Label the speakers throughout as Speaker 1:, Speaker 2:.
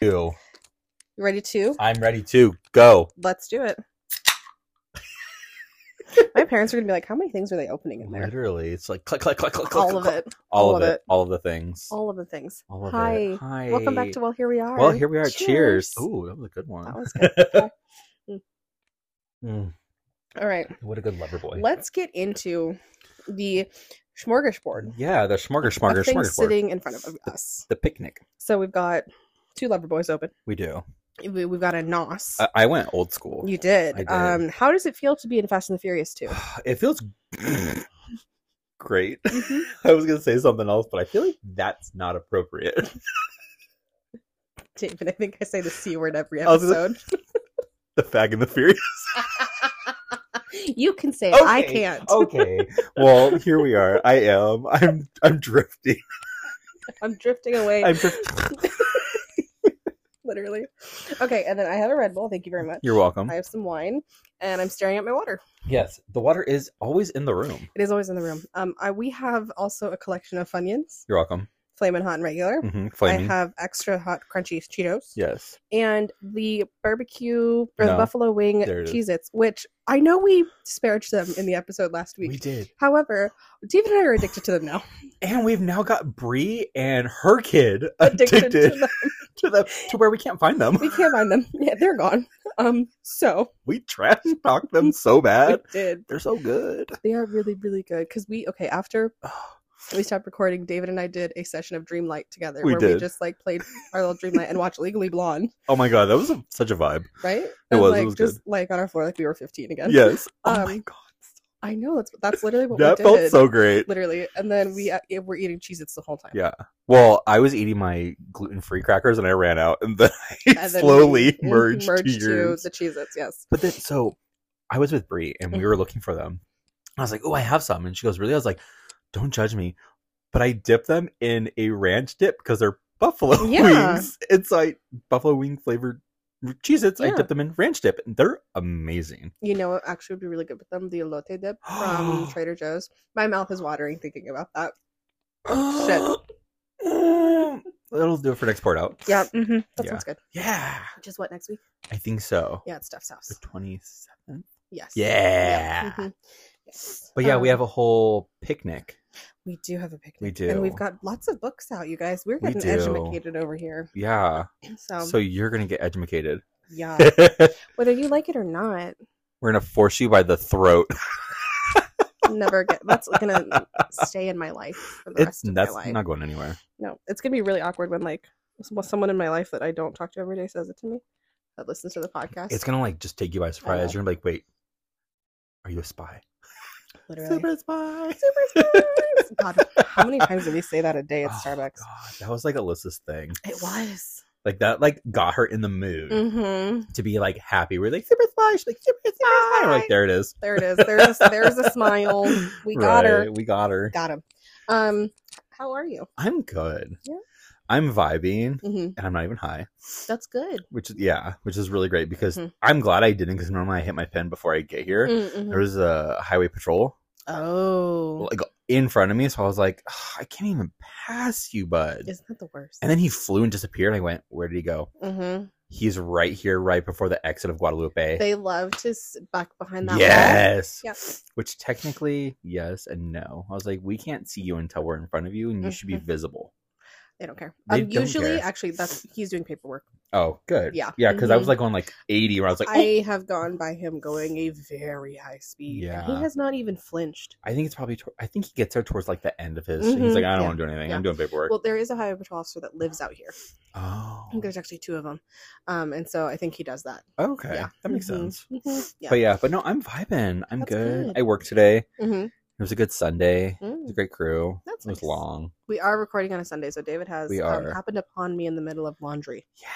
Speaker 1: You
Speaker 2: You ready to?
Speaker 1: I'm ready to go.
Speaker 2: Let's do it. My parents are gonna be like, "How many things are they opening in there?
Speaker 1: Literally, it's like click, click, click, click, click,
Speaker 2: All of
Speaker 1: click,
Speaker 2: it,
Speaker 1: all, of it, all of the things,
Speaker 2: all of the things."
Speaker 1: all of
Speaker 2: Hi.
Speaker 1: it. Hi,
Speaker 2: Welcome back to Well, here we are.
Speaker 1: Well, here we are. Cheers. Ooh, that was a good one.
Speaker 2: That was good.
Speaker 1: Mm,
Speaker 2: all right,
Speaker 1: what a good lover boy.
Speaker 2: let's get into the smorgasbord. of
Speaker 1: yeah, the smorgasbord, smorgasbord,
Speaker 2: things
Speaker 1: smorgasbord.
Speaker 2: sitting in front of us.
Speaker 1: the picnic.
Speaker 2: So we've got two lover boys open.
Speaker 1: We do.
Speaker 2: We, we've got a nos.
Speaker 1: I, I went old school.
Speaker 2: you did.
Speaker 1: Uh, I did.
Speaker 2: Um, how does it feel to be in Fast and the Furious too?
Speaker 1: It feels great.
Speaker 2: Mm-hmm.
Speaker 1: I was gonna say something else, but I feel like that's not appropriate.
Speaker 2: David, I think I say the c word every
Speaker 1: I was
Speaker 2: episode.
Speaker 1: the Fag and the Furious.
Speaker 2: you can say it. I
Speaker 1: Okay,
Speaker 2: can't.
Speaker 1: okay. Well, here we are. I am. I'm. I'm drifting.
Speaker 2: I'm drifting away,
Speaker 1: I'm drifting.
Speaker 2: literally. Okay, and then I have a Red Bull. Thank you very much.
Speaker 1: You're welcome.
Speaker 2: I have some wine, and I'm staring at my water.
Speaker 1: Yes, the water is always in the room.
Speaker 2: It is always in the room. Um, I, we have also a collection of Funyuns,
Speaker 1: You're welcome.
Speaker 2: flamin' hot and regular.
Speaker 1: Mm-hmm.
Speaker 2: I
Speaker 1: Flaming.
Speaker 2: have extra hot crunchy Cheetos
Speaker 1: yes.
Speaker 2: and the barbecue or the
Speaker 1: No.
Speaker 2: buffalo wing
Speaker 1: There it is.
Speaker 2: Cheez Its, which I know we disparaged them in the episode last week.
Speaker 1: We did.
Speaker 2: However, David and I are addicted to them now.
Speaker 1: And we've now got Bree and her kid addicted,
Speaker 2: Addicted to them.
Speaker 1: to, the, to where we can't find them.
Speaker 2: We can't find them. Yeah, they're gone. Um, so
Speaker 1: We trash talk them so
Speaker 2: we
Speaker 1: bad.
Speaker 2: did.
Speaker 1: They're so good.
Speaker 2: They are really, really good because we okay after we stopped recording. David and I did a session of Dreamlight together,
Speaker 1: We
Speaker 2: where we
Speaker 1: did.
Speaker 2: just like played our little Dreamlight and watched Legally Blonde,
Speaker 1: Oh my god, that was a, such a vibe.
Speaker 2: right? And,
Speaker 1: was, it
Speaker 2: like
Speaker 1: was
Speaker 2: just like on our floor, like we were fifteen again.
Speaker 1: Yes. oh
Speaker 2: Um,
Speaker 1: my god,
Speaker 2: I know that's that's literally what
Speaker 1: that
Speaker 2: we
Speaker 1: felt
Speaker 2: did,
Speaker 1: so great.
Speaker 2: literally. And then we uh, yeah, we're eating Cheez-Its the whole time.
Speaker 1: Yeah. Well, I was eating my gluten free crackers and I ran out, and then I
Speaker 2: And then
Speaker 1: slowly
Speaker 2: we
Speaker 1: merged,
Speaker 2: merged
Speaker 1: to yours.
Speaker 2: the Cheez-Its. Yes,
Speaker 1: But then, so I was with Brie and
Speaker 2: Mm-hmm.
Speaker 1: we were looking for them. I was like, "Oh, I have some," and she goes, "Really?" I was like, "Don't judge me," but I dip them in a ranch dip because they're buffalo
Speaker 2: Yeah.
Speaker 1: wings. It's like buffalo wing flavored Cheez-Its. I
Speaker 2: Yeah.
Speaker 1: dip them in ranch dip, and they're amazing.
Speaker 2: you know what actually would be really good with them the elote dip from Trader Joe's. My mouth is watering thinking about that.
Speaker 1: Shit. That'll do it for next pour out.
Speaker 2: Yeah, mm-hmm. that
Speaker 1: Yeah.
Speaker 2: sounds good.
Speaker 1: Yeah,
Speaker 2: Which is what next week?
Speaker 1: I think so.
Speaker 2: Yeah, it's Steph's house.
Speaker 1: The twenty seventh.
Speaker 2: Yes.
Speaker 1: Yeah.
Speaker 2: mhm. Yes.
Speaker 1: But yeah, we
Speaker 2: Um,
Speaker 1: have a whole picnic.
Speaker 2: we do have a picnic.
Speaker 1: We
Speaker 2: and
Speaker 1: do.
Speaker 2: we've got lots of books out, you guys. We're
Speaker 1: We
Speaker 2: getting
Speaker 1: do.
Speaker 2: educated over here.
Speaker 1: Yeah.
Speaker 2: So,
Speaker 1: so you're gonna get educated.
Speaker 2: Um. yeah, whether you like it or not,
Speaker 1: We're gonna force you by the throat.
Speaker 2: never get that's gonna stay in my life for the
Speaker 1: It's
Speaker 2: rest of
Speaker 1: that's
Speaker 2: my life.
Speaker 1: not going anywhere.
Speaker 2: no, it's gonna be really awkward when like s- well, someone in my life that I don't talk to every day says it to me that listens to the podcast.
Speaker 1: It's gonna like just take you by surprise. You're gonna be like, wait, are you a spy?
Speaker 2: literally
Speaker 1: Super spy.
Speaker 2: Super spice. God, how many times did we say that a day at
Speaker 1: Oh,
Speaker 2: Starbucks?
Speaker 1: God, that was like Alyssa's thing.
Speaker 2: It was.
Speaker 1: Like that, like got her in the mood
Speaker 2: Mm-hmm.
Speaker 1: to be like happy. We're like super spy. She's like super spy. We're like there it is.
Speaker 2: There it is. There's there's a smile. We got her.
Speaker 1: Right, We got her.
Speaker 2: Got him. Um, how are you?
Speaker 1: I'm good.
Speaker 2: Yeah.
Speaker 1: I'm vibing,
Speaker 2: Mm-hmm.
Speaker 1: and I'm not even high.
Speaker 2: That's good.
Speaker 1: Which is yeah, which is really great because
Speaker 2: Mhm.
Speaker 1: I'm glad I didn't because normally I hit my pen before I get here.
Speaker 2: Mm-hmm.
Speaker 1: There was a highway patrol
Speaker 2: Oh,
Speaker 1: like in front of me, so I was like, "Ugh, I can't even pass you, bud.
Speaker 2: isn't that the worst?
Speaker 1: And then he flew and disappeared. And I went, Where did he go?
Speaker 2: Mm-hmm.
Speaker 1: He's right here, right before the exit of Guadalupe.
Speaker 2: They love to s- back behind that wall.
Speaker 1: yes.
Speaker 2: Yep.
Speaker 1: Which technically, yes and no. I was like, we can't see you until we're in front of you, and you should be
Speaker 2: Mhm.
Speaker 1: visible.
Speaker 2: They don't care.
Speaker 1: They
Speaker 2: um,
Speaker 1: don't
Speaker 2: usually,
Speaker 1: care.
Speaker 2: actually, that's he's doing paperwork.
Speaker 1: Oh, good.
Speaker 2: Yeah.
Speaker 1: Yeah, because I was
Speaker 2: Mhm.
Speaker 1: like on like 80, where I was like, "Oh."
Speaker 2: I have gone by him going a very high speed. and
Speaker 1: Yeah.
Speaker 2: he has not even flinched.
Speaker 1: I think it's probably. To- I think he gets there towards like the end of his.
Speaker 2: Mhm.
Speaker 1: He's like, I don't
Speaker 2: Yeah.
Speaker 1: want to do anything.
Speaker 2: Yeah.
Speaker 1: I'm doing paperwork.
Speaker 2: Well, there is a highway patrol officer that lives out here. I
Speaker 1: oh,
Speaker 2: think there's actually two of them, um, and so I think he does that.
Speaker 1: okay,
Speaker 2: yeah.
Speaker 1: that makes
Speaker 2: Mhm.
Speaker 1: sense.
Speaker 2: Mhm. Yeah.
Speaker 1: Mm-hmm. But yeah, but no, I'm vibing. I'm
Speaker 2: That's
Speaker 1: good.
Speaker 2: good.
Speaker 1: I worked today. It
Speaker 2: Mhm.
Speaker 1: was a good Sunday. It was a
Speaker 2: Mm.
Speaker 1: great crew.
Speaker 2: That's
Speaker 1: it was
Speaker 2: nice.
Speaker 1: long.
Speaker 2: We are recording on a Sunday, so David has
Speaker 1: We
Speaker 2: um,
Speaker 1: are.
Speaker 2: happened upon me in the middle of laundry
Speaker 1: Yeah.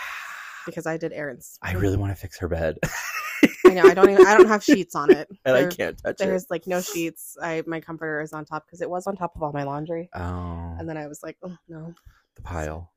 Speaker 2: because I did errands.
Speaker 1: I really want to fix her bed,
Speaker 2: I know I don't even I don't have sheets on it.
Speaker 1: and I
Speaker 2: There-
Speaker 1: can't touch it.
Speaker 2: There's like no sheets. I my comforter is on top because it was on top of all my laundry,
Speaker 1: Oh,
Speaker 2: and then I was like, oh no,
Speaker 1: the pile.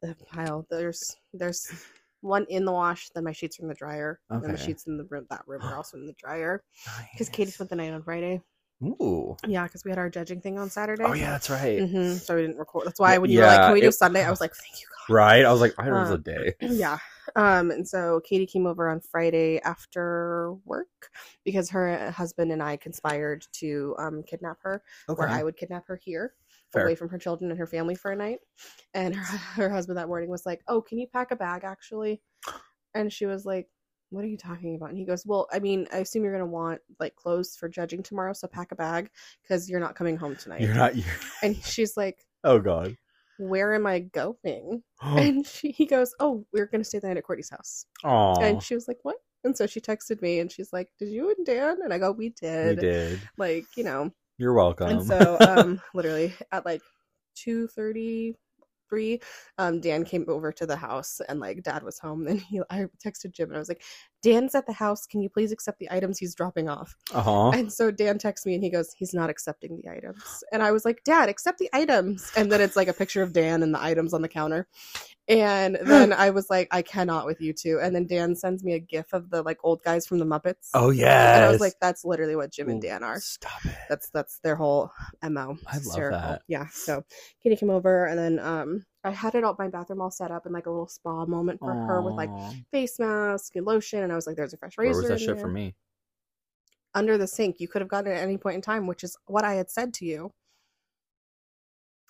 Speaker 2: the pile. There's there's one in the wash. Then my sheets are in the dryer. And the
Speaker 1: Okay.
Speaker 2: sheets in the room that room are also in the dryer because
Speaker 1: Nice.
Speaker 2: Katie spent the night on Friday.
Speaker 1: Ooh.
Speaker 2: Yeah, because we had our judging thing on Saturday.
Speaker 1: Oh yeah, that's right.
Speaker 2: hmm So we didn't record. That's why
Speaker 1: Yeah,
Speaker 2: when you were like,
Speaker 1: yeah,
Speaker 2: "Can we
Speaker 1: it-
Speaker 2: do Sunday?" I was like, "Thank you, God."
Speaker 1: Right. I was like, I was
Speaker 2: Uh,
Speaker 1: a day.
Speaker 2: yeah. Um, and so Katie came over on Friday after work because her husband and I conspired to um, kidnap her,
Speaker 1: Okay.
Speaker 2: where I would kidnap her here.
Speaker 1: Fair.
Speaker 2: Away from her children and her family for a night, and her her husband that morning was like, "Oh, can you pack a bag actually?" And she was like, "What are you talking about?" And he goes, "Well, I mean, I assume you're gonna want like clothes for judging tomorrow, so pack a bag because you're not coming home tonight."
Speaker 1: You're not. you
Speaker 2: And she's like,
Speaker 1: oh God.
Speaker 2: "Where am I going?" And she, he goes, "Oh, we're gonna stay the night at Courtney's house."
Speaker 1: Oh.
Speaker 2: And she was like, "What?" And so she texted me, and she's like, "Did you and Dan?" And I go, "We did."
Speaker 1: We did.
Speaker 2: Like you know.
Speaker 1: You're welcome.
Speaker 2: And so, um, literally at like two thirty three, um, Dan came over to the house, and like Dad was home. Then he, I texted Jim, and I was like, "Dan's at the house. Can you please accept the items he's dropping off?"
Speaker 1: uh huh.
Speaker 2: And so Dan texts me and he goes, He's not accepting the items. And I was like, Dad, accept the items. And then it's like a picture of Dan and the items on the counter. And then I was like, I cannot with you two. And then Dan sends me a gif of the like old guys from the Muppets.
Speaker 1: Oh yeah.
Speaker 2: And I was like, That's literally what Jim and Dan are.
Speaker 1: Stop it.
Speaker 2: That's that's their whole mo.
Speaker 1: I
Speaker 2: It's
Speaker 1: love
Speaker 2: hysterical.
Speaker 1: that.
Speaker 2: Yeah. So Katie came over and then um I had it all my bathroom all set up in like a little spa moment for her with like
Speaker 1: Aw.
Speaker 2: face mask and lotion. And I was like, There's a fresh razor.
Speaker 1: Where was that
Speaker 2: in
Speaker 1: shit
Speaker 2: there."
Speaker 1: for me?
Speaker 2: under the sink. You could have gotten it at any point in time, which is what I had said to you.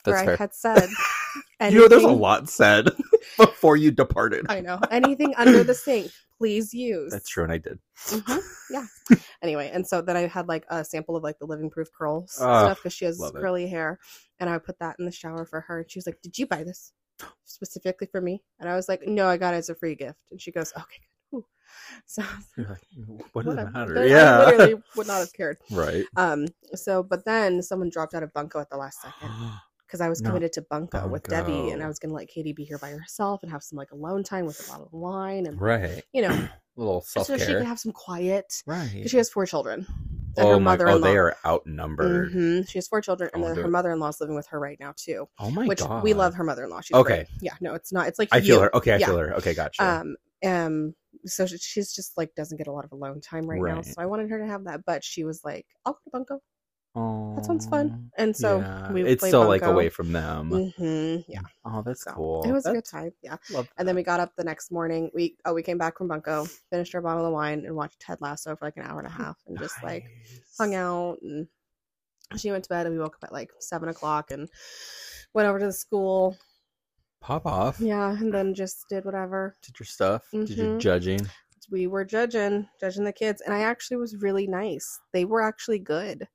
Speaker 1: That's
Speaker 2: where
Speaker 1: fair.
Speaker 2: I had said,
Speaker 1: you know, there's a
Speaker 2: anything-
Speaker 1: lot said before you departed.
Speaker 2: I know anything under the sink, please use.
Speaker 1: That's true, and I did.
Speaker 2: Mhm, Yeah. anyway, and so then I had like a sample of like the Living Proof curls
Speaker 1: Ah,
Speaker 2: stuff because she has
Speaker 1: love it.
Speaker 2: curly hair, and I would put that in the shower for her. And she was like, "Did you buy this specifically for me?" And I was like, "No, I got it as a free gift." And she goes, "Okay." Ooh. So
Speaker 1: You're like, what does it
Speaker 2: whatever.
Speaker 1: matter?
Speaker 2: But I
Speaker 1: yeah.
Speaker 2: literally would not have cared.
Speaker 1: Right.
Speaker 2: Um. So, but then someone dropped out of bunko at the last second. because I was
Speaker 1: No.
Speaker 2: committed to bunko, with Debbie, and I
Speaker 1: Bunko.
Speaker 2: was gonna let Katie be here by herself and have some like alone time with a bottle of wine, and
Speaker 1: right.
Speaker 2: you know,
Speaker 1: little self
Speaker 2: so
Speaker 1: care.
Speaker 2: she could have some quiet. 'Cause
Speaker 1: right.
Speaker 2: She has four children. And
Speaker 1: oh
Speaker 2: her
Speaker 1: my. Oh,
Speaker 2: mother-in-law.
Speaker 1: they are outnumbered.
Speaker 2: hmm She has four children,
Speaker 1: I
Speaker 2: and
Speaker 1: wanna do
Speaker 2: then her
Speaker 1: it.
Speaker 2: mother-in-law's living with her right now too,
Speaker 1: Oh my
Speaker 2: which
Speaker 1: god.
Speaker 2: we love her mother-in-law. She's
Speaker 1: Okay.
Speaker 2: great. yeah, no, it's not. It's like
Speaker 1: I feel
Speaker 2: you.
Speaker 1: her. Oh, Okay, I
Speaker 2: Yeah.
Speaker 1: feel her. Okay, gotcha.
Speaker 2: Um, um, so she- she's just like doesn't get a lot of alone time right, now.
Speaker 1: Right.
Speaker 2: So I wanted her to have that, but she was like, "I'll go to bunko. Uh, That sounds
Speaker 1: Aw.
Speaker 2: fun." And so
Speaker 1: Yeah.
Speaker 2: we
Speaker 1: it's
Speaker 2: played
Speaker 1: still like
Speaker 2: bunko.
Speaker 1: away from them.
Speaker 2: Mhm, yeah,
Speaker 1: Oh, that's
Speaker 2: So,
Speaker 1: cool.
Speaker 2: it was a
Speaker 1: That-
Speaker 2: good time. Yeah.
Speaker 1: love
Speaker 2: And then
Speaker 1: that.
Speaker 2: we got up the next morning. We oh we came back from Bunko, finished our bottle of wine, and watched Ted Lasso for like an hour and a half, and just like
Speaker 1: Nice.
Speaker 2: hung out. And she went to bed, and we woke up at like seven o'clock, and went over to the school.
Speaker 1: Pop off.
Speaker 2: Yeah, and then just did whatever.
Speaker 1: Did your stuff. Did your
Speaker 2: Mhm.
Speaker 1: judging.
Speaker 2: We were judging, judging the kids, and I actually was really nice. They were actually good.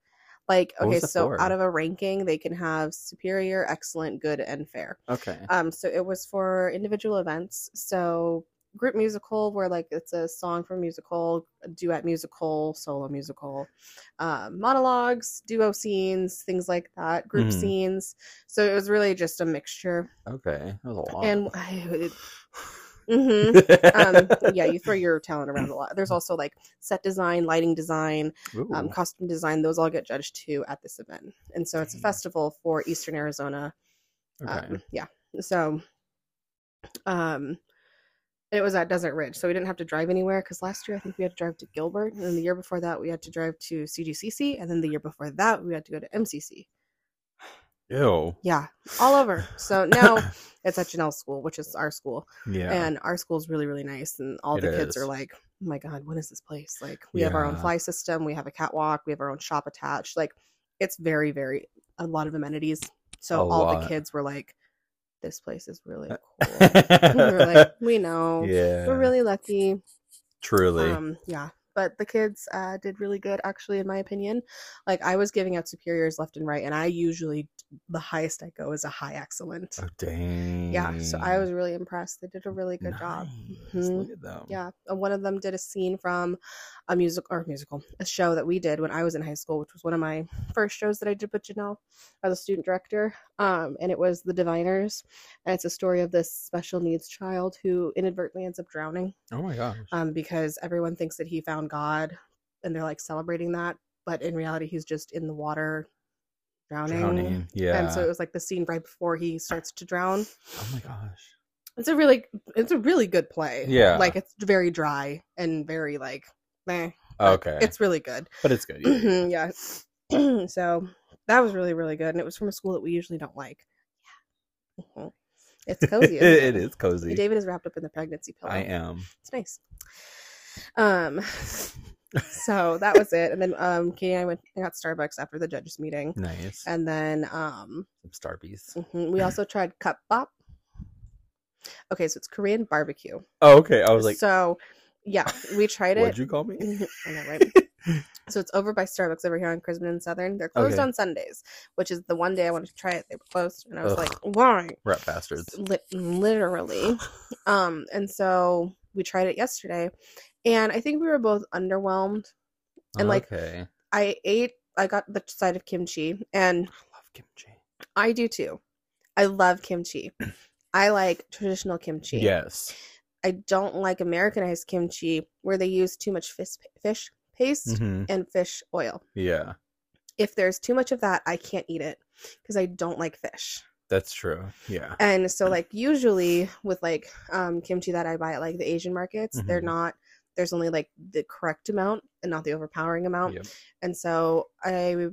Speaker 2: Like
Speaker 1: What was
Speaker 2: okay,
Speaker 1: the
Speaker 2: so
Speaker 1: four?
Speaker 2: out of a ranking, they can have superior, excellent, good, and fair.
Speaker 1: Okay.
Speaker 2: Um, so it was for individual events. So group musical, where like it's a song from a musical, a duet musical, solo musical, um, monologues, duo scenes, things like that, group
Speaker 1: Mhm.
Speaker 2: scenes. So it was really just a mixture.
Speaker 1: okay. That was a lot.
Speaker 2: And I, hmm um, yeah, you throw your talent around a lot. There's also like set design, lighting design,
Speaker 1: Ooh.
Speaker 2: um, costume design. Those all get judged too at this event. And so it's a
Speaker 1: Dang.
Speaker 2: festival for Eastern Arizona
Speaker 1: okay.
Speaker 2: um, yeah. So, um, it was at Desert Ridge, so we didn't have to drive anywhere. Because last year I think we had to drive to Gilbert, and then the year before that we had to drive to CGCC, and then the year before that we had to go to MCC.
Speaker 1: Ew.
Speaker 2: Yeah, all over. So now it's at Janelle's school, which is our school,
Speaker 1: yeah.
Speaker 2: and our school's really really nice, and all the
Speaker 1: It
Speaker 2: kids
Speaker 1: is.
Speaker 2: are like, "Oh my god, when is this place?" Like we have our own
Speaker 1: Yeah.
Speaker 2: fly system, we have a catwalk, we have our own shop attached. Like it's very very a lot of amenities. So
Speaker 1: A
Speaker 2: all the
Speaker 1: lot. Uh,
Speaker 2: kids were like, "This place is really cool." we were like, we know.
Speaker 1: yeah.
Speaker 2: We're really lucky.
Speaker 1: Truly.
Speaker 2: Um, yeah. But the kids uh, did really good, actually, in my opinion. Like, I was giving out superiors left and right, and I usually, the highest I go is a high excellent.
Speaker 1: oh, dang.
Speaker 2: Yeah. So I was really impressed. They did a really good job.
Speaker 1: Mm. Nice.
Speaker 2: Mhm.
Speaker 1: Look at them.
Speaker 2: Yeah. And one of them did a scene from a musical or musical, a show that we did when I was in high school, which was one of my first shows that I did with Janelle as a student director. Um, and it was The Diviners. And it's a story of this special needs child who inadvertently ends up drowning
Speaker 1: Oh my gosh.
Speaker 2: um, because everyone thinks that he found God and they're like celebrating that. But in reality, he's just in the water drowning.
Speaker 1: Drowning. Yeah.
Speaker 2: And so it was like the scene right before he starts to drown.
Speaker 1: oh my gosh.
Speaker 2: It's a really it's a really good play.
Speaker 1: Yeah.
Speaker 2: Like it's very dry and very like meh. but
Speaker 1: Okay.
Speaker 2: It's Mm-hmm. really good.
Speaker 1: but it's good. yeah.
Speaker 2: yeah. so that was really really good, and it was from a school that we usually don't like. Yeah, Mhm. it's cozy. isn't
Speaker 1: it is cozy.
Speaker 2: David is wrapped up in the pregnancy pillow.
Speaker 1: I am.
Speaker 2: It's nice. Um, so that was it, and then um, Katie and I went and got Starbucks after the judges meeting,
Speaker 1: Nice.
Speaker 2: and then um,
Speaker 1: Some Starbies.
Speaker 2: mhm, we also tried cup bop. Okay, so it's Korean barbecue.
Speaker 1: Oh, okay. I was like,
Speaker 2: so yeah, we tried it.
Speaker 1: what'd you call me?
Speaker 2: I know, right? so it's over by Starbucks over here on Crisman and Southern. They're closed
Speaker 1: Okay.
Speaker 2: on Sundays, which is the one day I wanted to try it. They were closed, and I was
Speaker 1: Ugh.
Speaker 2: like, why?
Speaker 1: Rat bastards.
Speaker 2: Li- literally. Um, and so we tried it yesterday, and I think we were both underwhelmed. And, like,
Speaker 1: okay.
Speaker 2: I ate. I got the side of kimchi, and
Speaker 1: I love kimchi.
Speaker 2: I do too. I love kimchi. I like traditional kimchi.
Speaker 1: Yes.
Speaker 2: I don't like Americanized kimchi where they use too much fish fish paste
Speaker 1: hmm
Speaker 2: and fish oil.
Speaker 1: Yeah,
Speaker 2: if there's too much of that, I can't eat it because I don't like fish.
Speaker 1: that's true. Yeah.
Speaker 2: And so like usually with like um kimchi that I buy at like the Asian markets, they're
Speaker 1: Mhm.
Speaker 2: not there's only like the correct amount and not the overpowering amount.
Speaker 1: Yep.
Speaker 2: And so I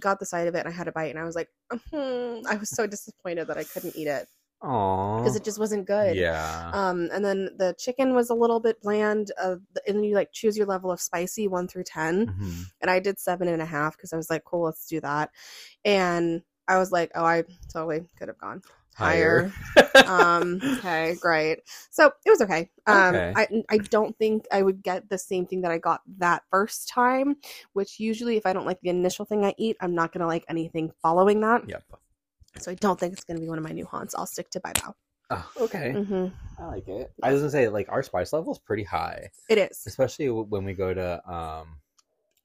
Speaker 2: got the side of it and I had a bite and I was like, "Mhm." I was so disappointed that I couldn't eat it
Speaker 1: Aww.
Speaker 2: because it just wasn't good.
Speaker 1: Yeah.
Speaker 2: Um, and then the chicken was a little bit bland. Uh, and then you like choose your level of spicy, one through 10
Speaker 1: Mhm.
Speaker 2: and I did seven and a half because I was like, cool, let's do that. And I was like, oh, I totally could have gone higher. um, okay, great. So it was okay. Um,
Speaker 1: Okay.
Speaker 2: I I don't think I would get the same thing that I got that first time, which usually if I don't like the initial thing I eat, I'm not gonna like anything following that.
Speaker 1: Yep.
Speaker 2: So I don't think it's gonna be one of my new haunts. I'll stick to Bai Bao.
Speaker 1: Oh, okay.
Speaker 2: hmm
Speaker 1: I like it. I was gonna say like our spice level is pretty high,
Speaker 2: It is
Speaker 1: especially w- when we go to um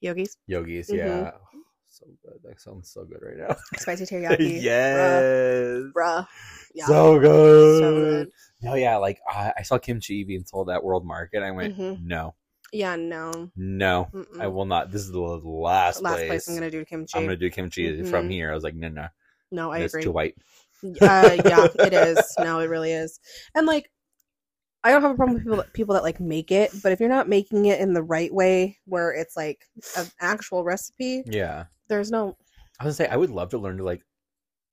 Speaker 2: yogis,
Speaker 1: yogis.
Speaker 2: Mhm.
Speaker 1: Yeah. Oh, So good. That sounds so good right now.
Speaker 2: spicy teriyaki.
Speaker 1: yes.
Speaker 2: bruh. Yeah,
Speaker 1: So good.
Speaker 2: so good.
Speaker 1: No, yeah, like I, I saw kimchi being sold at World Market. I went,
Speaker 2: Mhm.
Speaker 1: no,
Speaker 2: Yeah, no.
Speaker 1: no,
Speaker 2: Mm-mm.
Speaker 1: I will not. This is the last,
Speaker 2: Mm-hmm. last place I'm gonna do to kimchi.
Speaker 1: I'm gonna do kimchi
Speaker 2: Mhm.
Speaker 1: from here. I was like, no, no,
Speaker 2: no, I
Speaker 1: it's
Speaker 2: agree.
Speaker 1: too white.
Speaker 2: uh, yeah, it is. No, it really is. And like, I don't have a problem with people that, people that like make it, but if you're not making it in the right way, where it's like an actual recipe,
Speaker 1: Yeah,
Speaker 2: there's no
Speaker 1: I was gonna say I would love to learn to like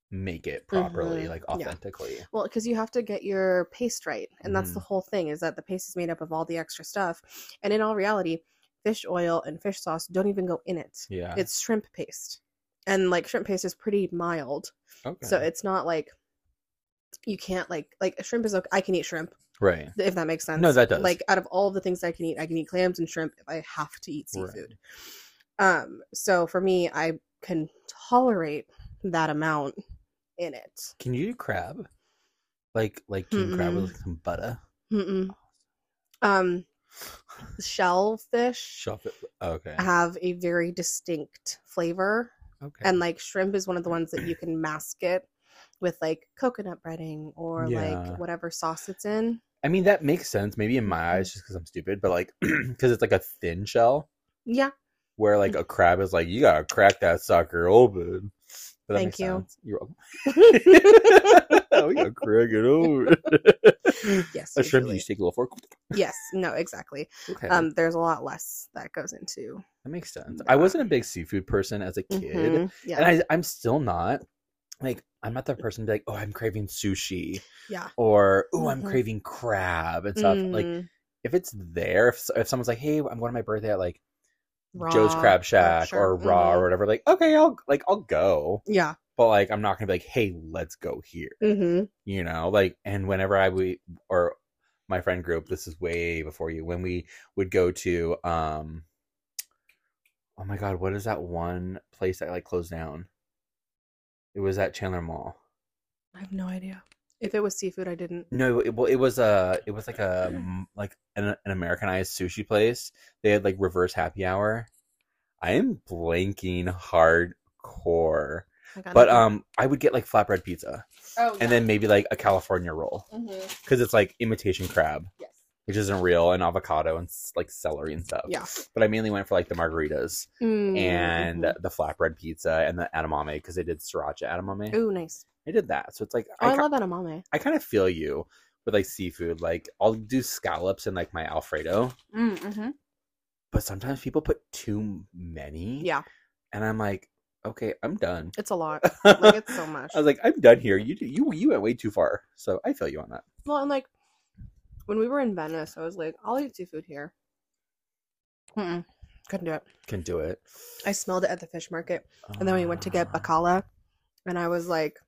Speaker 1: make it properly,
Speaker 2: Mhm.
Speaker 1: like
Speaker 2: Yeah.
Speaker 1: authentically.
Speaker 2: well because you have to get your paste right, and that's
Speaker 1: Mhm.
Speaker 2: the whole thing is that the paste is made up of all the extra stuff, and in all reality, fish oil and fish sauce don't even go in it.
Speaker 1: Yeah,
Speaker 2: It's shrimp paste, and like shrimp paste is pretty mild,
Speaker 1: okay.
Speaker 2: so it's not like you can't like like shrimp is okay. I can eat shrimp.
Speaker 1: right.
Speaker 2: if that makes sense.
Speaker 1: No, that does.
Speaker 2: Like out of all the things I can eat, I can eat clams and shrimp if I have to eat
Speaker 1: Right.
Speaker 2: seafood. Um, so for me, I can tolerate that amount in it.
Speaker 1: Can you do crab? Like like king crab with
Speaker 2: Mm-mm.
Speaker 1: like, some butter.
Speaker 2: Mm-mm. Um, shellfish
Speaker 1: Shove it. Okay.
Speaker 2: have a very distinct flavor,
Speaker 1: Okay.
Speaker 2: and like shrimp is one of the ones that you can mask it with like coconut breading or
Speaker 1: Yeah.
Speaker 2: like whatever sauce it's in.
Speaker 1: I mean that makes sense. Maybe in my eyes, just because I'm stupid, but like because it's like a thin shell
Speaker 2: Yeah,
Speaker 1: where
Speaker 2: Mm.
Speaker 1: like a crab is like you gotta crack that sucker open. But that makes
Speaker 2: Thank you.
Speaker 1: sense. You're welcome. we gotta crack it open.
Speaker 2: yes,
Speaker 1: a shrimp, you
Speaker 2: usually.
Speaker 1: just take a little fork.
Speaker 2: Yes, no, exactly.
Speaker 1: Okay,
Speaker 2: Um, there's a lot less that goes into
Speaker 1: that makes sense.
Speaker 2: yeah.
Speaker 1: I wasn't a big seafood person as a kid,
Speaker 2: Mhm, Yeah.
Speaker 1: and I, I'm still not. Like I'm not the person to be like, oh, I'm craving sushi,
Speaker 2: yeah.
Speaker 1: or oh, I'm
Speaker 2: Mhm.
Speaker 1: craving crab and stuff. Like
Speaker 2: Mm,
Speaker 1: if it's there, if, if someone's like, hey, I'm going to my birthday at like Joe's
Speaker 2: Mm-hmm. raw,
Speaker 1: Crab Shack
Speaker 2: sure,
Speaker 1: or Raw
Speaker 2: mhm.
Speaker 1: or whatever. Like, okay, I'll like I'll go,
Speaker 2: Yeah.
Speaker 1: but like I'm not gonna be like, hey, let's go here.
Speaker 2: hmm
Speaker 1: You know, like, and whenever I we or my friend group, this is way before you. When we would go to, um, oh my god, what is that one place that like closed down? It was at Chandler Mall.
Speaker 2: I have no idea. If it was seafood, I didn't.
Speaker 1: No, it, well, it was a, it was like a, mm, like an, an Americanized sushi place. They had like reverse happy hour. I am blanking hardcore,
Speaker 2: I got
Speaker 1: but
Speaker 2: nothing.
Speaker 1: um, I would get like flatbread pizza
Speaker 2: Oh, yeah.
Speaker 1: and then maybe like a California roll
Speaker 2: Mhm,
Speaker 1: because it's like imitation crab,
Speaker 2: Yes.
Speaker 1: which isn't real, and avocado and s- like celery and stuff.
Speaker 2: Yeah.
Speaker 1: But I mainly went for like the margaritas
Speaker 2: Mm,
Speaker 1: and uh,
Speaker 2: mhm.
Speaker 1: the flatbread pizza and the edamame because they did sriracha edamame.
Speaker 2: ooh, nice.
Speaker 1: I did that, so it's like
Speaker 2: Oh, I,
Speaker 1: I, ki-
Speaker 2: love edamame.
Speaker 1: I kind of feel you with like seafood. Like I'll do scallops and like my Alfredo,
Speaker 2: Mm, hmm
Speaker 1: but sometimes people put too many.
Speaker 2: Yeah.
Speaker 1: And I'm like, okay, I'm done.
Speaker 2: It's a lot. Like it's so much.
Speaker 1: I was like, I'm done here. You do- you you went way too far. So I feel you on that.
Speaker 2: Well, and like when we were in Venice, I was like, I'll eat seafood here. Mm-mm. Couldn't do it.
Speaker 1: Can do it.
Speaker 2: I smelled it at the fish market, and then we went to get
Speaker 1: Ah,
Speaker 2: bacala, and I was like,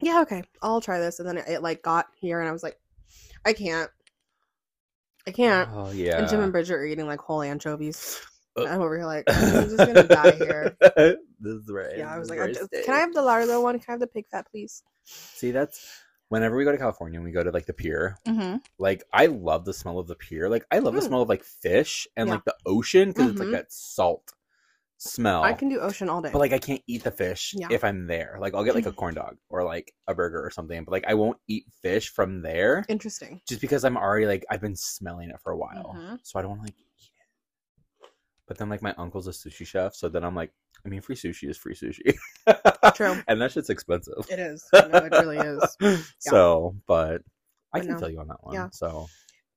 Speaker 2: Yeah, okay, I'll try this. And then it, it, like got here, and I was like, I can't, I can't.
Speaker 1: Oh yeah.
Speaker 2: And Jim and Bridget are eating like whole anchovies.
Speaker 1: Ugh.
Speaker 2: And I'm over here like I'm just gonna die here.
Speaker 1: this is right.
Speaker 2: Yeah, I was
Speaker 1: this is
Speaker 2: like, I
Speaker 1: where it
Speaker 2: just-
Speaker 1: stays.
Speaker 2: can I have the lardo one? Can I have the pig fat, please?
Speaker 1: See, that's whenever we go to California and we go to like the pier.
Speaker 2: Mm-hmm.
Speaker 1: Like, I love the smell of the pier. Like, I love the
Speaker 2: Mm.
Speaker 1: smell of like fish and
Speaker 2: Yeah.
Speaker 1: like the ocean because it's like
Speaker 2: Mhm.
Speaker 1: that salt smell.
Speaker 2: I can do ocean all day.
Speaker 1: Oh. but like I can't eat the fish
Speaker 2: Yeah. Mm-hmm.
Speaker 1: if I'm there. Like I'll get like a corn dog or like a burger or something, but like I won't eat fish from there
Speaker 2: Interesting.
Speaker 1: just because I'm already like I've been smelling it for a while,
Speaker 2: Mhm.
Speaker 1: so I don't want to like eat it. But then like my uncle's a sushi chef, so then I'm like, I mean, free sushi is free sushi,
Speaker 2: True.
Speaker 1: and that shit's expensive.
Speaker 2: It is. No, it really is.
Speaker 1: So, but I
Speaker 2: But
Speaker 1: can
Speaker 2: no.
Speaker 1: tell you on that one.
Speaker 2: Yeah.
Speaker 1: So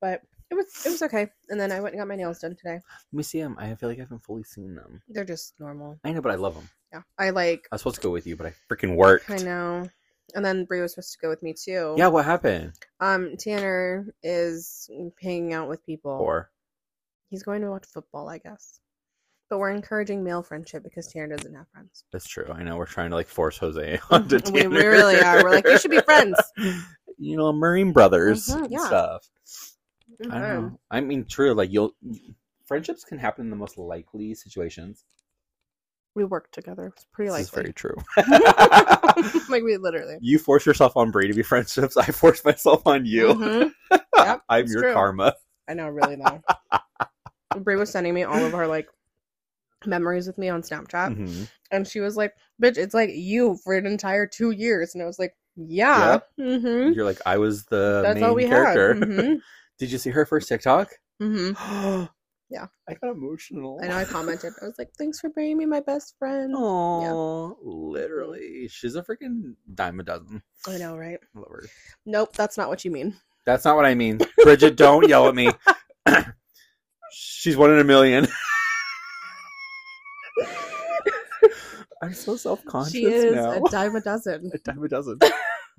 Speaker 2: But it was it was okay. And then I went and got my nails done today.
Speaker 1: let me see them. I feel like I haven't fully seen them.
Speaker 2: They're just normal.
Speaker 1: I know, but I love them.
Speaker 2: Yeah. I like
Speaker 1: I was supposed to go with you, but I freaking worked.
Speaker 2: I know. And then Brie was supposed to go with me too.
Speaker 1: Yeah, what happened?
Speaker 2: Um Tanner is hanging out with people.
Speaker 1: Or
Speaker 2: He's going to watch football, I guess. But we're encouraging male friendship because Tanner doesn't have friends.
Speaker 1: That's true. I know we're trying to like force Jose onto
Speaker 2: We-
Speaker 1: Tanner.
Speaker 2: we really are. We're like, "You should be friends."
Speaker 1: you know, Marine brothers
Speaker 2: Mhm,
Speaker 1: and
Speaker 2: yeah. Mm-hmm.
Speaker 1: stuff. I
Speaker 2: Okay.
Speaker 1: don't know. I mean, true. Like you'll friendships can happen in the most likely situations.
Speaker 2: We work together. It's pretty
Speaker 1: this is
Speaker 2: likely.
Speaker 1: very true.
Speaker 2: like we literally.
Speaker 1: you force yourself on Brady to be friendships. I force myself on you.
Speaker 2: Mhm. Yep,
Speaker 1: I'm
Speaker 2: it's
Speaker 1: your
Speaker 2: true.
Speaker 1: karma.
Speaker 2: I know, really though. Brie was sending me all of her like memories with me on Snapchat.
Speaker 1: Mhm.
Speaker 2: And she was like, bitch, it's like you for an entire two years. And I was like, yeah. Mm-hmm.
Speaker 1: You're like I was the
Speaker 2: That's
Speaker 1: main
Speaker 2: all we
Speaker 1: character.
Speaker 2: had. Mm-hmm.
Speaker 1: Did you see her first TikTok?
Speaker 2: hmm
Speaker 1: yeah,
Speaker 2: Yeah.
Speaker 1: I got emotional.
Speaker 2: I know I commented. I was like, thanks for bringing me my best friend.
Speaker 1: Oh. Aww, literally, she's a freaking dime a dozen.
Speaker 2: I know, right?
Speaker 1: I love her.
Speaker 2: Nope, that's not what you mean.
Speaker 1: That's not what I mean. Bridget, don't yell at me. She's one in a million. I'm so self conscious
Speaker 2: she is
Speaker 1: now.
Speaker 2: a dime a dozen.
Speaker 1: A dime a dozen.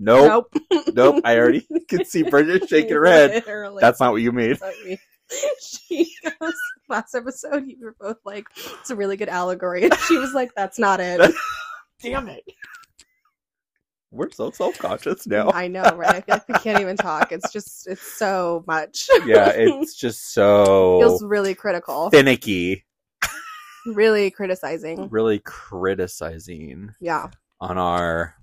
Speaker 1: Nope, nope. I already can see Bridget shaking her head.
Speaker 2: Literally.
Speaker 1: That's not what you mean.
Speaker 2: what we- She goes, last episode, you were both like, it's a really good allegory. And she was like, that's not it. Damn it.
Speaker 1: We're so self conscious now.
Speaker 2: I know, right? I feel like we can't even talk. It's just, it's so much.
Speaker 1: Yeah, it's just
Speaker 2: feels
Speaker 1: so
Speaker 2: really critical,
Speaker 1: finicky.
Speaker 2: really criticizing.
Speaker 1: Really criticizing
Speaker 2: Yeah,
Speaker 1: on our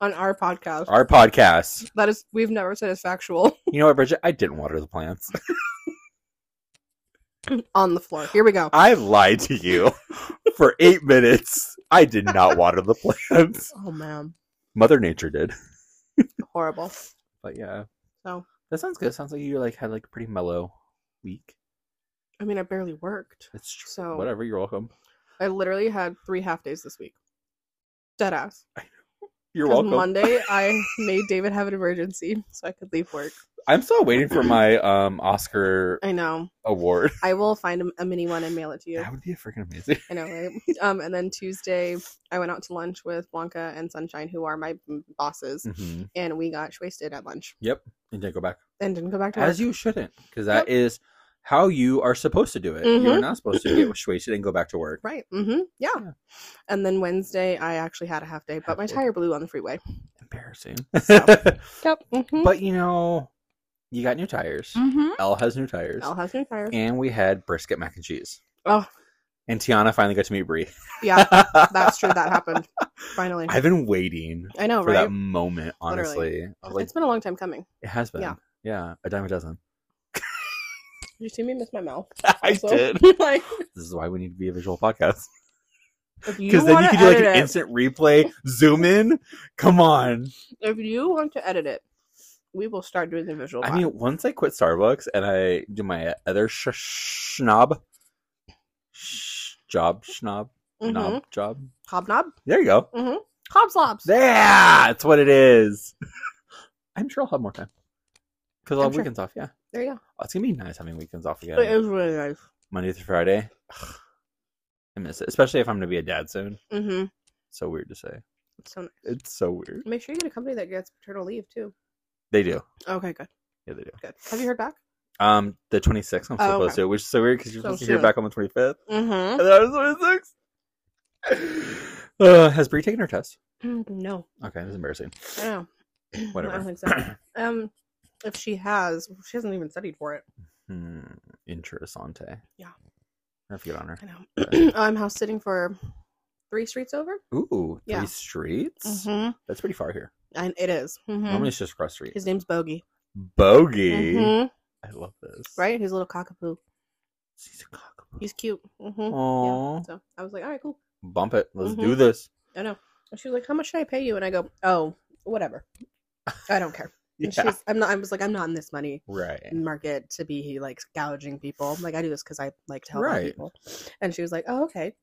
Speaker 2: on our podcast.
Speaker 1: our podcast.
Speaker 2: that is, we've never said it's factual.
Speaker 1: You know what, Bridget? I didn't water the plants.
Speaker 2: on the floor. Here we go.
Speaker 1: I lied to you for eight minutes. I did not water the plants.
Speaker 2: Oh man,
Speaker 1: Mother Nature did.
Speaker 2: horrible.
Speaker 1: But yeah.
Speaker 2: So-
Speaker 1: that sounds good. Sounds like you like had like a pretty mellow week.
Speaker 2: I mean, I barely worked.
Speaker 1: It's true.
Speaker 2: So-
Speaker 1: whatever. You're welcome.
Speaker 2: I literally had three half days this week. Dead ass.
Speaker 1: You're
Speaker 2: 'Cause
Speaker 1: welcome.
Speaker 2: Monday, I made David have an emergency so I could leave work.
Speaker 1: I'm still waiting for my um Oscar
Speaker 2: I know.
Speaker 1: award.
Speaker 2: I will find a, a mini one and mail it to you.
Speaker 1: That would be freaking amazing.
Speaker 2: I know, right? Um, and then Tuesday, I went out to lunch with Blanca and Sunshine, who are my bosses,
Speaker 1: Mm-hmm.
Speaker 2: and we got wasted at lunch
Speaker 1: And then go back
Speaker 2: and didn't go back to work.
Speaker 1: as you shouldn't, because that is how you are supposed to do it. You're
Speaker 2: Mhm.
Speaker 1: not supposed to get wasted and go back to work.
Speaker 2: Right. Mm-hmm. Yeah.
Speaker 1: Yeah.
Speaker 2: And then Wednesday, I actually had a half day, but
Speaker 1: Half
Speaker 2: my
Speaker 1: day.
Speaker 2: tire blew on the freeway.
Speaker 1: Embarrassing.
Speaker 2: Yep. Mm-hmm.
Speaker 1: But you know, you got new tires. Elle has new tires.
Speaker 2: Al Mm-hmm. has new tire.
Speaker 1: And we had brisket mac and cheese.
Speaker 2: Oh.
Speaker 1: And Tiana finally got to meet Brie.
Speaker 2: Yeah, that's true. That happened. Finally. I,
Speaker 1: I've been waiting
Speaker 2: know,
Speaker 1: for
Speaker 2: Oh, right?
Speaker 1: that moment, honestly. I was like,
Speaker 2: it's been a long time coming.
Speaker 1: it has been. Yeah.
Speaker 2: Yeah.
Speaker 1: a dime a dozen.
Speaker 2: Did you see me miss my mouth?
Speaker 1: I
Speaker 2: Also,
Speaker 1: did.
Speaker 2: like,
Speaker 1: This is why we need to be a visual podcast.
Speaker 2: if you
Speaker 1: Because then you
Speaker 2: wanna
Speaker 1: can do like an
Speaker 2: edit it,
Speaker 1: instant replay, zoom in. Come on.
Speaker 2: if you want to edit it, we will start doing the visual.
Speaker 1: I
Speaker 2: part.
Speaker 1: mean, once I quit Starbucks and I do my other sh- schnob, sh- job, schnob,
Speaker 2: Mhm.
Speaker 1: knob, job.
Speaker 2: hobnob,
Speaker 1: There you go.
Speaker 2: hobslobs.
Speaker 1: Yeah, that's what it is. I'm sure I'll have more time because I'll
Speaker 2: I'm
Speaker 1: have
Speaker 2: sure.
Speaker 1: weekends off. Yeah,
Speaker 2: There you
Speaker 1: Oh, it's gonna be nice having weekends off
Speaker 2: go. It
Speaker 1: again,
Speaker 2: is really nice.
Speaker 1: Monday through Friday. I miss it, especially if I'm going to be a dad soon.
Speaker 2: Mm-hmm.
Speaker 1: So weird to say.
Speaker 2: So nice.
Speaker 1: It's so weird.
Speaker 2: Make sure you get a company that gets paternal leave too.
Speaker 1: They do.
Speaker 2: Okay, good,
Speaker 1: Yeah, they do.
Speaker 2: good. Have you heard back?
Speaker 1: Um, the 26th I'm
Speaker 2: Oh,
Speaker 1: supposed
Speaker 2: okay.
Speaker 1: to, which is so weird because you're
Speaker 2: So
Speaker 1: supposed to hear
Speaker 2: soon.
Speaker 1: back on the 25th,
Speaker 2: Mm-hmm.
Speaker 1: and then I was 26. Uh, has Brie taken her test?
Speaker 2: No,
Speaker 1: Okay, that's embarrassing.
Speaker 2: I don't know. Oh, I
Speaker 1: Whatever.
Speaker 2: don't think so. Um, if she has, she hasn't even studied for it.
Speaker 1: Hmm, interessante.
Speaker 2: Yeah.
Speaker 1: I have to get on her.
Speaker 2: I know. Oh, I'm house sitting for three streets over.
Speaker 1: Ooh, three
Speaker 2: Yeah.
Speaker 1: streets.
Speaker 2: Mm-hmm.
Speaker 1: That's pretty far here.
Speaker 2: And it is. Mhm.
Speaker 1: Normally it's just cross street.
Speaker 2: His name's Bogey.
Speaker 1: Bogey.
Speaker 2: Mhm.
Speaker 1: I love this.
Speaker 2: Right? He's a little cockapoo.
Speaker 1: He's a cockapoo.
Speaker 2: He's cute.
Speaker 1: Mm-hmm.
Speaker 2: hmm
Speaker 1: Aw.
Speaker 2: So I was like, all right, cool.
Speaker 1: Bump it. Let's
Speaker 2: Mhm.
Speaker 1: do this.
Speaker 2: I know. And she was like, how much should I pay you? And I go, oh, whatever. I don't care.
Speaker 1: Yeah.
Speaker 2: And she's, I'm not. I was like, I'm not in this money
Speaker 1: Right.
Speaker 2: market to be like gouging people. Like I do this because I like to help out
Speaker 1: Right.
Speaker 2: people. And she was like, oh, okay,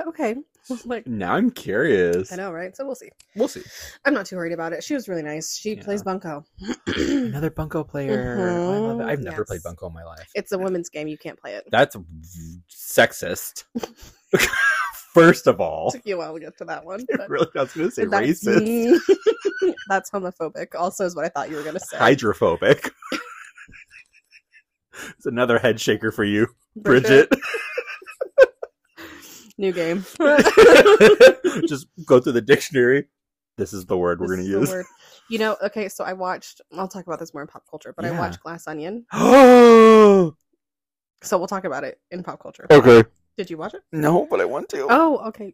Speaker 2: okay. like
Speaker 1: Now I'm curious.
Speaker 2: I know, right? So we'll see.
Speaker 1: We'll see.
Speaker 2: I'm not too worried about it. She was really nice. She
Speaker 1: Yeah.
Speaker 2: plays bunco.
Speaker 1: Another bunco player. Oh, I love it. I've never
Speaker 2: Mm-hmm. Yes.
Speaker 1: played bunco in my life.
Speaker 2: it's a women's game. You can't play it.
Speaker 1: That's sexist. First of all,
Speaker 2: Took you a while to get to that one.
Speaker 1: it
Speaker 2: but-
Speaker 1: really I was going to say
Speaker 2: That-
Speaker 1: racist,
Speaker 2: That's homophobic. Also, is what I thought you were gonna say.
Speaker 1: hydrophobic. it's another head shaker for you, Bridget.
Speaker 2: New game.
Speaker 1: Just go through the dictionary. This is the word we're
Speaker 2: This
Speaker 1: going
Speaker 2: is
Speaker 1: to
Speaker 2: the
Speaker 1: use.
Speaker 2: word. You know, okay, so I watched, I'll talk about this more in pop culture, but I
Speaker 1: Yeah.
Speaker 2: watched Glass Onion.
Speaker 1: Oh,
Speaker 2: So we'll talk about it in pop culture.
Speaker 1: okay.
Speaker 2: Did you watch it?
Speaker 1: No, but I want to.
Speaker 2: Oh, okay.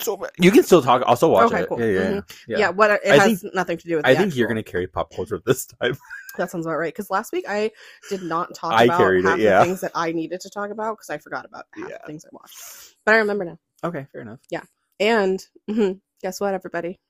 Speaker 1: so bad. You can still talk. Also watch
Speaker 2: Okay,
Speaker 1: it.
Speaker 2: cool.
Speaker 1: Yeah, yeah,
Speaker 2: Mhm.
Speaker 1: yeah.
Speaker 2: Yeah, what it
Speaker 1: I
Speaker 2: has nothing to do with
Speaker 1: I
Speaker 2: the
Speaker 1: think you're
Speaker 2: actual-
Speaker 1: going to carry pop culture this time.
Speaker 2: That sounds about right. Because last week I did not talk
Speaker 1: I
Speaker 2: about
Speaker 1: carried it,
Speaker 2: half
Speaker 1: yeah.
Speaker 2: the things that I needed to talk about because I forgot about half
Speaker 1: Yeah.
Speaker 2: the things I watched. But I remember now.
Speaker 1: Okay, fair enough.
Speaker 2: And mhm, guess what, everybody?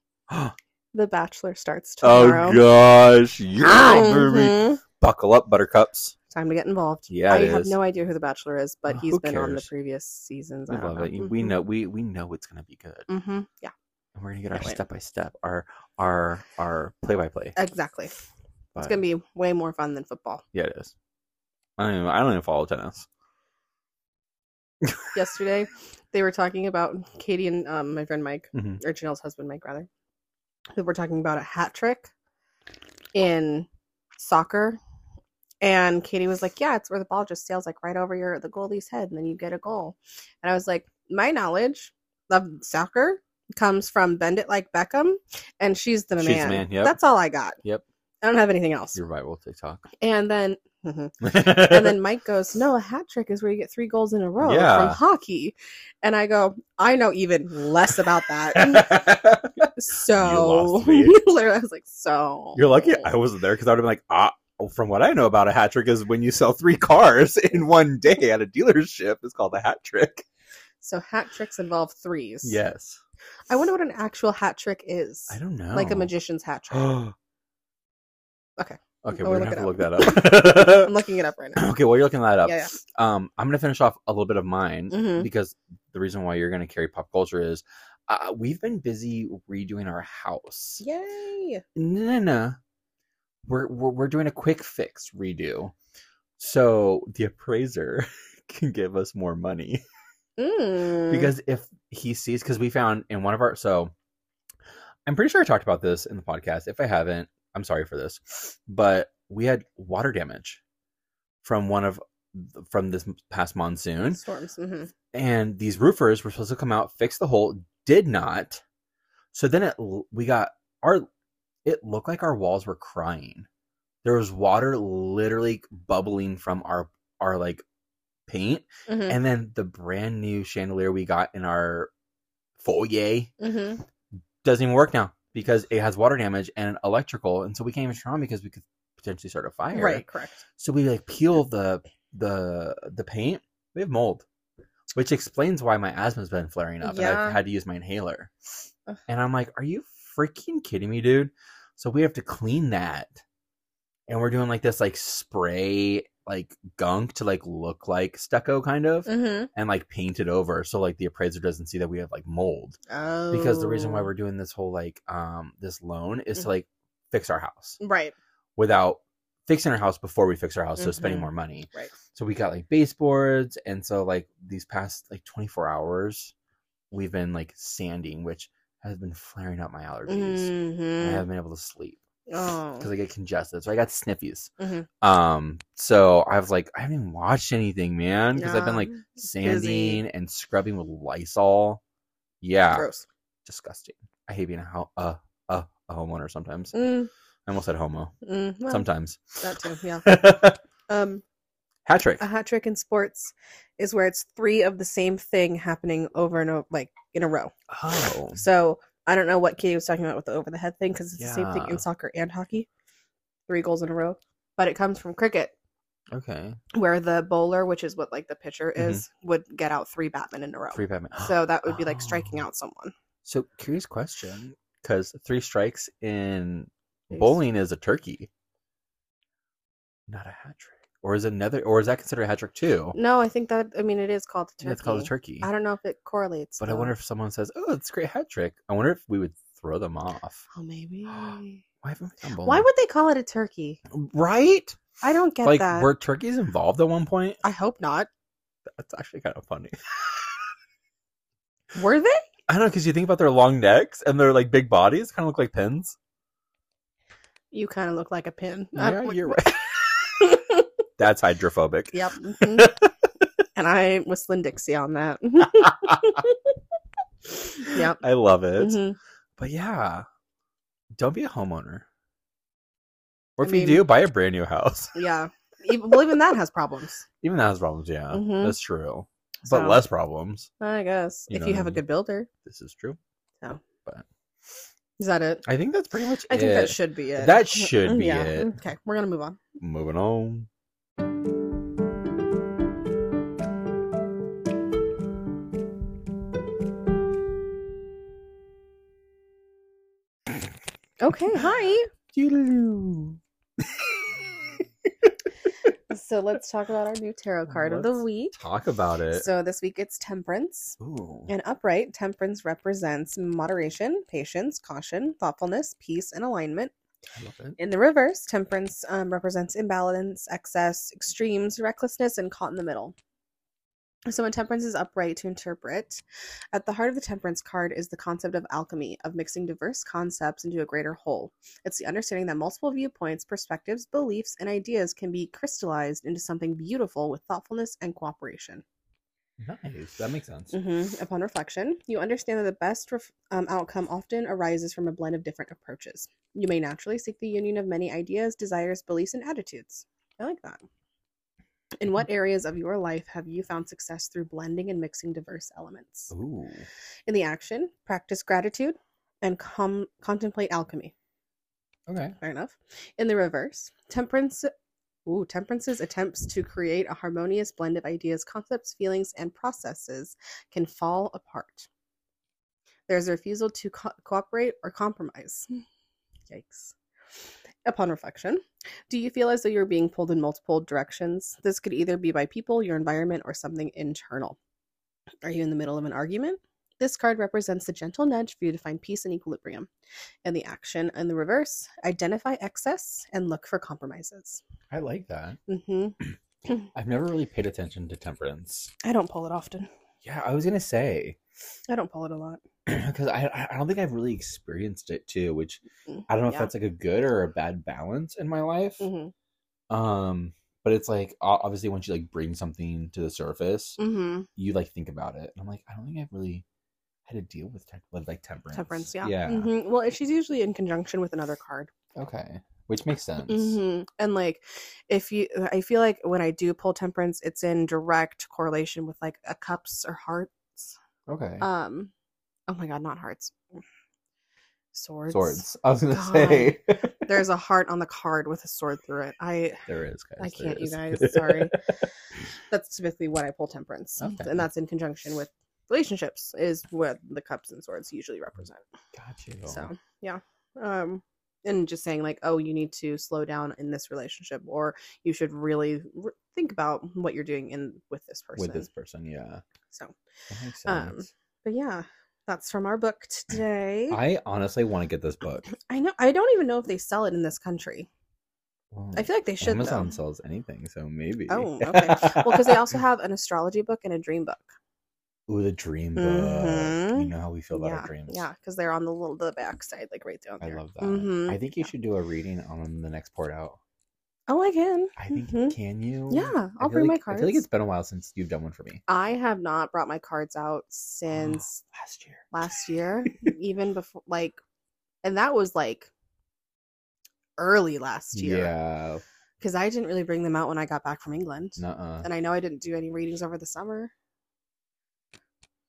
Speaker 2: The Bachelor starts tomorrow.
Speaker 1: Oh gosh, yeah, baby.
Speaker 2: Mhm.
Speaker 1: Buckle up, buttercups.
Speaker 2: Time to get involved.
Speaker 1: Yeah,
Speaker 2: I
Speaker 1: it
Speaker 2: have
Speaker 1: is.
Speaker 2: no idea who the Bachelor is, but
Speaker 1: Uh,
Speaker 2: he's
Speaker 1: who
Speaker 2: been on the
Speaker 1: cares?
Speaker 2: previous seasons. I,
Speaker 1: I love it.
Speaker 2: Mm-hmm.
Speaker 1: We know we we know it's gonna be good,
Speaker 2: hmm Yeah,
Speaker 1: and we're gonna get
Speaker 2: Can't
Speaker 1: our
Speaker 2: wait.
Speaker 1: step by step, our our our play by play.
Speaker 2: exactly. It's gonna be way more fun than football.
Speaker 1: Yeah, it is. I don't even, I don't even follow tennis.
Speaker 2: Yesterday, they were talking about Katie and um, my friend Mike,
Speaker 1: Mhm.
Speaker 2: or Janelle's husband Mike, rather. Who were talking about a hat trick in soccer, and Katie was like, "Yeah, it's where the ball just sails like right over your the goalie's head, and then you get a goal." And I was like, "My knowledge of soccer." comes from bend it like beckham and she's the
Speaker 1: She's the
Speaker 2: man,
Speaker 1: man, yep.
Speaker 2: that's all i got
Speaker 1: Yep.
Speaker 2: i don't have anything else
Speaker 1: Your rival TikTok.
Speaker 2: and then and
Speaker 1: and
Speaker 2: then Mike goes, "No, a hat trick is where you get three goals in a row
Speaker 1: Yeah.
Speaker 2: from hockey." And I go, "I know even less about that." so
Speaker 1: lost me.
Speaker 2: literally, I was like, "So
Speaker 1: You're lucky I
Speaker 2: Oh.
Speaker 1: wasn't there because I would have been like, ah. From what I know about a hat trick is when you sell three cars in one day at a dealership. It's called a hat trick.
Speaker 2: so hat tricks involve threes.
Speaker 1: Yes.
Speaker 2: I wonder what an actual hat trick is.
Speaker 1: I don't know.
Speaker 2: Like a magician's hat trick. Okay.
Speaker 1: okay. Okay,
Speaker 2: Or
Speaker 1: we're
Speaker 2: look
Speaker 1: gonna have to
Speaker 2: it
Speaker 1: look that
Speaker 2: I'm looking it up right now.
Speaker 1: up. okay, while you're looking that up,
Speaker 2: Yeah,
Speaker 1: um, I'm gonna finish off a little bit of mine
Speaker 2: Mhm.
Speaker 1: because the reason why you're gonna carry pop culture is uh, we've been busy redoing our house.
Speaker 2: Yay!
Speaker 1: No, no, no. We're, we're we're doing a quick fix redo, so the appraiser can give us more money
Speaker 2: Mm.
Speaker 1: because if he sees because we found in one of our so i'm pretty sure i talked about this in the podcast if i haven't i'm sorry for this but we had water damage from one of from this past monsoon
Speaker 2: storms. hmm
Speaker 1: and these roofers were supposed to come out fix the hole did not so then it l- we got our it looked like our walls were crying there was water literally bubbling from our our like paint
Speaker 2: hmm
Speaker 1: and then the brand new chandelier we got in our foyer
Speaker 2: hmm
Speaker 1: doesn't even work now because it has water damage and electrical, and so we can't even turn on because we could potentially start a fire.
Speaker 2: Right. Correct.
Speaker 1: So we like peel the the the paint. We have mold, which explains why my asthma's been flaring up, and
Speaker 2: Yeah.
Speaker 1: I've had to use my inhaler.
Speaker 2: Ugh.
Speaker 1: And I'm like, "Are you freaking kidding me, dude?" So we have to clean that, and we're doing like this like spray like gunk to like look like stucco kind of
Speaker 2: hmm
Speaker 1: and like paint it over so like the appraiser doesn't see that we have like mold
Speaker 2: Oh.
Speaker 1: because the reason why we're doing this whole like um this loan is to like fix our house
Speaker 2: Oh. right.
Speaker 1: without fixing our house before we fix our house, so spending
Speaker 2: Mhm.
Speaker 1: more money.
Speaker 2: Right.
Speaker 1: So we got like baseboards, and so like these past like 24 hours, we've been like sanding, which has been flaring up my allergies. I
Speaker 2: Mhm.
Speaker 1: haven't been able to sleep
Speaker 2: Oh.
Speaker 1: because I get congested. So I got sniffies.
Speaker 2: Mhm.
Speaker 1: Um, so I was like, I haven't even watched anything, man, because I've been like
Speaker 2: Nah.
Speaker 1: sanding and scrubbing with Lysol. Yeah,
Speaker 2: gross.
Speaker 1: disgusting. I hate being a ho- uh, uh, a homeowner sometimes.
Speaker 2: Mm,
Speaker 1: I almost said homo.
Speaker 2: mm, well,
Speaker 1: Sometimes.
Speaker 2: that too. Yeah.
Speaker 1: Hat
Speaker 2: Um,
Speaker 1: trick.
Speaker 2: a hat trick in sports is where it's three of the same thing happening over and over, like in a row.
Speaker 1: Oh.
Speaker 2: So I don't know what Katie was talking about with the over the head thing because it's the same thing
Speaker 1: Yeah.
Speaker 2: in soccer and hockey, three goals in a row. But it comes from cricket,
Speaker 1: Okay.
Speaker 2: where the bowler, which is what like the pitcher is, would get out three batmen in a row.
Speaker 1: Mm-hmm. Three Batman.
Speaker 2: So that would be like striking
Speaker 1: Oh.
Speaker 2: out someone.
Speaker 1: So curious question, because three strikes in
Speaker 2: Jeez.
Speaker 1: bowling is a turkey, not a hat trick, or is another, or is that considered a hat trick too?
Speaker 2: No, I think that I mean it is called a turkey.
Speaker 1: Yeah, it's called a turkey.
Speaker 2: I don't know if it correlates.
Speaker 1: But I
Speaker 2: though.
Speaker 1: wonder if someone says, "Oh, it's a great hat trick." I wonder if we would throw them off.
Speaker 2: Oh, maybe.
Speaker 1: Why haven't we done bowling?
Speaker 2: Why would they call it a turkey?
Speaker 1: right?
Speaker 2: I don't get
Speaker 1: Like
Speaker 2: that.
Speaker 1: were turkeys involved at one point?
Speaker 2: I hope not.
Speaker 1: That's actually kind of funny.
Speaker 2: Were they?
Speaker 1: I don't know because you think about their long necks and their like big bodies, kind of look like pins.
Speaker 2: You kind of look like a pin.
Speaker 1: Yeah,
Speaker 2: I'm-
Speaker 1: you're right. That's hydrophobic.
Speaker 2: Yep. mhm. and I was Lynn Dixie on that. Yep.
Speaker 1: I love it.
Speaker 2: Mhm.
Speaker 1: But yeah, don't be a homeowner. Or
Speaker 2: I
Speaker 1: if
Speaker 2: mean-
Speaker 1: you do, buy a brand new house.
Speaker 2: Yeah. Even, well, even that has problems.
Speaker 1: Even that has problems. Yeah,
Speaker 2: Mhm.
Speaker 1: that's true.
Speaker 2: So,
Speaker 1: But less problems.
Speaker 2: I guess.
Speaker 1: You
Speaker 2: if
Speaker 1: know
Speaker 2: you
Speaker 1: what I
Speaker 2: have a
Speaker 1: mean.
Speaker 2: good builder.
Speaker 1: This is true.
Speaker 2: Is that it?
Speaker 1: I think that's pretty much
Speaker 2: I
Speaker 1: it.
Speaker 2: think that should be it. Mm-hmm.
Speaker 1: That should be
Speaker 2: Yeah.
Speaker 1: it.
Speaker 2: Okay. We're going to move on.
Speaker 1: Moving on.
Speaker 2: Okay. Hi. so let's talk about our new tarot card of the
Speaker 1: Let's
Speaker 2: week.
Speaker 1: Talk about it.
Speaker 2: So this week it's temperance.
Speaker 1: Ooh.
Speaker 2: And upright, temperance represents moderation, patience, caution, thoughtfulness, peace, and alignment.
Speaker 1: I love it.
Speaker 2: In the reverse, temperance um, represents imbalance, excess, extremes, recklessness, and caught in the middle. So, when temperance is upright to interpret, at the heart of the temperance card is the concept of alchemy, of mixing diverse concepts into a greater whole. It's the understanding that multiple viewpoints, perspectives, beliefs, and ideas can be crystallized into something beautiful with thoughtfulness and cooperation.
Speaker 1: Nice. That makes sense.
Speaker 2: Mhm. Upon reflection, you understand that the best ref- um, outcome often arises from a blend of different approaches. You may naturally seek the union of many ideas, desires, beliefs, and attitudes. I like that. In what areas of your life have you found success through blending and mixing diverse elements?
Speaker 1: Ooh.
Speaker 2: In the action, practice gratitude and com- contemplate alchemy.
Speaker 1: Okay.
Speaker 2: Fair enough. In the reverse, temperance ooh, temperance's attempts to create a harmonious blend of ideas, concepts, feelings, and processes can fall apart. There's a refusal to co- cooperate or compromise. Yikes. Upon reflection, do you feel as though you're being pulled in multiple directions? This could either be by people, your environment, or something internal. Are you in the middle of an argument? This card represents the gentle nudge for you to find peace and equilibrium and the action in the reverse identify excess and look for compromises
Speaker 1: I like that.
Speaker 2: hmm
Speaker 1: I've never really paid attention to temperance.
Speaker 2: i don't pull it often
Speaker 1: Yeah, I was gonna say.
Speaker 2: i don't pull it a lot
Speaker 1: because I I- I don't think I've really experienced it too, which
Speaker 2: Mm,
Speaker 1: I don't know
Speaker 2: yeah.
Speaker 1: if that's like a good or a bad balance in my life.
Speaker 2: hmm
Speaker 1: Um, but it's like o- obviously once you like bring something to the surface,
Speaker 2: hmm
Speaker 1: you like think about it, and I'm like, I don't think I've really had to deal with, te- with like temperance.
Speaker 2: temperance yeah,
Speaker 1: yeah,
Speaker 2: Mhm. well she's usually in conjunction with another card
Speaker 1: okay, which makes sense.
Speaker 2: hmm and like if you i feel like when i do pull temperance it's in direct correlation with like a cups or hearts
Speaker 1: Okay,
Speaker 2: um oh my god not hearts swords
Speaker 1: swords. I was gonna
Speaker 2: God.
Speaker 1: say
Speaker 2: there's a heart on the card with a sword through it i
Speaker 1: there is. Guys,
Speaker 2: I
Speaker 1: there
Speaker 2: can't, you
Speaker 1: is.
Speaker 2: guys. Sorry. that's typically when I pull temperance,
Speaker 1: Okay.
Speaker 2: and that's in conjunction with relationships, is what the cups and swords usually represent.
Speaker 1: Got you.
Speaker 2: So yeah, um, and just saying like, oh, you need to slow down in this relationship, or you should really re- think about what you're doing in with this person.
Speaker 1: with this person, yeah,
Speaker 2: So,
Speaker 1: that makes
Speaker 2: Um,
Speaker 1: sense.
Speaker 2: but yeah. That's from our book today. I,
Speaker 1: I honestly want to get this book.
Speaker 2: know I don't even know if they sell it in this country.
Speaker 1: Well,
Speaker 2: I feel like they should. though.
Speaker 1: Amazon sells anything, so maybe.
Speaker 2: Oh, okay. Well, because they also have an astrology book and a dream book.
Speaker 1: Ooh, the dream book.
Speaker 2: Mhm.
Speaker 1: You know how we feel about
Speaker 2: yeah,
Speaker 1: our dreams.
Speaker 2: yeah, because they're on the little the back side, like right down
Speaker 1: I
Speaker 2: there.
Speaker 1: love that.
Speaker 2: Mhm.
Speaker 1: I think you should do a reading on the next port out.
Speaker 2: oh, I can.
Speaker 1: I think
Speaker 2: Mhm.
Speaker 1: can you?
Speaker 2: Yeah,
Speaker 1: I
Speaker 2: I'll
Speaker 1: feel
Speaker 2: bring my
Speaker 1: like- I feel like
Speaker 2: cards.
Speaker 1: it's been a while since you've done one for me.
Speaker 2: I have not brought my cards out since
Speaker 1: Last year.
Speaker 2: last year, even before, like, and that was like early last year
Speaker 1: Yeah.
Speaker 2: because I didn't really bring them out when I got back from England,
Speaker 1: Nuh-uh.
Speaker 2: and I know I didn't do any readings over the summer.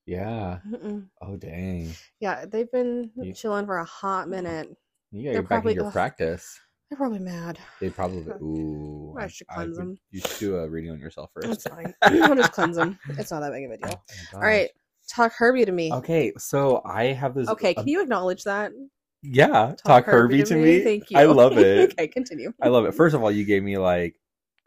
Speaker 1: Yeah.
Speaker 2: Mm-mm.
Speaker 1: Oh dang.
Speaker 2: Yeah, they've been
Speaker 1: You-
Speaker 2: chilling for a hot minute.
Speaker 1: You gotta
Speaker 2: They're
Speaker 1: get back in
Speaker 2: probably-
Speaker 1: your
Speaker 2: ugh.
Speaker 1: practice.
Speaker 2: They're probably mad.
Speaker 1: They probably ooh.
Speaker 2: I should
Speaker 1: would-
Speaker 2: cleanse them.
Speaker 1: You should do a reading on yourself
Speaker 2: It's
Speaker 1: first.
Speaker 2: fine. I'll just cleanse them. It's not that big of a
Speaker 1: Oh, my
Speaker 2: deal. All right, talk Herbie to me.
Speaker 1: gosh. Okay, so I have this
Speaker 2: Okay,
Speaker 1: um,
Speaker 2: can you acknowledge that?
Speaker 1: Yeah. Talk, Herbie, to me.
Speaker 2: Thank you.
Speaker 1: I love it.
Speaker 2: okay, continue.
Speaker 1: I love it. First of all, you gave me like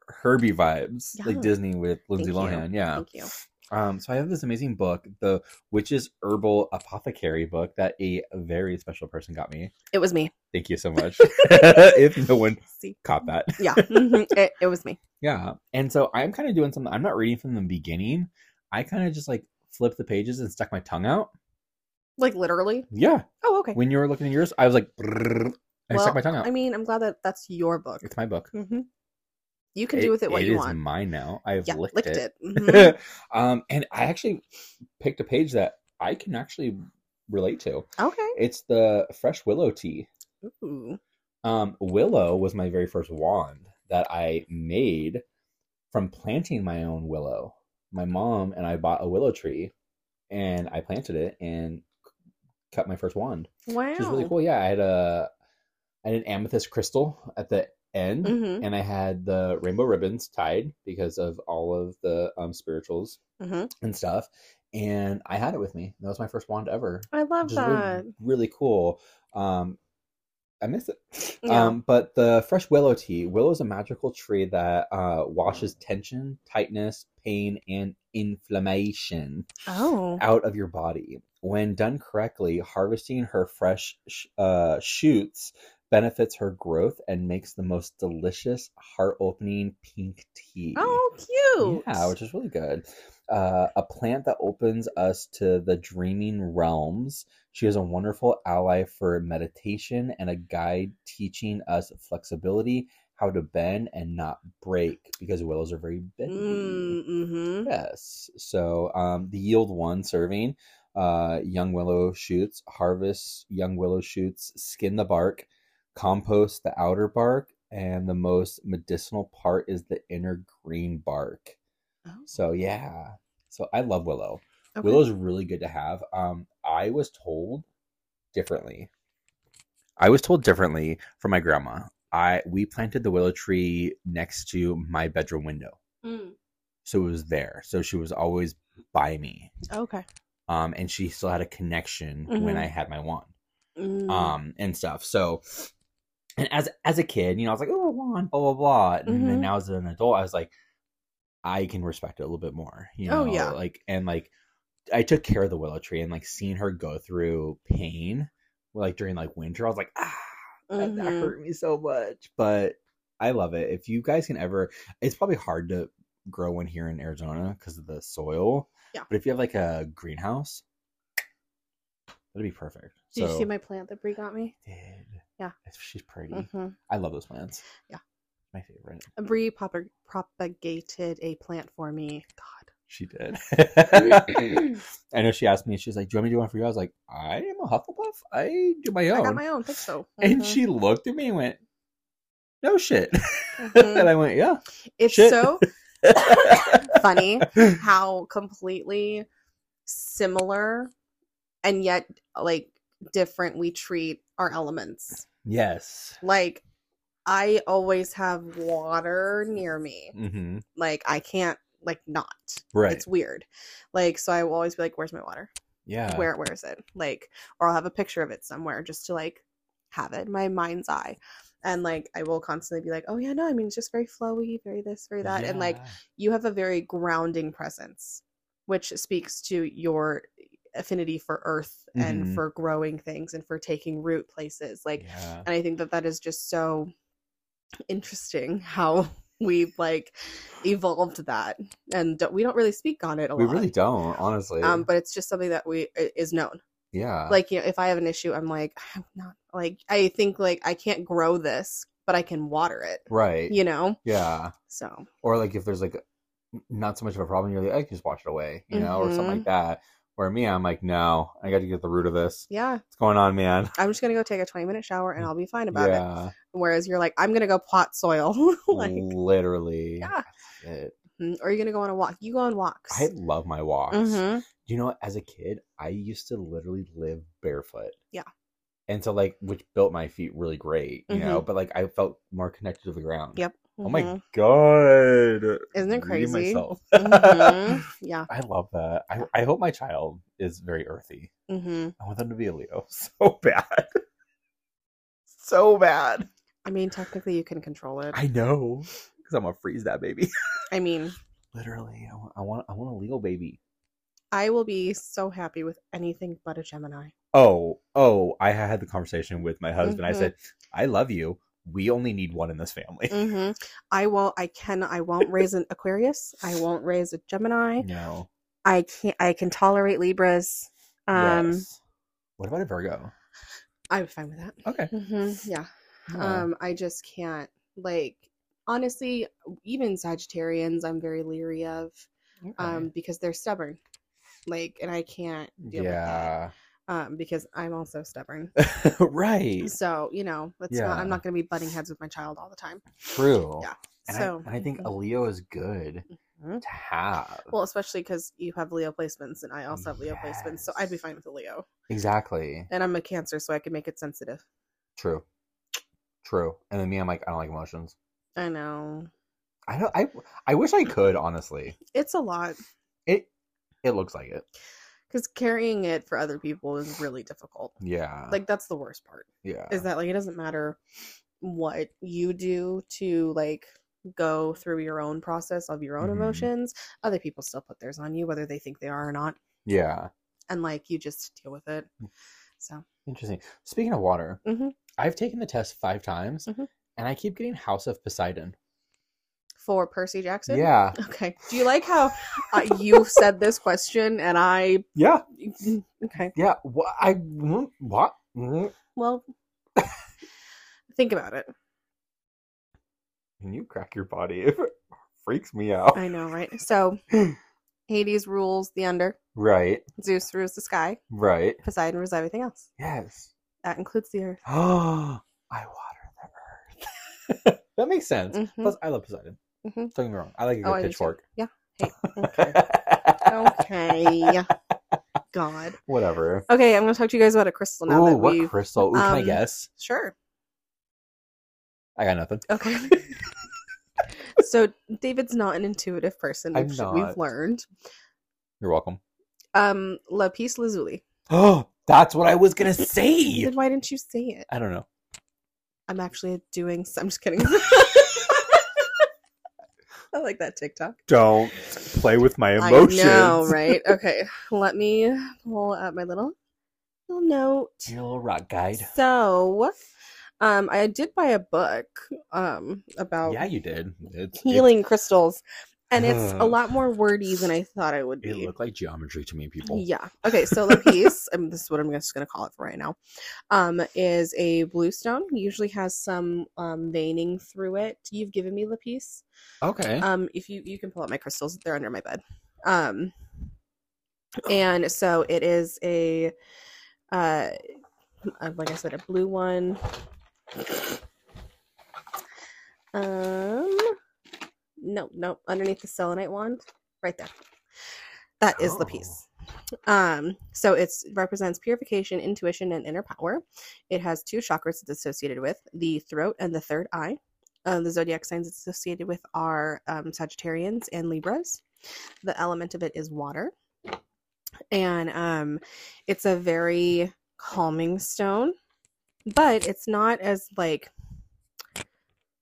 Speaker 1: Herbie vibes,
Speaker 2: Yeah.
Speaker 1: like Disney with Lindsay
Speaker 2: Thank you.
Speaker 1: Lohan. Yeah.
Speaker 2: Thank you.
Speaker 1: Um, so I have this amazing book, the Witch's Herbal Apothecary book that a very special person got me.
Speaker 2: It was me.
Speaker 1: Thank you so much. if no one
Speaker 2: See,
Speaker 1: caught that.
Speaker 2: yeah, mhm, it, it was me.
Speaker 1: Yeah. And so I'm kind of doing something. I'm not reading from the beginning. I kind of just like flipped the pages and stuck my tongue out.
Speaker 2: Like literally.
Speaker 1: Yeah.
Speaker 2: Oh, okay.
Speaker 1: When you were looking at yours, I was like, "Brrr," and I
Speaker 2: Well,
Speaker 1: stuck my tongue out.
Speaker 2: I mean, I'm glad that that's your book.
Speaker 1: it's my book.
Speaker 2: hmm You can do with it what you
Speaker 1: is
Speaker 2: want.
Speaker 1: mine now. I've
Speaker 2: Yeah,
Speaker 1: licked,
Speaker 2: licked
Speaker 1: it.
Speaker 2: it. Mhm.
Speaker 1: um, and I actually picked a page that I can actually relate to.
Speaker 2: okay.
Speaker 1: It's the fresh willow tea.
Speaker 2: Ooh.
Speaker 1: Um, willow was my very first wand that I made from planting my own willow. My mom and I bought a willow tree, and I planted it and cut my first wand.
Speaker 2: Wow.
Speaker 1: Which is really cool. Yeah, I had a I had an amethyst crystal at the end,
Speaker 2: Mhm.
Speaker 1: and I had the rainbow ribbons tied because of all of the um, spirituals
Speaker 2: Mhm.
Speaker 1: and stuff. And I had it with me. That was my first wand ever,
Speaker 2: I love
Speaker 1: which is
Speaker 2: that.
Speaker 1: really, really cool. Um, I miss it.
Speaker 2: Yeah.
Speaker 1: Um, but the fresh willow tea. Willow is a magical tree that uh, washes tension, tightness, pain, and inflammation
Speaker 2: Oh.
Speaker 1: out of your body. When done correctly, harvesting her fresh sh- uh, shoots benefits her growth and makes the most delicious, heart opening pink tea.
Speaker 2: Oh, cute.
Speaker 1: Yeah, which is really good. Uh, a plant that opens us to the dreaming realms. She is a wonderful ally for meditation and a guide teaching us flexibility, how to bend and not break, because willows are very bendy.
Speaker 2: Mm-hmm.
Speaker 1: Yes. So um, the yield one serving, uh, young willow shoots, harvest young willow shoots, skin the bark, compost the outer bark, and the most medicinal part is the inner green bark. So yeah. So I love willow.
Speaker 2: Okay.
Speaker 1: Willow's really good to have. Um, I was told differently. I was told differently from my grandma. I we planted the willow tree next to my bedroom window
Speaker 2: Mm.
Speaker 1: so it was there so she was always by me
Speaker 2: Okay.
Speaker 1: um and she still had a connection when
Speaker 2: Mhm.
Speaker 1: i had my wand
Speaker 2: Mm.
Speaker 1: um and stuff so and as as a kid you know i was like oh wand blah blah blah and then
Speaker 2: Mhm.
Speaker 1: now as an adult i was like i can respect it a little bit more you know
Speaker 2: Oh, yeah.
Speaker 1: like and like i took care of the willow tree and like seeing her go through pain like during like winter i was like ah that, that
Speaker 2: Mhm.
Speaker 1: hurt me so much but i love it if you guys can ever it's probably hard to grow one here in arizona because of the soil
Speaker 2: Yeah.
Speaker 1: but if you have like a greenhouse that'd be perfect
Speaker 2: Did
Speaker 1: So-
Speaker 2: you see my plant that Brie got me?
Speaker 1: did.
Speaker 2: Yeah.
Speaker 1: It's- She's pretty.
Speaker 2: Mm-hmm.
Speaker 1: I love those plants.
Speaker 2: Yeah.
Speaker 1: My favorite.
Speaker 2: Brie proper- propagated a plant for me. God.
Speaker 1: She did. I know she asked me, she's like, Do you want me to do one for you? I was like, I am a Hufflepuff. I do my
Speaker 2: I
Speaker 1: own.
Speaker 2: got my own. Think so.
Speaker 1: And
Speaker 2: Mhm.
Speaker 1: she looked at me and went, No shit.
Speaker 2: Mhm.
Speaker 1: and I went, Yeah.
Speaker 2: It's
Speaker 1: Shit.
Speaker 2: so funny how completely similar and yet like different we treat our elements.
Speaker 1: yes.
Speaker 2: Like I always have water near me.
Speaker 1: Mm-hmm.
Speaker 2: Like I can't like not.
Speaker 1: Right.
Speaker 2: It's weird. Like so I will always be like where's my water?
Speaker 1: yeah.
Speaker 2: where where is it like or i'll have a picture of it somewhere just to like have it in my mind's eye and like i will constantly be like oh yeah no i mean it's just very flowy very this very that and like
Speaker 1: Yeah.
Speaker 2: you have a very grounding presence which speaks to your affinity for earth
Speaker 1: Mhm.
Speaker 2: and for growing things and for taking root places like
Speaker 1: Yeah.
Speaker 2: and i think that that is just so interesting how we like evolved that, and don't- we don't really speak on it a
Speaker 1: we
Speaker 2: lot.
Speaker 1: really don't, honestly.
Speaker 2: Um, but it's just something that we i- is known.
Speaker 1: yeah,
Speaker 2: Like, you know, if I have an issue, I'm like, I'm not like I think like I can't grow this, but I can water it.
Speaker 1: right,
Speaker 2: You know,
Speaker 1: yeah.
Speaker 2: so
Speaker 1: Or like if there's like not so much of a problem, you're like, I can just wash it away, you know, or
Speaker 2: Mm-hmm.
Speaker 1: something like that. Where me, I'm like, no, I got to get to the root of this.
Speaker 2: yeah,
Speaker 1: What's going on, man?
Speaker 2: I'm just gonna go take a 20 minute shower and I'll be fine about it.
Speaker 1: yeah,
Speaker 2: Whereas you're like, I'm gonna go pot soil, like,
Speaker 1: Mm. literally.
Speaker 2: yeah,
Speaker 1: That's it.
Speaker 2: Mm, or you're gonna go on a walk. You go on walks.
Speaker 1: I love my walks.
Speaker 2: Mhm.
Speaker 1: you know what? As a kid, I used to literally live barefoot.
Speaker 2: Yeah.
Speaker 1: And so, like, which built my feet really great, you know, but like I felt more connected to the ground.
Speaker 2: Mm-hmm. Yep.
Speaker 1: Oh my
Speaker 2: Mhm.
Speaker 1: God.
Speaker 2: Isn't it
Speaker 1: Reading
Speaker 2: crazy?
Speaker 1: myself.
Speaker 2: Mhm. Yeah.
Speaker 1: I love that. I, I hope my child is very earthy.
Speaker 2: hmm
Speaker 1: I want them to be a Leo Oh, so bad. so bad.
Speaker 2: I mean, technically, you can control it.
Speaker 1: I know. Because I'm going to freeze that baby.
Speaker 2: I mean,
Speaker 1: literally. I want, I want, I want a Leo baby.
Speaker 2: I will be so happy with anything but a Gemini.
Speaker 1: oh, oh, I had the conversation with my husband. I
Speaker 2: Mhm.
Speaker 1: said, I love you. We only need one in this family.
Speaker 2: hmm I won't. I can. I won't raise an Aquarius. I won't raise a Gemini.
Speaker 1: No.
Speaker 2: I can't. I can tolerate Libras. Um,
Speaker 1: yes. What about a Virgo?
Speaker 2: I'm fine with that.
Speaker 1: Okay.
Speaker 2: hmm Yeah.
Speaker 1: Yeah.
Speaker 2: Um, I just can't. Like, honestly, even Sagittarians, I'm very leery of,
Speaker 1: Okay.
Speaker 2: um, because they're stubborn. Like, and I can't deal with that.
Speaker 1: yeah.
Speaker 2: um, because I'm also stubborn.
Speaker 1: right.
Speaker 2: So you know, that's not,
Speaker 1: Yeah.
Speaker 2: I'm not going to be butting heads with my child all the time.
Speaker 1: True.
Speaker 2: Yeah.
Speaker 1: And,
Speaker 2: so
Speaker 1: I, and I think a
Speaker 2: mhm.
Speaker 1: Leo is good
Speaker 2: Mhm.
Speaker 1: to have.
Speaker 2: well, especially because you have Leo placements and I also have Leo placements, so I'd be
Speaker 1: Yes.
Speaker 2: fine with a Leo.
Speaker 1: exactly.
Speaker 2: And I'm a Cancer, so I can make it sensitive.
Speaker 1: True. True. And then me, I'm like, I don't like emotions.
Speaker 2: I know
Speaker 1: I don't. I. I wish I could. Honestly,
Speaker 2: it's a lot
Speaker 1: it. It looks like it.
Speaker 2: because carrying it for other people is really difficult.
Speaker 1: Yeah.
Speaker 2: Like that's the worst part.
Speaker 1: Yeah.
Speaker 2: Is that like it doesn't matter what you do to like go through your own process of your own
Speaker 1: Mhm.
Speaker 2: emotions. Other people still put theirs on you, whether they think they are or not.
Speaker 1: yeah.
Speaker 2: and like you just deal with it.
Speaker 1: Mm.
Speaker 2: So
Speaker 1: Interesting. Speaking of water,
Speaker 2: Mhm.
Speaker 1: I've taken the test five times,
Speaker 2: Mhm.
Speaker 1: and I keep getting House of Poseidon.
Speaker 2: for Percy Jackson,
Speaker 1: Yeah,
Speaker 2: Okay. Do you like how uh, you said this question and I?
Speaker 1: yeah,
Speaker 2: Okay.
Speaker 1: yeah. Wha I mm, what? Mm.
Speaker 2: Well, think about it.
Speaker 1: Can you crack your body? It freaks me out.
Speaker 2: I know, right? So Hades rules the under.
Speaker 1: Right,
Speaker 2: Zeus rules the sky.
Speaker 1: right.
Speaker 2: Poseidon rules everything else.
Speaker 1: Yes.
Speaker 2: That includes the earth.
Speaker 1: Oh, I water the earth. that makes sense.
Speaker 2: Mhm.
Speaker 1: Plus, I love Poseidon.
Speaker 2: Mhm.
Speaker 1: Don't get me wrong. I like a good
Speaker 2: Oh, I do too.
Speaker 1: pitchfork.
Speaker 2: Yeah. Hey. Okay. Oh. okay. God.
Speaker 1: Whatever.
Speaker 2: Okay, I'm gonna talk to you guys about a crystal now
Speaker 1: Ooh,
Speaker 2: that
Speaker 1: what
Speaker 2: we.
Speaker 1: crystal? Ooh, can I
Speaker 2: um,
Speaker 1: guess?
Speaker 2: sure.
Speaker 1: I got nothing.
Speaker 2: Okay. So David's not an intuitive person.
Speaker 1: I'm
Speaker 2: We've,
Speaker 1: not.
Speaker 2: we've learned.
Speaker 1: You're welcome.
Speaker 2: Um, Lapis Lazuli.
Speaker 1: Oh, that's what I was gonna say.
Speaker 2: Then why didn't you say it?
Speaker 1: I don't know.
Speaker 2: I'm actually doing. s- I'm just kidding. I like that TikTok.
Speaker 1: Don't play with my
Speaker 2: I know, right? Okay, let me pull out my little little note.
Speaker 1: Your little rock guide.
Speaker 2: So, um, I did buy a book um about
Speaker 1: Yeah, you did. It's,
Speaker 2: healing crystals, and it's a
Speaker 1: Ugh.
Speaker 2: lot more wordy than I thought I would be.
Speaker 1: It, it looked like geometry to me, people.
Speaker 2: Yeah. Okay. So lapis, and this is what I'm just going to call it for right now, um, is a blue stone. Usually has some um, veining through it. You've given me lapis.
Speaker 1: Okay.
Speaker 2: Um, if you you can pull out my crystals, they're under my bed. Um,
Speaker 1: Oh.
Speaker 2: and so it is a, uh, uh, like I said, a blue one. Um, no, no, underneath the selenite wand, right there. That is the piece. Um, so it's represents purification, intuition, and inner power. It has two chakras it's associated with the throat and the third eye. Uh, the zodiac signs it's associated with are um, Sagittarians and Libras. The element of it is water, and um, it's a very calming stone, but it's not as like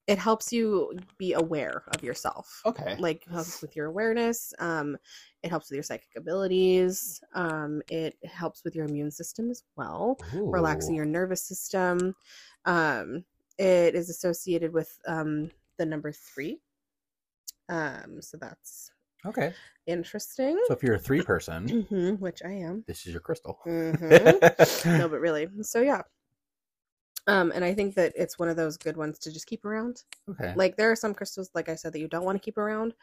Speaker 2: it helps you be aware of yourself
Speaker 1: okay.
Speaker 2: like helps with your awareness um it helps with your psychic abilities um it helps with your immune system as well relaxing your nervous system um It is associated with um, the number three. Um, so that's
Speaker 1: Okay.
Speaker 2: interesting.
Speaker 1: So if you're a three person,
Speaker 2: Mhm, which I am.
Speaker 1: this is your crystal.
Speaker 2: Mhm. no, but really. So yeah. Um, and I think that it's one of those good ones to just keep around.
Speaker 1: okay.
Speaker 2: Like there are some crystals, like I said, that you don't want to keep around,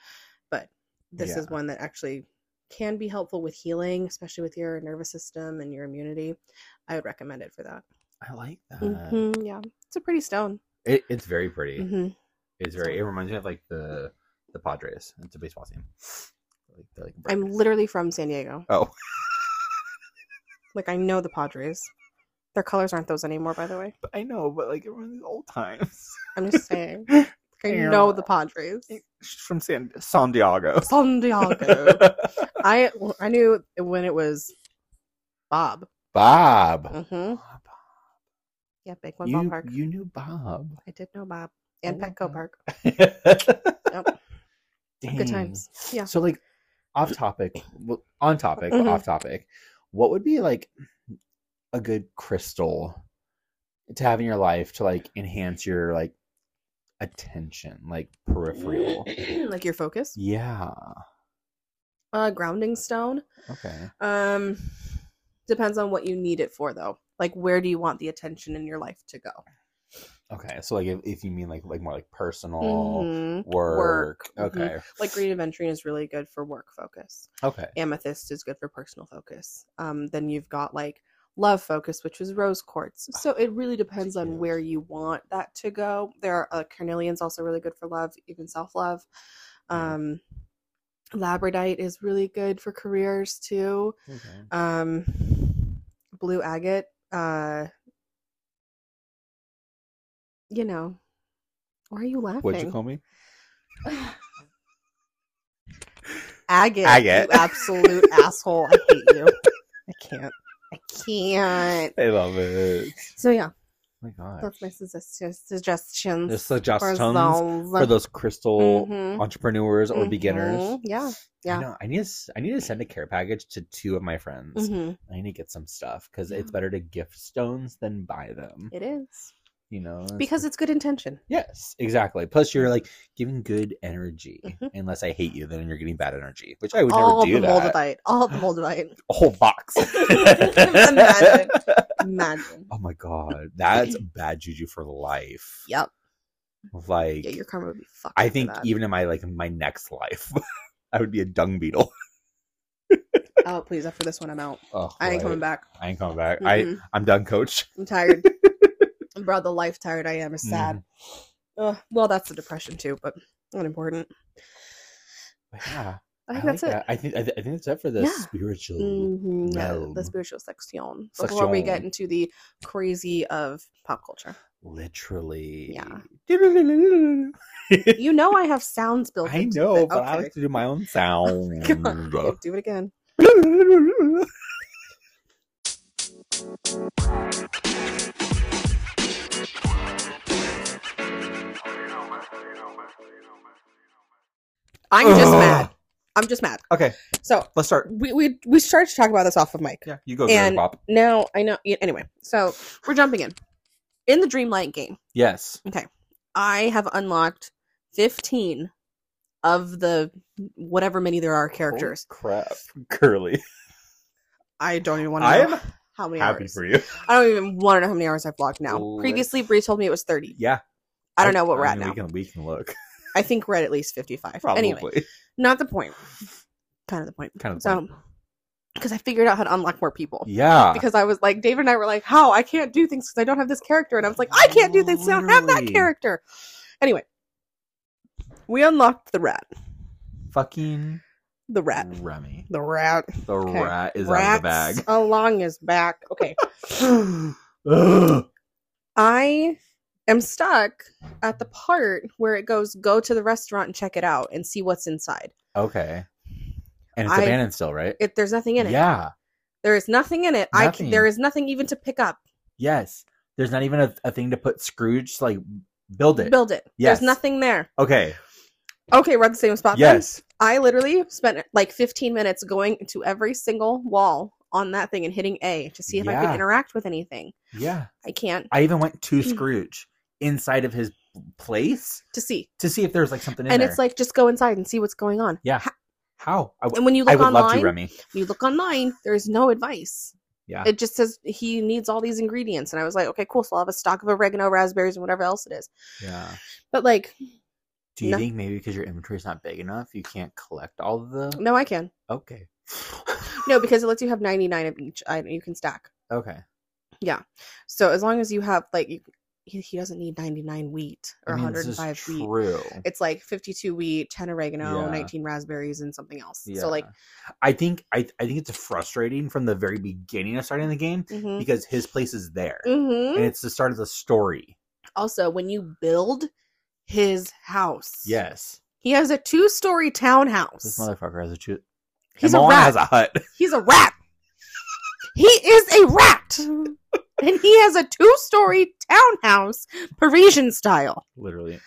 Speaker 2: but this is
Speaker 1: Yeah.
Speaker 2: one that actually can be helpful with healing, especially with your nervous system and your immunity. I would recommend it for that.
Speaker 1: I like that.
Speaker 2: Mhm, yeah, it's a pretty stone.
Speaker 1: It, it's very pretty.
Speaker 2: hmm
Speaker 1: It's very. It reminds me of like the the Padres. It's a baseball team. Like, they're like
Speaker 2: I'm literally from San Diego.
Speaker 1: Oh.
Speaker 2: Like I know the Padres. Their colors aren't those anymore, by the way.
Speaker 1: I know, but like it reminds me of old times.
Speaker 2: I'm just saying. I know the Padres.
Speaker 1: She's from San San Diego.
Speaker 2: San Diego. I I knew when it was Bob.
Speaker 1: Bob.
Speaker 2: hmm
Speaker 1: Bob.
Speaker 2: Yeah, Big One
Speaker 1: You,
Speaker 2: Ballpark.
Speaker 1: you knew Bob.
Speaker 2: I did know Bob and
Speaker 1: Oh,
Speaker 2: Petco
Speaker 1: Bob.
Speaker 2: Park.
Speaker 1: Dang.
Speaker 2: times. Yeah.
Speaker 1: So like off topic, well, on topic, but
Speaker 2: Mhm.
Speaker 1: off topic. What would be like a good crystal to have in your life to like enhance your like attention, like peripheral?
Speaker 2: like your focus.
Speaker 1: yeah.
Speaker 2: Uh, grounding stone.
Speaker 1: Okay.
Speaker 2: Um, depends on what you need it for, though. Like, where do you want the attention in your life to go?
Speaker 1: Okay. So like if, if you mean like like more like personal
Speaker 2: Mhm.
Speaker 1: work.
Speaker 2: Work. Mhm.
Speaker 1: Okay.
Speaker 2: Like, green aventurine is really good for work focus.
Speaker 1: Okay.
Speaker 2: Amethyst is good for personal focus. Um, then you've got like love focus, which is rose quartz. So it really depends on
Speaker 1: cute.
Speaker 2: where you want that to go. There are uh, carnelian's also really good for love, even self love.
Speaker 1: Mhm.
Speaker 2: Um, labradite is really good for careers too.
Speaker 1: Okay.
Speaker 2: Um, blue agate, uh, you know, why are you laughing?
Speaker 1: What'd you call me?
Speaker 2: Agate.
Speaker 1: Agate.
Speaker 2: You absolute asshole. I hate you. I can't. I can't.
Speaker 1: I love it.
Speaker 2: So yeah,
Speaker 1: Oh my god.
Speaker 2: that's my suggestions. Suggestions.
Speaker 1: The
Speaker 2: for
Speaker 1: suggestions
Speaker 2: those.
Speaker 1: for those crystal
Speaker 2: Mhm.
Speaker 1: entrepreneurs or beginners.
Speaker 2: Mhm. Yeah.
Speaker 1: I,
Speaker 2: Yeah.
Speaker 1: know, I need to, s- I need to send a care package to two of my friends.
Speaker 2: Mhm.
Speaker 1: I need to get some stuff because it's
Speaker 2: Yeah.
Speaker 1: better to gift stones than buy them.
Speaker 2: It is
Speaker 1: You know, it's-
Speaker 2: because it's good intention.
Speaker 1: yes, exactly. Plus, you're like giving good energy.
Speaker 2: Mhm.
Speaker 1: Unless I hate you, then you're getting bad energy, which I would
Speaker 2: All
Speaker 1: never
Speaker 2: Oh, the
Speaker 1: do that.
Speaker 2: moldavite. All the moldavite.
Speaker 1: A whole box.
Speaker 2: Imagine. Imagine.
Speaker 1: Oh my god, that's bad juju for life.
Speaker 2: Yep.
Speaker 1: Like
Speaker 2: Yeah, your karma would be fucked.
Speaker 1: I
Speaker 2: after
Speaker 1: think
Speaker 2: that.
Speaker 1: even in my like my next life, I would be a dung beetle.
Speaker 2: Oh please, after this one, I'm out.
Speaker 1: Oh,
Speaker 2: I ain't
Speaker 1: right.
Speaker 2: coming back.
Speaker 1: I ain't coming back. I
Speaker 2: Mhm.
Speaker 1: I'm done, coach.
Speaker 2: I'm tired. Bro, the life tired I am is sad. Ugh, well, that's the depression too, but not important.
Speaker 1: Yeah,
Speaker 2: I think
Speaker 1: like
Speaker 2: that's it.
Speaker 1: that. I think I, thi- I think that's it for the
Speaker 2: Yeah.
Speaker 1: spiritual.
Speaker 2: Mhm, yeah, the
Speaker 1: realm.
Speaker 2: spiritual section. Before we get
Speaker 1: Section.
Speaker 2: into the crazy of pop culture,
Speaker 1: Literally.
Speaker 2: Yeah.
Speaker 1: I
Speaker 2: you know I have sounds built. into
Speaker 1: know,
Speaker 2: the-
Speaker 1: but I
Speaker 2: okay.
Speaker 1: like to do my own
Speaker 2: Okay,
Speaker 1: sound.
Speaker 2: do it again. I'm just
Speaker 1: Ugh.
Speaker 2: mad. I'm just mad.
Speaker 1: Okay,
Speaker 2: So
Speaker 1: let's start.
Speaker 2: we we we started to talk about this off of mic.
Speaker 1: Yeah, you go,
Speaker 2: And-
Speaker 1: and... Pop.
Speaker 2: Now I know. yeah, Anyway, so we're jumping in. In the Dreamlight game,
Speaker 1: Yes.
Speaker 2: I have unlocked 15 of the whatever many there are
Speaker 1: Holy
Speaker 2: characters.
Speaker 1: Oh, crap, curly.
Speaker 2: I don't even want
Speaker 1: I
Speaker 2: to know
Speaker 1: am
Speaker 2: how many
Speaker 1: Happy
Speaker 2: hours.
Speaker 1: for you.
Speaker 2: I don't even want to know how many hours I've logged now.
Speaker 1: Lit-
Speaker 2: Previously, Bree told me it was 30.
Speaker 1: Yeah,
Speaker 2: I don't know what we're at
Speaker 1: mean,
Speaker 2: now.
Speaker 1: We can we can look.
Speaker 2: I think we're at at least 55.
Speaker 1: Probably
Speaker 2: Anyway, not the point. Kind of the point.
Speaker 1: kind of.
Speaker 2: So, because I figured out how to unlock more people.
Speaker 1: yeah,
Speaker 2: Because I was like, David and I were like, how? I can't do things because I don't have this character. And I was like, I can't do things. 'cause I don't have that
Speaker 1: Literally.
Speaker 2: character. Anyway, we unlocked the rat.
Speaker 1: fucking
Speaker 2: The rat.
Speaker 1: Remy.
Speaker 2: The rat.
Speaker 1: The
Speaker 2: Okay.
Speaker 1: rat is out of
Speaker 2: Rats along his back. Okay.
Speaker 1: the bag.
Speaker 2: I am stuck at the part where it goes go to the restaurant and check it out and see what's inside.
Speaker 1: okay. And it's
Speaker 2: I-
Speaker 1: abandoned still, right?
Speaker 2: It, there's nothing in it.
Speaker 1: Yeah.
Speaker 2: There is nothing in it. I I
Speaker 1: Nothing.
Speaker 2: there is nothing even to pick up.
Speaker 1: Yes. There's not even a, a thing to put Scrooge to, like build it.
Speaker 2: Build it.
Speaker 1: Yes.
Speaker 2: There's nothing there.
Speaker 1: okay.
Speaker 2: Okay, we're at the same spot. then?
Speaker 1: Yes.
Speaker 2: I literally spent like 15 minutes going to every single wall on that thing and hitting A to see if I
Speaker 1: Yeah.
Speaker 2: could interact with anything.
Speaker 1: Yeah.
Speaker 2: I can't.
Speaker 1: I even went to Scrooge inside of his place
Speaker 2: to see.
Speaker 1: to see if there's like something in
Speaker 2: and
Speaker 1: there.
Speaker 2: it's like just go inside and see what's going on.
Speaker 1: yeah, how? I, w-
Speaker 2: And when you
Speaker 1: I
Speaker 2: look
Speaker 1: would love
Speaker 2: online,
Speaker 1: to, Remy.
Speaker 2: you look online, there's no advice.
Speaker 1: Yeah.
Speaker 2: It just says he needs all these ingredients. And I was like, okay, cool. So I'll have a stock of oregano, raspberries, and whatever else it is.
Speaker 1: Yeah.
Speaker 2: But like,
Speaker 1: Do you
Speaker 2: No.
Speaker 1: think maybe because your inventory's not big enough, you can't collect all of the?
Speaker 2: no, I can.
Speaker 1: Okay.
Speaker 2: Mm. No, because it lets you have 99 of each item you can stack.
Speaker 1: okay.
Speaker 2: So as long as you have, like, you, he, he doesn't need 99 wheat or
Speaker 1: I mean, this is
Speaker 2: 105 wheat.
Speaker 1: true.
Speaker 2: It's like 52 wheat, 10 oregano,
Speaker 1: Yeah.
Speaker 2: 19 raspberries, and something else. So, like,
Speaker 1: Yeah. I think I, I think it's frustrating from the very beginning of starting the game
Speaker 2: hmm
Speaker 1: because his place is there
Speaker 2: hmm
Speaker 1: and it's the start of the story.
Speaker 2: also, when you build his house,
Speaker 1: Yes,
Speaker 2: he has a two story
Speaker 1: this
Speaker 2: townhouse.
Speaker 1: motherfucker has a choo-
Speaker 2: He's
Speaker 1: and
Speaker 2: a
Speaker 1: Moana
Speaker 2: rat.
Speaker 1: has a hut.
Speaker 2: He's a rat. He is a rat. And he has a two story townhouse, Parisian style.
Speaker 1: Literally,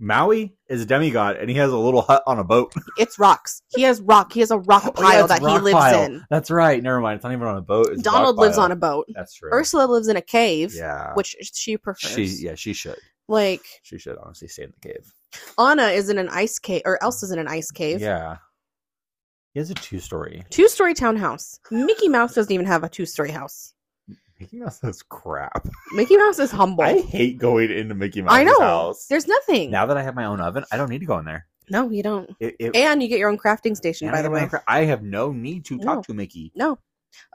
Speaker 1: Maui is a demigod and he has a little hut on a boat.
Speaker 2: It's rocks. He has rock. He has a rock
Speaker 1: Oh, yeah,
Speaker 2: pile
Speaker 1: it's
Speaker 2: that he
Speaker 1: rock
Speaker 2: lives
Speaker 1: pile.
Speaker 2: in.
Speaker 1: That's right. Never mind. It's not even on a boat. It's
Speaker 2: Donald lives on a boat.
Speaker 1: That's true.
Speaker 2: Ursula lives in a cave,
Speaker 1: yeah,
Speaker 2: which she prefers.
Speaker 1: she yeah she should
Speaker 2: Like
Speaker 1: she should honestly stay in the cave.
Speaker 2: Anna is in an ice cave, or Elsa's in an ice cave.
Speaker 1: Yeah, he has a two story.
Speaker 2: Two story townhouse. Mickey Mouse doesn't even have a two story house.
Speaker 1: Mickey Mouse is crap.
Speaker 2: Mickey Mouse is humble.
Speaker 1: I
Speaker 2: I,
Speaker 1: hate going into Mickey Mouse's
Speaker 2: know.
Speaker 1: house.
Speaker 2: There's nothing.
Speaker 1: Now that I have my own oven, I don't need to go in there.
Speaker 2: no, you don't.
Speaker 1: It, it,
Speaker 2: And you get your own crafting station,
Speaker 1: and
Speaker 2: by
Speaker 1: I
Speaker 2: the
Speaker 1: don't
Speaker 2: way.
Speaker 1: have- I have no need to talk
Speaker 2: No.
Speaker 1: to Mickey
Speaker 2: No,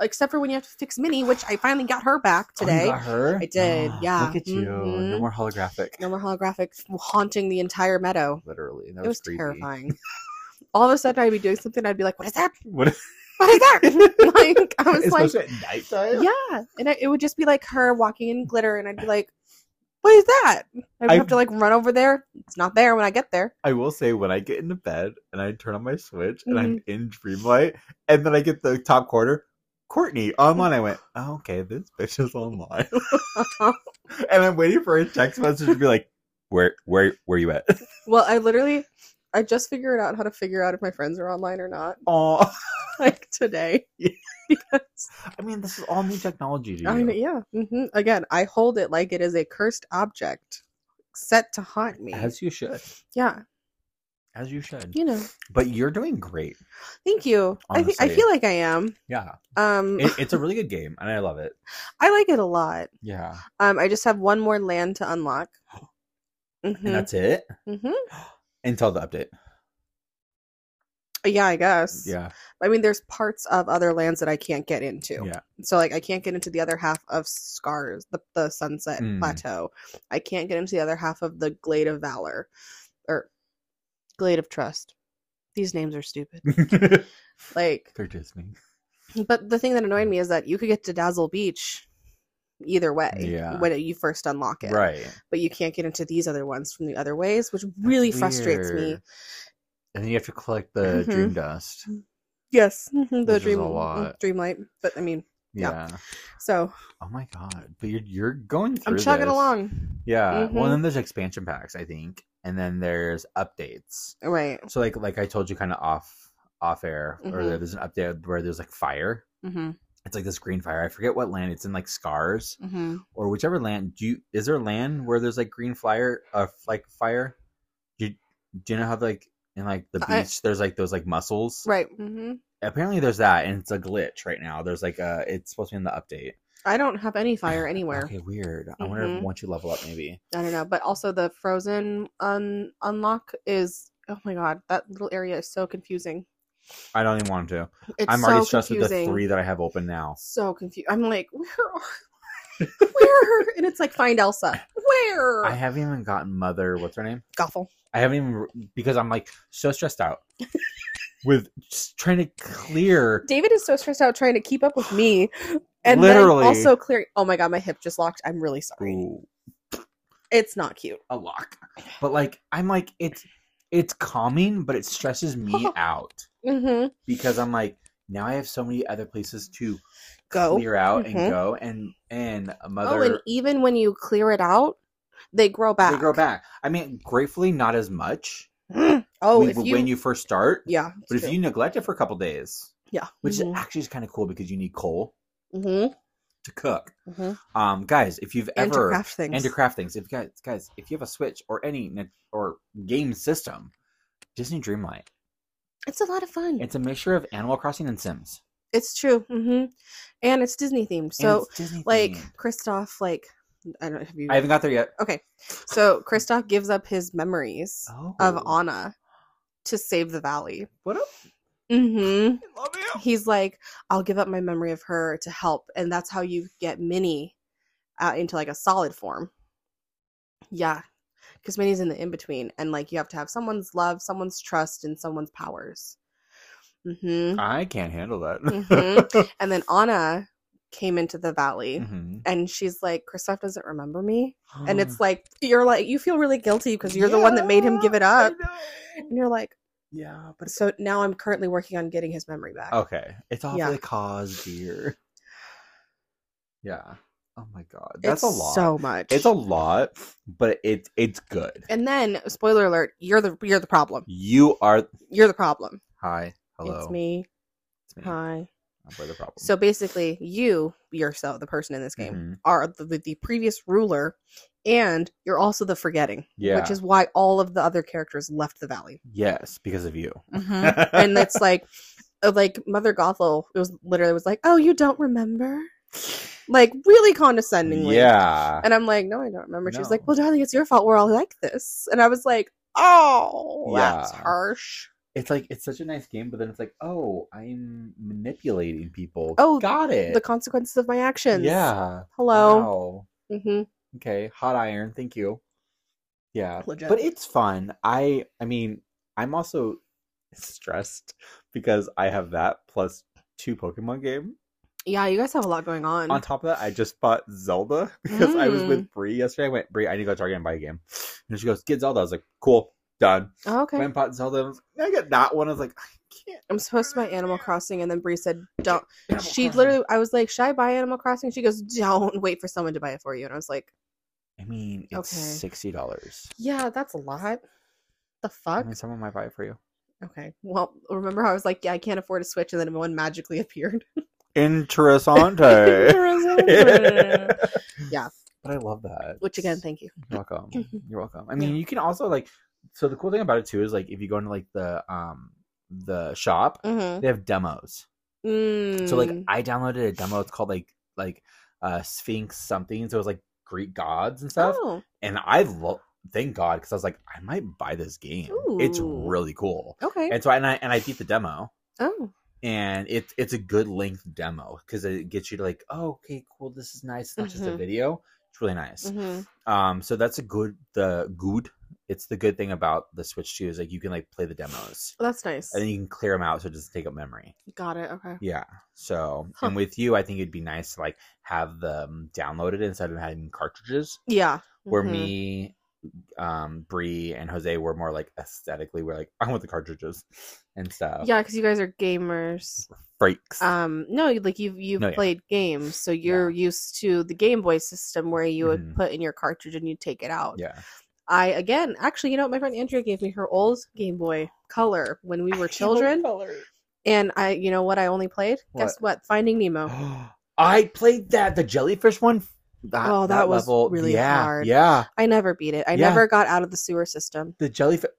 Speaker 2: except for when you have to fix Minnie, which I finally got her back
Speaker 1: Oh, you
Speaker 2: today.
Speaker 1: got her?
Speaker 2: I did,
Speaker 1: Ah,
Speaker 2: yeah.
Speaker 1: Look at you. No
Speaker 2: Mhm.
Speaker 1: more holographic.
Speaker 2: no more holographic haunting the entire meadow.
Speaker 1: Literally, that
Speaker 2: It was
Speaker 1: creepy.
Speaker 2: terrifying. All of a sudden, I'd be doing something. I'd be like, "What is that?
Speaker 1: What?
Speaker 2: What is that?" like I was like,
Speaker 1: Especially at nighttime.
Speaker 2: "Yeah," and I, it would just be like her walking in glitter, and I'd be like, "What is that?" I'd
Speaker 1: I-
Speaker 2: have to like run over there. It's not there when I get there.
Speaker 1: I will say when I get into bed and I turn on my switch and I'm in Dreamlight, and then I get the top quarter. Courtney online. I went, oh, okay, this bitch is online, and I'm waiting for a text message to be like, where, where, where you at?
Speaker 2: well, I literally, I just figured out how to figure out if my friends are online or not,
Speaker 1: Oh,
Speaker 2: like today.
Speaker 1: Yeah.
Speaker 2: because
Speaker 1: I mean, this is all new technology to you.
Speaker 2: I mean, yeah. hmm Again, I hold it like it is a cursed object set to haunt me.
Speaker 1: As you should.
Speaker 2: yeah,
Speaker 1: As you should.
Speaker 2: you know.
Speaker 1: But you're doing great.
Speaker 2: Thank you. I think I
Speaker 1: Honestly.
Speaker 2: feel like I am.
Speaker 1: Yeah.
Speaker 2: Um,
Speaker 1: It, it's a really good game and I love it.
Speaker 2: I like it a lot.
Speaker 1: Yeah.
Speaker 2: Um, I just have one more land to unlock.
Speaker 1: And
Speaker 2: hmm
Speaker 1: that's it
Speaker 2: hmm
Speaker 1: until the update.
Speaker 2: Yeah, I guess.
Speaker 1: Yeah.
Speaker 2: I mean, there's parts of other lands that I can't get into.
Speaker 1: Yeah.
Speaker 2: So like, I can't get into the other half of Scars, the the Sunset
Speaker 1: Mm.
Speaker 2: Plateau. I can't get into the other half of the Glade of Valor, or Glade of Trust. These names are stupid. Like,
Speaker 1: They're Disney.
Speaker 2: But the thing that annoyed me is that you could get to Dazzle Beach either way
Speaker 1: Yeah.
Speaker 2: when you first unlock it.
Speaker 1: Right.
Speaker 2: But you can't get into these other ones from the other ways, which really frustrates me.
Speaker 1: Weird. And then you have to collect the
Speaker 2: Mhm.
Speaker 1: dream dust.
Speaker 2: Yes, the
Speaker 1: is a
Speaker 2: dream
Speaker 1: lot.
Speaker 2: dreamlight. But I mean,
Speaker 1: Yeah.
Speaker 2: Yeah. so
Speaker 1: Oh my god. But you're you're going through
Speaker 2: I'm chugging
Speaker 1: this.
Speaker 2: along.
Speaker 1: Yeah. Well
Speaker 2: Mhm.
Speaker 1: and then there's expansion packs, I think. And then there's updates.
Speaker 2: Right.
Speaker 1: So like like I told you kind of off off air or
Speaker 2: Mhm.
Speaker 1: there's an update where there's like fire.
Speaker 2: hmm
Speaker 1: It's like this green fire. I forget what land. It's in like scars.
Speaker 2: hmm
Speaker 1: or whichever land do you is there land where there's like green flyer uh f- like fire do you, do you know how like in like the beach
Speaker 2: I-
Speaker 1: there's like those like mussels
Speaker 2: Right. hmm
Speaker 1: apparently there's that and it's a glitch right now there's like uh it's supposed to be in the update
Speaker 2: I don't have any fire anywhere.
Speaker 1: okay weird i wonder if
Speaker 2: Mhm.
Speaker 1: once you level up maybe
Speaker 2: I don't know. But also the frozen un- unlock is oh my god, that little area is so confusing.
Speaker 1: i don't even want to
Speaker 2: It's
Speaker 1: i'm already
Speaker 2: so
Speaker 1: stressed with the
Speaker 2: confusing.
Speaker 1: three that i have open now
Speaker 2: so confused. I'm like, where are where? And it's like, find Elsa. Where?
Speaker 1: i haven't even gotten mother what's her name
Speaker 2: Goffle.
Speaker 1: i haven't even because i'm like so stressed out with just trying to clear
Speaker 2: David is so stressed out trying to keep up with me, and
Speaker 1: Literally.
Speaker 2: then also clearing. Oh my god, my hip just locked. I'm really sorry.
Speaker 1: Ooh.
Speaker 2: It's not cute.
Speaker 1: a lock. But like I'm like it's it's calming, but it stresses me out
Speaker 2: Mm-hmm.
Speaker 1: because I'm like now I have so many other places to
Speaker 2: Go.
Speaker 1: clear out
Speaker 2: Mhm.
Speaker 1: and go and and a mother
Speaker 2: Oh, and even when you clear it out, they grow back.
Speaker 1: they grow back. I mean, gratefully not as much
Speaker 2: oh,
Speaker 1: when,
Speaker 2: if you,
Speaker 1: when you first start,
Speaker 2: yeah, it's
Speaker 1: but if
Speaker 2: true.
Speaker 1: you neglect it for a couple days,
Speaker 2: yeah,
Speaker 1: which
Speaker 2: Mhm.
Speaker 1: is actually is kind of cool because you need coal
Speaker 2: Mhm.
Speaker 1: to cook.
Speaker 2: Mm-hmm.
Speaker 1: Um, guys, if you've
Speaker 2: And to
Speaker 1: ever
Speaker 2: craft things.
Speaker 1: and to craft things, if you guys guys, if you have a Switch or any n- or game system, Disney Dreamlight.
Speaker 2: it's a lot of fun. It's,
Speaker 1: It's a mixture of Animal Crossing and Sims.
Speaker 2: true. hmm And it's Disney themed.
Speaker 1: And
Speaker 2: So,
Speaker 1: it's Disney
Speaker 2: like,
Speaker 1: themed.
Speaker 2: Kristoff, like, I don't know. Have you.
Speaker 1: I haven't got there yet.
Speaker 2: okay. So, Kristoff gives up his memories
Speaker 1: Oh,
Speaker 2: of Anna to save the valley.
Speaker 1: What up?
Speaker 2: hmm
Speaker 1: I love you.
Speaker 2: he's like, I'll give up my memory of her to help, and that's how you get Minnie uh, into like a solid form. Yeah, because Minnie's in the in between, and like you have to have someone's love, someone's trust, and someone's powers. hmm
Speaker 1: I can't handle that.
Speaker 2: Mhm. And then Anna came into the valley.
Speaker 1: Mhm.
Speaker 2: And she's like, Kristoff doesn't remember me. And
Speaker 1: Mm.
Speaker 2: it's like, you're like, you feel really guilty because you're the one that made him give it
Speaker 1: Yeah, I
Speaker 2: up.
Speaker 1: know.
Speaker 2: And you're like,
Speaker 1: Yeah, but
Speaker 2: so now I'm currently working on getting his memory back.
Speaker 1: Okay. It's all
Speaker 2: Yeah.
Speaker 1: for the cause, dear. Yeah. Oh my god. That's a
Speaker 2: It's
Speaker 1: lot.
Speaker 2: So much.
Speaker 1: it's a lot, but it it's good.
Speaker 2: And then, spoiler alert, you're the you're the problem.
Speaker 1: You are
Speaker 2: You're the problem.
Speaker 1: hi. Hello.
Speaker 2: It's me.
Speaker 1: It's me.
Speaker 2: Hi.
Speaker 1: We're the problem.
Speaker 2: So basically, you yourself, the person in this game,
Speaker 1: Mhm.
Speaker 2: are the, the, the previous ruler, and you're also the forgetting,
Speaker 1: Yeah.
Speaker 2: which is why all of the other characters left the valley.
Speaker 1: Yes, because of you.
Speaker 2: and that's like, uh, like Mother Gothel. It was literally was like, oh, you don't remember, like really condescendingly.
Speaker 1: Yeah.
Speaker 2: And I'm like, no, I don't remember. She's
Speaker 1: No.
Speaker 2: like, well, darling, it's your fault. We're all like this. And I was like, oh, that's
Speaker 1: Yeah.
Speaker 2: harsh.
Speaker 1: It's like it's such a nice game, but then it's like, oh, I'm manipulating people.
Speaker 2: Oh,
Speaker 1: got it.
Speaker 2: the consequences of my actions.
Speaker 1: yeah.
Speaker 2: Hello.
Speaker 1: Wow.
Speaker 2: hmm
Speaker 1: Okay, hot iron. Thank you. Yeah,
Speaker 2: Legit.
Speaker 1: but it's fun. I I mean, I'm also stressed because I have that plus two Pokemon game.
Speaker 2: Yeah, you guys have a lot going on.
Speaker 1: On top of that, I just bought Zelda because I
Speaker 2: Mm.
Speaker 1: was with Bree yesterday. I went, Bree, I need to go to Target and buy a game. And she goes, get Zelda. I was like, cool, done.
Speaker 2: Oh, okay.
Speaker 1: Went and bought Zelda. I, was like, I got that one. I was like, I can't.
Speaker 2: I'm supposed to buy Animal Crossing, and then Bree said, "Don't."
Speaker 1: Animal
Speaker 2: she
Speaker 1: Crossing."
Speaker 2: literally, I was like, "Should I buy Animal Crossing?" She goes, "Don't wait for someone to buy it for you." And I was like,
Speaker 1: I mean, it's
Speaker 2: Okay.
Speaker 1: sixty dollars.
Speaker 2: "Yeah, that's a lot."
Speaker 1: I
Speaker 2: The fuck?
Speaker 1: mean, someone might buy it for you.
Speaker 2: Okay. Well, remember how I was like, "Yeah, I can't afford a Switch," and then one magically appeared.
Speaker 1: Interessante.
Speaker 2: Yeah.
Speaker 1: But I love that.
Speaker 2: Which again, thank you.
Speaker 1: You're welcome. You're welcome. I mean, you can also like. So the cool thing about it too is like if you go into like the um the shop,
Speaker 2: Mm-hmm.
Speaker 1: they have demos. So like
Speaker 2: Mm.
Speaker 1: I downloaded a demo. It's called like like uh Sphinx something. So it was like Greek gods and stuff.
Speaker 2: oh,
Speaker 1: And I love. Thank God, because I was like, I might buy this game. It's
Speaker 2: Ooh.
Speaker 1: really cool.
Speaker 2: okay.
Speaker 1: And so and I and I beat the demo.
Speaker 2: oh,
Speaker 1: And it, it's a good length demo because it gets you to like, oh, okay, cool, this is nice. It's not just a
Speaker 2: Mhm.
Speaker 1: video. It's really nice.
Speaker 2: hmm
Speaker 1: Um, so that's a good the good. It's the good thing about the Switch too is like you can like play the demos
Speaker 2: that's nice.
Speaker 1: and then you can clear them out so it doesn't take up memory.
Speaker 2: Got it. Okay.
Speaker 1: Yeah. So
Speaker 2: Huh.
Speaker 1: and with you, I think it'd be nice to like have them downloaded instead of having cartridges.
Speaker 2: Yeah.
Speaker 1: Where
Speaker 2: Mhm.
Speaker 1: me, um, Bree and Jose were more like aesthetically, we're like I want the cartridges and stuff.
Speaker 2: Yeah, because you guys are gamers.
Speaker 1: Freaks.
Speaker 2: Um, no, like you've you've
Speaker 1: No, yeah.
Speaker 2: played games, so you're used to the Game Boy system where you would
Speaker 1: Mhm.
Speaker 2: put in your cartridge and you take it out.
Speaker 1: yeah.
Speaker 2: I again, actually, you know, what? my friend Andrea gave me her old Game Boy Color when we were children, and I, you know, what I only played. Guess what? Finding Nemo.
Speaker 1: I played that the jellyfish one. That,
Speaker 2: Oh, that was really
Speaker 1: yeah,
Speaker 2: hard.
Speaker 1: Yeah.
Speaker 2: I never beat it. I
Speaker 1: Yeah.
Speaker 2: never got out of the sewer system.
Speaker 1: the jellyfish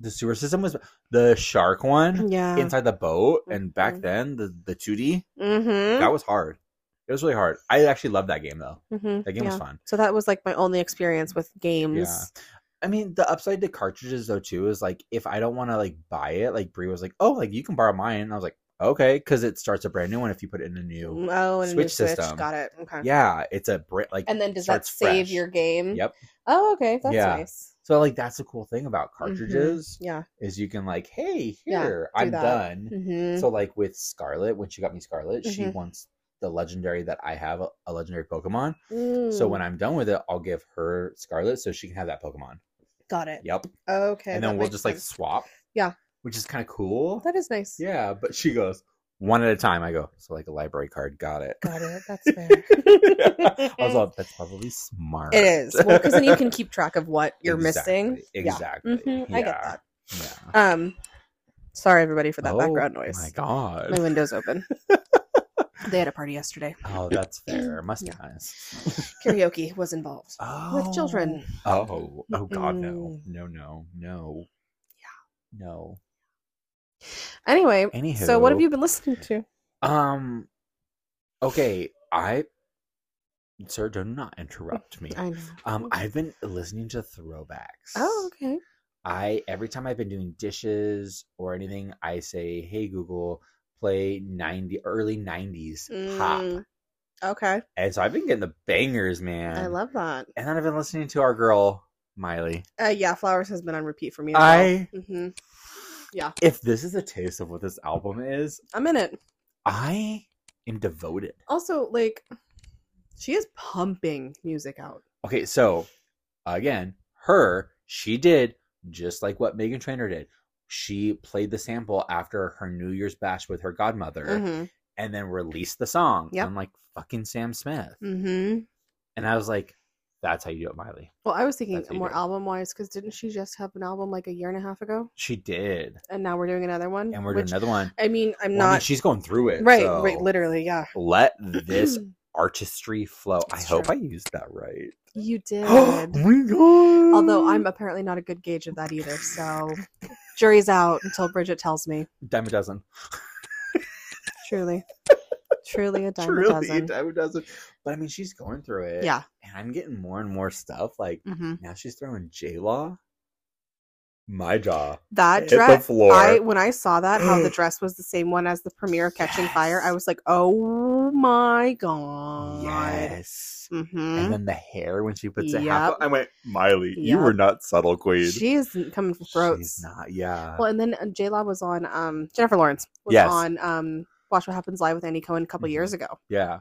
Speaker 1: the sewer system was the shark one
Speaker 2: Yeah.
Speaker 1: inside the boat and back
Speaker 2: Mhm.
Speaker 1: then the the 2d
Speaker 2: mm-hmm.
Speaker 1: that was hard it was really hard i actually loved that game though
Speaker 2: mm-hmm.
Speaker 1: that game
Speaker 2: yeah.
Speaker 1: was fun
Speaker 2: So that was like my only experience with games.
Speaker 1: yeah i mean the upside to cartridges though too is like if i don't want to like buy it like brie was like oh like you can borrow mine and i was like okay because it starts a brand new one if you put it in a new
Speaker 2: Oh, and a new
Speaker 1: Switch
Speaker 2: Switch.
Speaker 1: system.
Speaker 2: Got it. Okay.
Speaker 1: yeah it's a brand like
Speaker 2: And then does that
Speaker 1: starts
Speaker 2: save
Speaker 1: fresh.
Speaker 2: your game?
Speaker 1: yep
Speaker 2: Oh, okay. That's
Speaker 1: Yeah.
Speaker 2: nice.
Speaker 1: so like that's the cool thing about cartridges
Speaker 2: Mm-hmm. Yeah.
Speaker 1: is you can like hey
Speaker 2: Yeah,
Speaker 1: here
Speaker 2: do
Speaker 1: i'm
Speaker 2: that.
Speaker 1: done
Speaker 2: Mm-hmm.
Speaker 1: So like with Scarlet, when she got me Scarlet, she
Speaker 2: Mhm.
Speaker 1: wants the legendary that I have a, a legendary Pokemon.
Speaker 2: Mm.
Speaker 1: So when I'm done with it, I'll give her Scarlet so she can have that Pokemon.
Speaker 2: got it.
Speaker 1: Yep.
Speaker 2: Okay.
Speaker 1: and
Speaker 2: that
Speaker 1: then we'll
Speaker 2: makes
Speaker 1: just like
Speaker 2: sense.
Speaker 1: swap.
Speaker 2: Yeah.
Speaker 1: Which is kind of cool.
Speaker 2: that is nice.
Speaker 1: yeah, but she goes one at a time. I go so like a library card. Got it.
Speaker 2: Got it. That's fair.
Speaker 1: I was like, that's probably smart.
Speaker 2: it is well because then you can keep track of what you're missing.
Speaker 1: Exactly, Exactly.
Speaker 2: Yeah. Mhm, I get
Speaker 1: Yeah,
Speaker 2: that.
Speaker 1: Yeah.
Speaker 2: Um, sorry everybody for that
Speaker 1: Oh,
Speaker 2: background noise.
Speaker 1: My
Speaker 2: My
Speaker 1: God.
Speaker 2: window's open. They had a party yesterday.
Speaker 1: Oh, that's fair. Must
Speaker 2: Yeah.
Speaker 1: guys.
Speaker 2: Karaoke was involved
Speaker 1: Oh.
Speaker 2: with children.
Speaker 1: Oh, oh God, no,
Speaker 2: Mm-mm.
Speaker 1: no, no, no. Yeah, no.
Speaker 2: Anyway,
Speaker 1: Anywho,
Speaker 2: so what have you been listening to?
Speaker 1: Um. Okay, I. Sir, do not interrupt me.
Speaker 2: I know.
Speaker 1: Um, I've been listening to throwbacks.
Speaker 2: Oh, okay.
Speaker 1: I every time I've been doing dishes or anything, I say, "Hey Google, play ninety early '90s pop."
Speaker 2: Mm, Okay,
Speaker 1: And so I've been getting the bangers, man.
Speaker 2: I love that.
Speaker 1: And then I've been listening to our girl Miley.
Speaker 2: Uh, yeah, flowers has been on repeat for me.
Speaker 1: I
Speaker 2: hmm Yeah.
Speaker 1: If this is a taste of what this album is,
Speaker 2: I'm in it.
Speaker 1: I am devoted.
Speaker 2: Also, like, she is pumping music out.
Speaker 1: Okay, so again, her she did just like what Megan Trainor did. She played the sample after her New Year's bash with her godmother.
Speaker 2: Mm-hmm.
Speaker 1: and then released the song.
Speaker 2: Yep.
Speaker 1: I'm like, fucking Sam Smith.
Speaker 2: Mm-hmm.
Speaker 1: And I was like, that's how you do it, Miley.
Speaker 2: Well, I was thinking
Speaker 1: That's how you
Speaker 2: more
Speaker 1: do it.
Speaker 2: album wise because didn't she just have an album like a year and a half ago?
Speaker 1: She did.
Speaker 2: And now we're doing another one.
Speaker 1: And we're doing
Speaker 2: Mm, which,
Speaker 1: another one.
Speaker 2: I mean, I'm
Speaker 1: Well, I mean,
Speaker 2: not
Speaker 1: she's going through it.
Speaker 2: right.
Speaker 1: so
Speaker 2: Right. Literally, yeah.
Speaker 1: Let this
Speaker 2: Mm,
Speaker 1: artistry flow. I
Speaker 2: It's
Speaker 1: hope
Speaker 2: true.
Speaker 1: I used that right.
Speaker 2: you did.
Speaker 1: oh my god.
Speaker 2: Although I'm apparently not a good gauge of that either, so jury's out until Bridget tells me.
Speaker 1: dime a dozen.
Speaker 2: Truly, truly a dime
Speaker 1: Truly,
Speaker 2: a dozen.
Speaker 1: dime a dozen. But I mean, she's going through it.
Speaker 2: Yeah.
Speaker 1: And I'm getting more and more stuff. Like
Speaker 2: hmm
Speaker 1: now she's throwing J Law. My jaw
Speaker 2: That
Speaker 1: hit the
Speaker 2: dress.
Speaker 1: floor.
Speaker 2: I when I saw that how the dress was the same one as the premiere of Catching Fire, I
Speaker 1: Yes.
Speaker 2: was like, "Oh my god!"
Speaker 1: yes.
Speaker 2: hmm
Speaker 1: and then the hair when she puts it
Speaker 2: Yep.
Speaker 1: half. I went, Miley,
Speaker 2: Yep.
Speaker 1: you were not subtle, queen.
Speaker 2: She is coming for
Speaker 1: She's
Speaker 2: throats.
Speaker 1: not. Yeah.
Speaker 2: Well, and then J Law was on um, Jennifer Lawrence was
Speaker 1: Yes.
Speaker 2: on um, Watch What Happens Live with Andy Cohen a couple
Speaker 1: Mhm.
Speaker 2: years ago,
Speaker 1: yeah.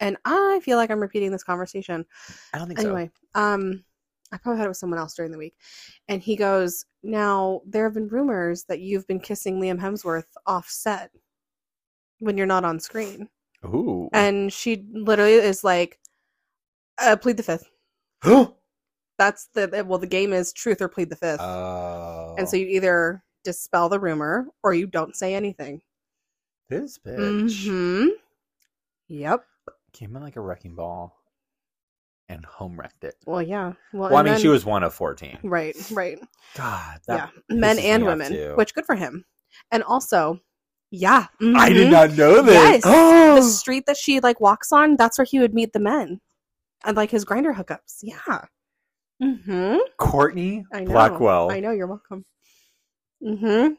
Speaker 2: and I feel like I'm repeating this conversation.
Speaker 1: I don't think
Speaker 2: Anyway, um, I probably had it with someone else during the week, and he goes, "Now there have been rumors that you've been kissing Liam Hemsworth off set when you're not on screen,"
Speaker 1: so. Ooh.
Speaker 2: and she literally is like, uh, "Plead the fifth. That's the well, the game is truth or plead the fifth.
Speaker 1: oh.
Speaker 2: And so you either dispel the rumor or you don't say anything.
Speaker 1: this bitch
Speaker 2: hmm Yep.
Speaker 1: came in like a wrecking ball and home wrecked it.
Speaker 2: Well, yeah. Well,
Speaker 1: Well, I mean,
Speaker 2: and then- Mm-hmm.
Speaker 1: she was one of 14.
Speaker 2: right, right.
Speaker 1: God. That,
Speaker 2: yeah, men
Speaker 1: pisses
Speaker 2: and
Speaker 1: me off,
Speaker 2: women,
Speaker 1: too.
Speaker 2: which good for him. And also, yeah,
Speaker 1: I did
Speaker 2: mhm.
Speaker 1: not know this.
Speaker 2: Yes, the street that she like walks on, that's where he would meet the men, and like his grinder hookups. Yeah. Mm-hmm.
Speaker 1: Courtney
Speaker 2: I know.
Speaker 1: Blackwell.
Speaker 2: I know. You're welcome. Mm-hmm.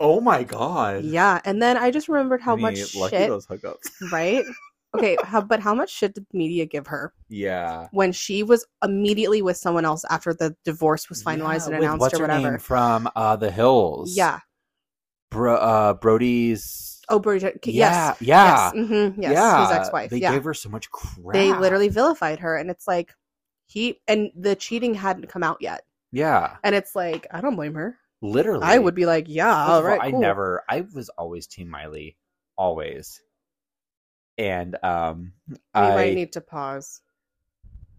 Speaker 1: Oh my God.
Speaker 2: Yeah. And then I just remembered how
Speaker 1: I mean,
Speaker 2: much
Speaker 1: lucky
Speaker 2: shit,
Speaker 1: those hookups.
Speaker 2: right? Okay. How, but how much shit did media give her?
Speaker 1: Yeah.
Speaker 2: when she was immediately with someone else after the divorce was finalized
Speaker 1: Yeah,
Speaker 2: and
Speaker 1: with
Speaker 2: announced
Speaker 1: what's
Speaker 2: or
Speaker 1: her name
Speaker 2: whatever.
Speaker 1: from uh, the Hills.
Speaker 2: Yeah.
Speaker 1: Bro, uh, Brody's.
Speaker 2: Oh, Bridget. K-
Speaker 1: yeah,
Speaker 2: Yes.
Speaker 1: yeah,
Speaker 2: Yes. hmm yes. His ex-wife.
Speaker 1: They
Speaker 2: yeah.
Speaker 1: gave her so much crap.
Speaker 2: they literally vilified her, and it's like he and the cheating hadn't come out yet,
Speaker 1: yeah,
Speaker 2: and it's like I don't blame her.
Speaker 1: literally.
Speaker 2: I would be like, yeah,
Speaker 1: First
Speaker 2: all
Speaker 1: of all,
Speaker 2: right.
Speaker 1: I
Speaker 2: cool.
Speaker 1: never. I was always Team Miley, always. And um,
Speaker 2: We
Speaker 1: I
Speaker 2: might need to pause.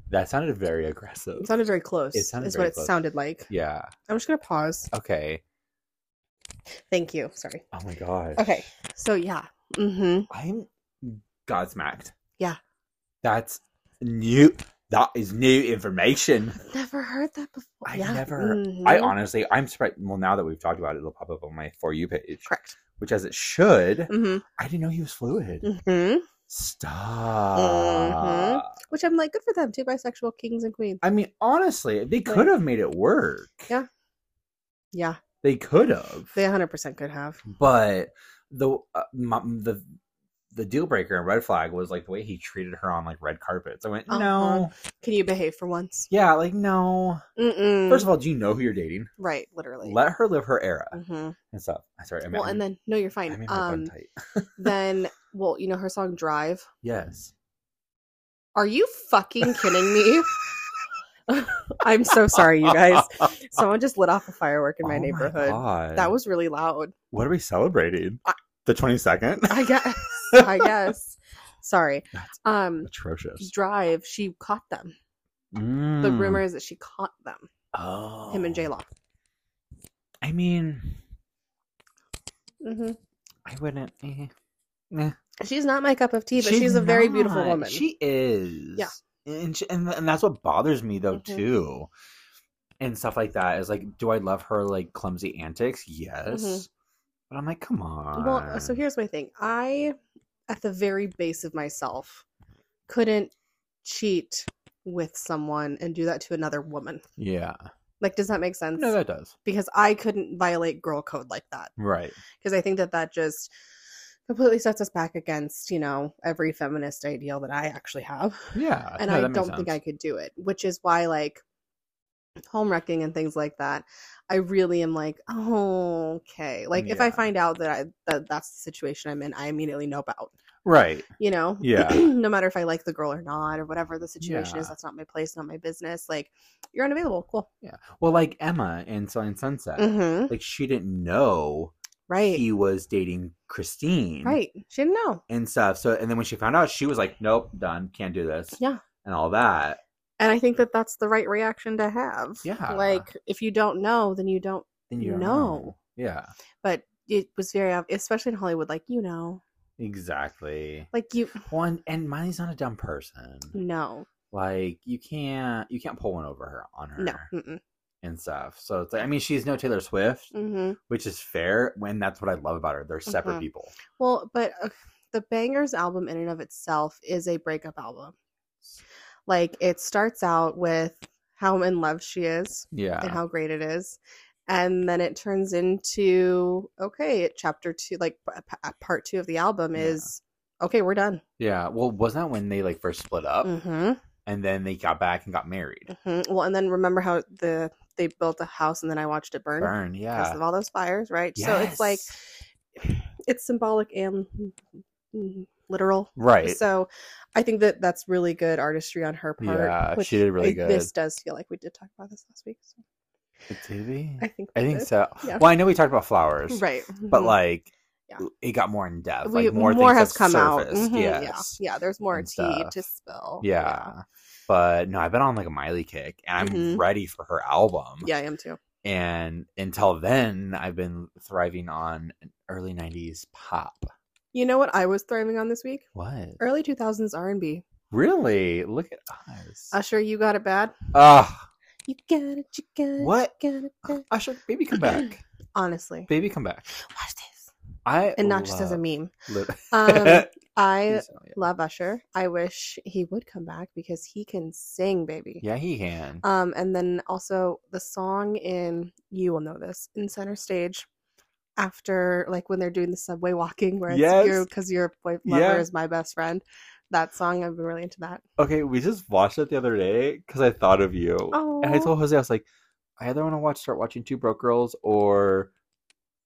Speaker 1: that sounded very aggressive.
Speaker 2: It sounded very close.
Speaker 1: It sounded
Speaker 2: is
Speaker 1: very
Speaker 2: what
Speaker 1: close.
Speaker 2: it sounded like.
Speaker 1: yeah. Oh.
Speaker 2: I'm just gonna pause.
Speaker 1: Okay.
Speaker 2: Thank you. Sorry.
Speaker 1: Oh my god.
Speaker 2: Okay. So yeah. Mm-hmm.
Speaker 1: I'm godsmacked.
Speaker 2: Yeah.
Speaker 1: That's new. That is new information.
Speaker 2: Never heard that before.
Speaker 1: I
Speaker 2: yeah.
Speaker 1: never- I
Speaker 2: mhm.
Speaker 1: honestly, I'm surprised. Well, now that we've talked about it, it'll pop up on my for you page,
Speaker 2: correct.
Speaker 1: which as it should.
Speaker 2: Mm-hmm.
Speaker 1: I didn't know he was fluid.
Speaker 2: Mm-hmm.
Speaker 1: Stop.
Speaker 2: which I'm like, good for them, two bisexual kings and queens.
Speaker 1: I mean, honestly, they could have made it work.
Speaker 2: Yeah. Yeah,
Speaker 1: They could have.
Speaker 2: they 100% could have.
Speaker 1: But the uh, my, the the deal breaker and red flag was like the way he treated her on like red carpets. I went,
Speaker 2: Uh-huh.
Speaker 1: no,
Speaker 2: Can you behave for once?
Speaker 1: yeah, like no.
Speaker 2: Mm-mm.
Speaker 1: First of all, do you know who you're dating?
Speaker 2: right, literally.
Speaker 1: Let her live her era
Speaker 2: Mhm.
Speaker 1: and stuff. I'm sorry. I mean,
Speaker 2: Well, and then no, you're
Speaker 1: I
Speaker 2: fine.
Speaker 1: mean, my bun
Speaker 2: um,
Speaker 1: tight.
Speaker 2: then well, you know her song "Drive."
Speaker 1: Yes.
Speaker 2: Are you fucking kidding me? I'm so sorry, you guys. Someone just lit off a firework in my
Speaker 1: Oh
Speaker 2: neighborhood.
Speaker 1: God.
Speaker 2: that was really loud.
Speaker 1: what are we celebrating?
Speaker 2: I-
Speaker 1: The twenty second.
Speaker 2: I guess. I guess. Sorry.
Speaker 1: That's
Speaker 2: Um,
Speaker 1: atrocious.
Speaker 2: "Drive." She caught them. The
Speaker 1: Mm.
Speaker 2: rumor is that she caught them.
Speaker 1: Oh.
Speaker 2: Him and J Law.
Speaker 1: I mean,
Speaker 2: Mm-hmm.
Speaker 1: I wouldn't. eh.
Speaker 2: She's not my cup of tea, but she's, a very beautiful
Speaker 1: not.
Speaker 2: woman.
Speaker 1: She is.
Speaker 2: Yeah.
Speaker 1: And, she, and and that's what bothers me though
Speaker 2: Mhm.
Speaker 1: too. And stuff like that is like, do I love her like clumsy antics? Yes. But I'm like, come on.
Speaker 2: Mm-hmm. well, uh, so here's my thing. I, at the very base of myself, couldn't cheat with someone and do that to another woman.
Speaker 1: Yeah.
Speaker 2: Like, does that make sense?
Speaker 1: No, that does.
Speaker 2: because I couldn't violate girl code like that.
Speaker 1: Right.
Speaker 2: because I think that that just completely sets us back against you know every feminist ideal that I actually have,
Speaker 1: Yeah.
Speaker 2: and
Speaker 1: No,
Speaker 2: I
Speaker 1: that makes
Speaker 2: don't think
Speaker 1: sense.
Speaker 2: I could do it, which is why like home wrecking and things like that, I really am like oh, okay, like if I
Speaker 1: Yeah.
Speaker 2: find out that I that that's the situation I'm in, I immediately know about
Speaker 1: Right.
Speaker 2: you know
Speaker 1: Yeah.
Speaker 2: no matter if I like the girl or not or whatever the situation
Speaker 1: Yeah.
Speaker 2: is, that's not my place, not my business. Like you're unavailable, cool,
Speaker 1: Well, like Emma in Selling Sunset.
Speaker 2: hmm
Speaker 1: Like she didn't know
Speaker 2: right,
Speaker 1: he was dating Christine.
Speaker 2: right. She didn't know.
Speaker 1: And stuff. So and then when she found out, she was like, Nope, done, can't do this.
Speaker 2: Yeah.
Speaker 1: And all that.
Speaker 2: And I think that that's the right reaction to have.
Speaker 1: Yeah.
Speaker 2: Like, if you don't know, then you don't.
Speaker 1: Then you don't
Speaker 2: No.
Speaker 1: know. Yeah.
Speaker 2: But it was very, ob- especially in Hollywood, like, you know,
Speaker 1: Exactly.
Speaker 2: like Mm. you
Speaker 1: One and Miley's not a dumb person.
Speaker 2: know.
Speaker 1: Like you can't you can't pull one over her on her
Speaker 2: No. Mm-mm.
Speaker 1: and stuff. So it's like I mean she's no Taylor Swift,
Speaker 2: hmm
Speaker 1: which is fair. When that's what I love about her. They're separate
Speaker 2: Mhm.
Speaker 1: people.
Speaker 2: Well, but uh, the Bangers album in and of itself is a breakup album. Like, it starts out with how in love she is and
Speaker 1: Yeah.
Speaker 2: how great it is. And then it turns into, okay, it, chapter two, like p- p- part two of the album
Speaker 1: Yeah.
Speaker 2: is, okay, we're done.
Speaker 1: Yeah. Well, wasn't that when they like first split up
Speaker 2: hmm.
Speaker 1: and then they got back and got married?
Speaker 2: Mhm. Well, and then remember how the they built a house and then I watched it burn
Speaker 1: Burn,
Speaker 2: because
Speaker 1: yeah.
Speaker 2: of all those fires, right? So it's like
Speaker 1: Yes.
Speaker 2: it's symbolic and mm, literal.
Speaker 1: Right.
Speaker 2: So I think that that's really good artistry on her part.
Speaker 1: Yeah,
Speaker 2: which
Speaker 1: she did really
Speaker 2: I-
Speaker 1: good.
Speaker 2: This does feel like we did talk about this last week. So
Speaker 1: Did we?
Speaker 2: I think
Speaker 1: I
Speaker 2: we
Speaker 1: think
Speaker 2: did.
Speaker 1: so.
Speaker 2: Yeah.
Speaker 1: Well, I know we talked about flowers.
Speaker 2: Right,
Speaker 1: But
Speaker 2: Mhm.
Speaker 1: like
Speaker 2: Yeah.
Speaker 1: it got more in depth.
Speaker 2: We-
Speaker 1: like more, things
Speaker 2: has
Speaker 1: have
Speaker 2: come
Speaker 1: surfaced.
Speaker 2: out. Mhm,
Speaker 1: Yes.
Speaker 2: Yeah, yeah. There's more
Speaker 1: and
Speaker 2: tea
Speaker 1: stuff.
Speaker 2: to spill.
Speaker 1: Yeah. But no, I've been on like a Miley kick and I'm
Speaker 2: Mhm.
Speaker 1: ready for her album.
Speaker 2: yeah, I am too.
Speaker 1: And until then, I've been thriving on early 90s pop.
Speaker 2: You know what I was thriving on this week?
Speaker 1: What?
Speaker 2: Early 2000s R&B.
Speaker 1: Really? Look at us.
Speaker 2: Usher, you got it bad.
Speaker 1: Ah,
Speaker 2: You got it. You got it.
Speaker 1: What?
Speaker 2: You got it bad.
Speaker 1: Usher, baby, come back.
Speaker 2: Honestly,
Speaker 1: baby, come back.
Speaker 2: watch this.
Speaker 1: I
Speaker 2: And not just as a
Speaker 1: love
Speaker 2: meme.
Speaker 1: li-
Speaker 2: Um, I
Speaker 1: He's- oh, yeah.
Speaker 2: love Usher. I wish he would come back because he can sing, baby.
Speaker 1: yeah, he can.
Speaker 2: Um, and then also the song in you will know this in center stage after like when they're doing the subway walking where it's
Speaker 1: Yes.
Speaker 2: you because your boy lover
Speaker 1: Yeah.
Speaker 2: is my best friend. That song I've been really into that.
Speaker 1: Okay, we just watched it the other day because I thought of you, and I
Speaker 2: Aw.
Speaker 1: told Jose I was like, I either want to watch, start watching Two Broke Girls or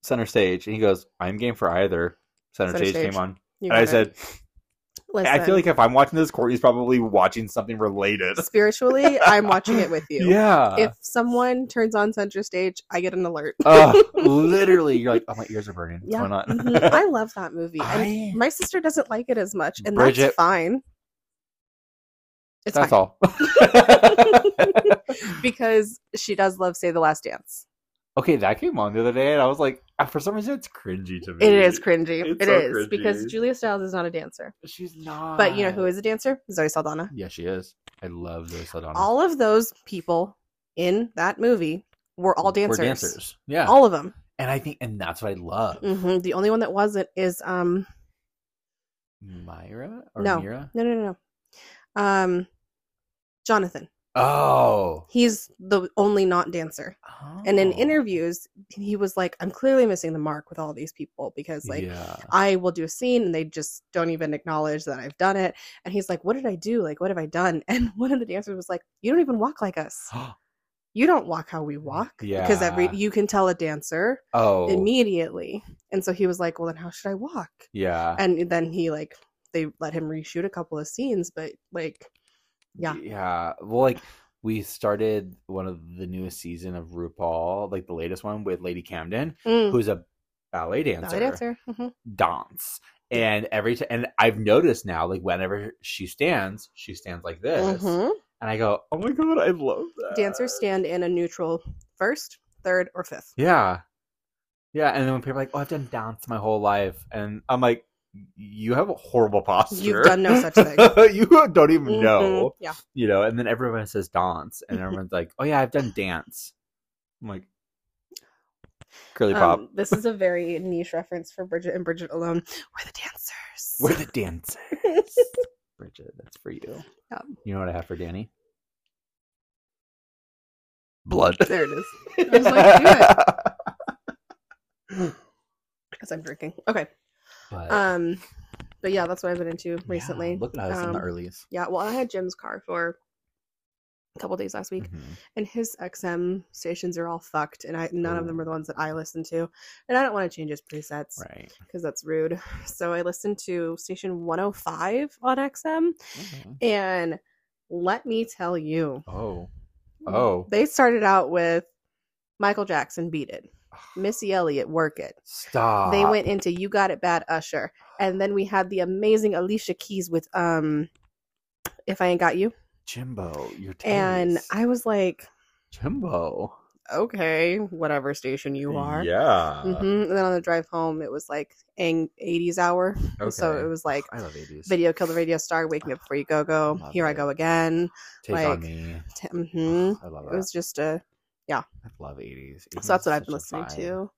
Speaker 1: Center Stage, and he goes, I'm game for either. Center,
Speaker 2: Center
Speaker 1: Stage,
Speaker 2: Stage.
Speaker 1: came on,
Speaker 2: You
Speaker 1: and I
Speaker 2: got it.
Speaker 1: said, I feel
Speaker 2: Listen,
Speaker 1: like if I'm watching this, Courtney's probably watching something related.
Speaker 2: spiritually, I'm watching it with you.
Speaker 1: Yeah.
Speaker 2: If someone turns on center stage, I get an alert.
Speaker 1: Ugh, literally, you're like, oh, my ears are burning. What's
Speaker 2: Yeah.
Speaker 1: going on?
Speaker 2: Mhm. I love that movie.
Speaker 1: I-
Speaker 2: And my sister doesn't like it as much, and that's
Speaker 1: Bridget-
Speaker 2: fine. It's
Speaker 1: that's
Speaker 2: fine
Speaker 1: all.
Speaker 2: because she does love Say the Last Dance.
Speaker 1: okay, that came on the other day, and I was like, ah, for some reason, it's cringy to me.
Speaker 2: It is cringy.
Speaker 1: It's
Speaker 2: It
Speaker 1: so
Speaker 2: is because
Speaker 1: cringy.
Speaker 2: Julia Stiles is not a dancer.
Speaker 1: She's not.
Speaker 2: But you know who is a dancer? Zoe Saldana.
Speaker 1: Yeah, she is. I love Zoe Saldana.
Speaker 2: All of those people in that movie were all dancers.
Speaker 1: We're dancers. Yeah.
Speaker 2: All of them.
Speaker 1: and I think, and that's what I love.
Speaker 2: hmm The only one that wasn't is um
Speaker 1: Myra or
Speaker 2: Mm. No.
Speaker 1: Mira?
Speaker 2: no no no no um Jonathan.
Speaker 1: Oh.
Speaker 2: He's the only not dancer. And in interviews, he was like, I'm clearly missing the mark with all these people because, like,
Speaker 1: yeah.
Speaker 2: I will do a scene and they just don't even acknowledge that I've done it. And he's like, What did I do? Like, what have I done? And one of the dancers was like, You don't even walk like us. You don't walk how we walk. Because every
Speaker 1: Mm, Yeah.
Speaker 2: you can tell a dancer
Speaker 1: oh.
Speaker 2: immediately. And so he was like, Well, then how should I walk?
Speaker 1: yeah.
Speaker 2: And then he, like, they let him reshoot a couple of scenes, but like, yeah.
Speaker 1: Yeah. Well, like we started one of the newest season of RuPaul, like the latest one with Lady Camden,
Speaker 2: mm,
Speaker 1: who's a ballet dancer.
Speaker 2: ballet dancer. Mhm.
Speaker 1: Dance. And every time, and I've noticed now, like whenever she stands, she stands like this,
Speaker 2: Mhm.
Speaker 1: and I go, "Oh my god, I love that."
Speaker 2: Dancers stand in a neutral first, third, or fifth.
Speaker 1: Yeah. Yeah. And then when people are like, oh, I've done dance my whole life. And I'm like, you have a horrible posture.
Speaker 2: You've done no such thing.
Speaker 1: you don't even
Speaker 2: Mhm.
Speaker 1: know.
Speaker 2: Yeah.
Speaker 1: You know, and then everyone says dance, and everyone's like, "Oh yeah, I've done dance." I'm like, curly pop.
Speaker 2: Um, this is a very niche reference for Bridget and Bridget alone. We're the dancers.
Speaker 1: We're the dancers, Bridget. That's for you.
Speaker 2: Yeah.
Speaker 1: You know what I have for Danny? Blood.
Speaker 2: there it is. I was like, do As I'm drinking. Okay.
Speaker 1: But,
Speaker 2: Um, but yeah, that's what I've been into
Speaker 1: Uh, yeah,
Speaker 2: recently.
Speaker 1: look at us in the
Speaker 2: um,
Speaker 1: earliest.
Speaker 2: Yeah, well, I had Jim's car for a couple days last week,
Speaker 1: Mhm.
Speaker 2: and his XM stations are all fucked, and I none of them are the
Speaker 1: Ooh.
Speaker 2: ones that I listen to, and I don't want to change his presets because
Speaker 1: Right.
Speaker 2: that's rude. So I listened to station 105 on XM, Mm-hmm.
Speaker 1: Okay.
Speaker 2: and let me tell you,
Speaker 1: Oh. Oh.
Speaker 2: they started out with Michael Jackson, "Beat It," Missy Elliott, "Work It."
Speaker 1: Stop.
Speaker 2: They went into "You Got It Bad," Usher, and then we had the amazing Alicia Keys with um, "If I Ain't Got You."
Speaker 1: Jimbo, your taste.
Speaker 2: And I was like,
Speaker 1: Jimbo.
Speaker 2: okay, whatever station you are.
Speaker 1: Yeah.
Speaker 2: hmm And then on the drive home, it was like ang- 80s hour. And So
Speaker 1: Okay.
Speaker 2: it was like
Speaker 1: I love 80s.
Speaker 2: video kill the radio star, wake me up before you go go,
Speaker 1: Love
Speaker 2: here I
Speaker 1: it.
Speaker 2: go again.
Speaker 1: Take
Speaker 2: like,
Speaker 1: on me.
Speaker 2: hmm
Speaker 1: I love
Speaker 2: It was just a,
Speaker 1: that. I love 80s.
Speaker 2: so that's what I've been listening to.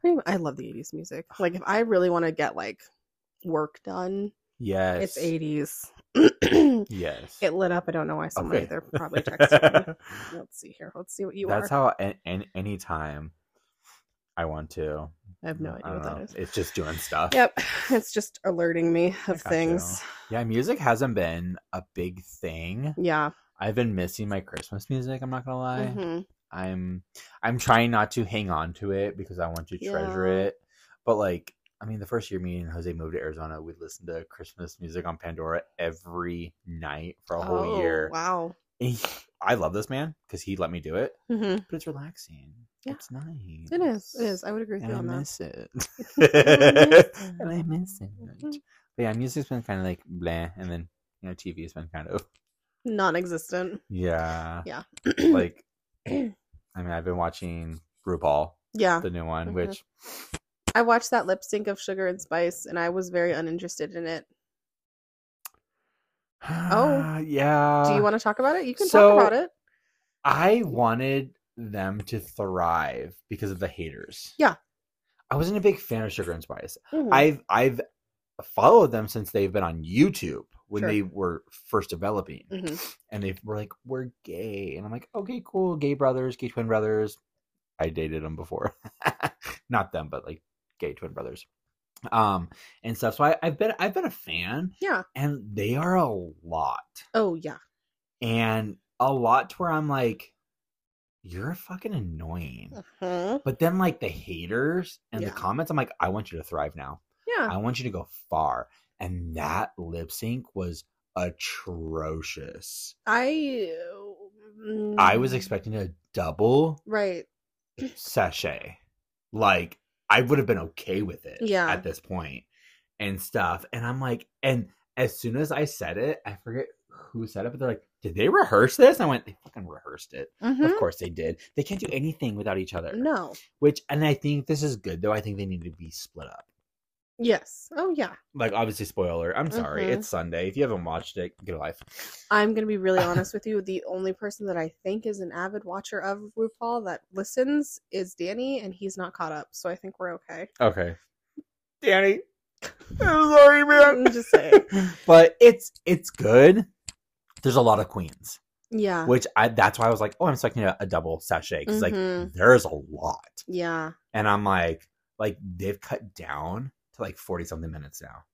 Speaker 2: Pretty much, I love the 80s music. Like if I really want to get like work done,
Speaker 1: Yes.
Speaker 2: it's 80s.
Speaker 1: Yes.
Speaker 2: it lit up. I don't know why someone
Speaker 1: Okay.
Speaker 2: either probably texted me. Let's see here. Let's see what you
Speaker 1: That's
Speaker 2: are.
Speaker 1: how and an, any time I want to.
Speaker 2: I have no idea what that is.
Speaker 1: It's just doing stuff.
Speaker 2: Yep, it's just alerting me of
Speaker 1: gotcha.
Speaker 2: things.
Speaker 1: Yeah, music hasn't been a big thing.
Speaker 2: Yeah.
Speaker 1: I've been missing my Christmas music, I'm not gonna lie.
Speaker 2: hmm
Speaker 1: I'm I'm trying not to hang on to it because I want to treasure
Speaker 2: Yeah.
Speaker 1: it. But like I mean, the first year me and Jose moved to Arizona, we'd listen to Christmas music on Pandora every night for a whole year.
Speaker 2: Oh, Wow.
Speaker 1: I love this man because he let me do it,
Speaker 2: Mhm.
Speaker 1: but it's relaxing.
Speaker 2: Yeah.
Speaker 1: It's nice.
Speaker 2: It is. It is. I would agree with
Speaker 1: And
Speaker 2: you
Speaker 1: I
Speaker 2: on that.
Speaker 1: miss it.
Speaker 2: it.
Speaker 1: and I miss it.
Speaker 2: Mhm.
Speaker 1: But yeah, music's been kind of like blah, and then you know, TV's been kind of
Speaker 2: Non-existent.
Speaker 1: yeah,
Speaker 2: Yeah.
Speaker 1: like I mean, I've been watching RuPaul,
Speaker 2: yeah,
Speaker 1: the new one,
Speaker 2: Mhm.
Speaker 1: which
Speaker 2: I watched that lip sync of Sugar and Spice, and I was very uninterested in it. Oh.
Speaker 1: yeah.
Speaker 2: Do you want to talk about it? You can
Speaker 1: Uh, so-
Speaker 2: talk about it.
Speaker 1: I wanted them to thrive because of the haters.
Speaker 2: Yeah.
Speaker 1: I wasn't a big fan of Sugar and Spice.
Speaker 2: Mhm.
Speaker 1: I've I've followed them since they've been on YouTube when
Speaker 2: Sure.
Speaker 1: they were first developing,
Speaker 2: Mhm.
Speaker 1: and they were like, "We're gay," and I'm like, "Okay, cool, gay brothers, gay twin brothers." I dated them before, not them, but like gay twin brothers, um, and stuff. So I, I've been I've been a fan,
Speaker 2: Yeah.
Speaker 1: and they are a lot,
Speaker 2: Oh yeah.
Speaker 1: and a lot to where I'm like, "You're fucking annoying."
Speaker 2: Uh-huh.
Speaker 1: But then, like the haters and
Speaker 2: Yeah. Uh.
Speaker 1: the comments, I'm like, "I want you to thrive now."
Speaker 2: Yeah.
Speaker 1: I want you to go far. And that lip sync was atrocious.
Speaker 2: I. uh, mm,
Speaker 1: I was expecting a double
Speaker 2: Right.
Speaker 1: sachet. Like, I would have been okay with it
Speaker 2: Yeah.
Speaker 1: at this point and stuff. And I'm like, and as soon as I said it, I forget who said it, but they're like, did they rehearse this? And I went, they fucking rehearsed it. Of
Speaker 2: Mhm.
Speaker 1: course they did. They can't do anything without each other.
Speaker 2: No.
Speaker 1: Which, and I think this is good though. I think they need to be split up.
Speaker 2: Yes. Oh yeah.
Speaker 1: like obviously spoiler i'm sorry
Speaker 2: Mhm.
Speaker 1: it's sunday if you haven't watched it get a life
Speaker 2: I'm gonna be really honest with you. The only person that I think is an avid watcher of RuPaul that listens is Danny, and he's not caught up. So I think we're okay.
Speaker 1: okay danny i'm sorry
Speaker 2: I'm just saying.
Speaker 1: but it's it's good there's a lot of queens
Speaker 2: Yeah.
Speaker 1: which i that's why i was like oh i'm expecting a, a double sachet because like
Speaker 2: Mhm.
Speaker 1: there's a lot
Speaker 2: Yeah.
Speaker 1: and i'm like like they've cut down to like 40 something minutes now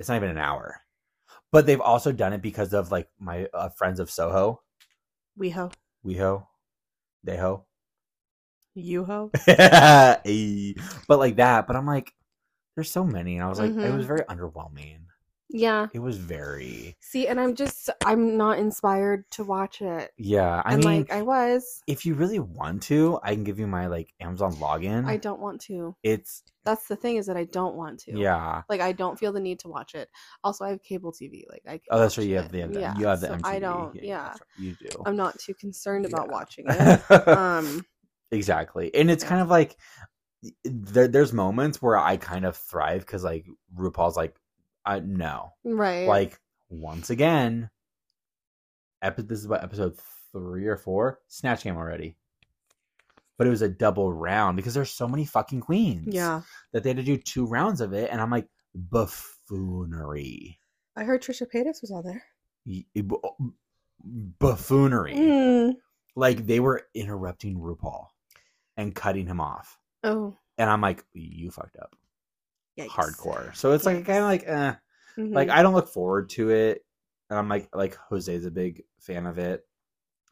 Speaker 1: it's not even an hour but they've also done it because of like my uh, friends of soho
Speaker 2: We ho.
Speaker 1: weho deho
Speaker 2: You ho.
Speaker 1: Ay. but like that. But I'm like, there's so many. And I was like, it
Speaker 2: Mhm.
Speaker 1: was very underwhelming.
Speaker 2: Yeah.
Speaker 1: It was very
Speaker 2: See, and I'm just I'm not inspired to watch it.
Speaker 1: yeah. I
Speaker 2: and
Speaker 1: mean,
Speaker 2: like I was.
Speaker 1: if you really want to, I can give you my like Amazon login.
Speaker 2: I don't want to.
Speaker 1: It's
Speaker 2: That's the thing is that I don't want to.
Speaker 1: yeah.
Speaker 2: Like I don't feel the need to watch it. Also, I have cable TV. Like I. Can
Speaker 1: Oh, that's
Speaker 2: watch
Speaker 1: right. You
Speaker 2: it.
Speaker 1: have the MTV.
Speaker 2: Yeah,
Speaker 1: you have the
Speaker 2: so
Speaker 1: MTV.
Speaker 2: I don't. Yeah.
Speaker 1: that's right, you do.
Speaker 2: I'm not too concerned about
Speaker 1: Yeah.
Speaker 2: watching it. um.
Speaker 1: exactly, and it's
Speaker 2: yeah.
Speaker 1: kind of like there, there's moments where I kind of thrive because like RuPaul's like I no.
Speaker 2: Right.
Speaker 1: Like once again, epi- this is about episode three or four. Snatch game already. But it was a double round because there's so many fucking queens.
Speaker 2: yeah.
Speaker 1: That they had to do two rounds of it, and I'm like, buffoonery.
Speaker 2: I heard Trisha Paytas was on there.
Speaker 1: Y- bu- Buffoonery.
Speaker 2: Mm.
Speaker 1: Like they were interrupting RuPaul and cutting him off.
Speaker 2: Oh,
Speaker 1: And I'm like, you fucked up.
Speaker 2: yikes.
Speaker 1: Hardcore. So it's like
Speaker 2: Yikes.
Speaker 1: kinda like eh.
Speaker 2: Mhm.
Speaker 1: like I don't look forward to it. And I'm like, like Jose's a big fan of it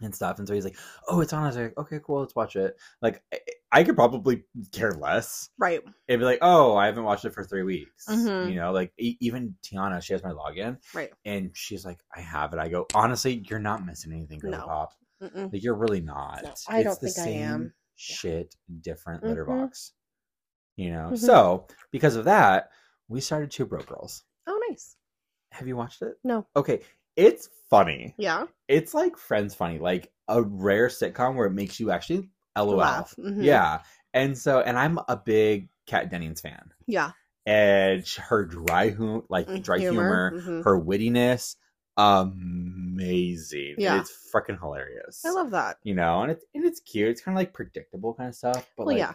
Speaker 1: and stuff, and so he's like, oh, it's on. I was like, okay, cool, let's watch it. Like I, I could probably care less.
Speaker 2: right.
Speaker 1: It'd be like, oh, I haven't watched it for three weeks.
Speaker 2: Mhm.
Speaker 1: You know, like e- even Tiana, she has my login,
Speaker 2: Right.
Speaker 1: and she's like, I have it. I go, honestly, you're not missing anything, girly
Speaker 2: No.
Speaker 1: pop.
Speaker 2: Mm-mm.
Speaker 1: Like you're really not.
Speaker 2: No, I don't think I am.
Speaker 1: Shit, different
Speaker 2: Mhm.
Speaker 1: litter box. You know,
Speaker 2: Mhm.
Speaker 1: so because of that, we started two bro girls.
Speaker 2: Oh, nice.
Speaker 1: Have you watched it?
Speaker 2: No.
Speaker 1: Okay, it's funny.
Speaker 2: Yeah.
Speaker 1: It's like Friends funny, like a rare sitcom where it makes you actually LOL.
Speaker 2: Laugh. Mhm.
Speaker 1: Yeah, and so and I'm a big Kat Dennings fan,
Speaker 2: Yeah.
Speaker 1: and sh- her dry humor, like
Speaker 2: Mm,
Speaker 1: dry humor,
Speaker 2: Mhm.
Speaker 1: her wittiness, amazing.
Speaker 2: Yeah.
Speaker 1: it's freaking hilarious.
Speaker 2: I love that.
Speaker 1: you know, and it's and it's cute. It's kind of like predictable kind of stuff, but
Speaker 2: Well,
Speaker 1: like
Speaker 2: yeah.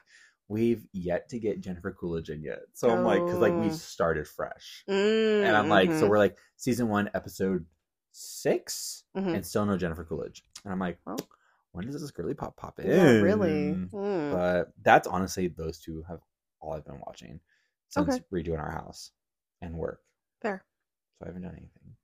Speaker 1: we've yet to get Jennifer Coolidge in yet. So I'm like, because like we
Speaker 2: Oh.
Speaker 1: started fresh
Speaker 2: Mm,
Speaker 1: and I'm like, so
Speaker 2: mhm.
Speaker 1: we're like season one, episode 6
Speaker 2: Mhm.
Speaker 1: and still no Jennifer Coolidge. And I'm like, well, when does this girly pop pop in?
Speaker 2: mm-hmm. Yeah, really. Mm.
Speaker 1: But that's honestly those two have all I've been watching since
Speaker 2: Okay.
Speaker 1: redoing our house and work.
Speaker 2: Fair.
Speaker 1: So I haven't done anything.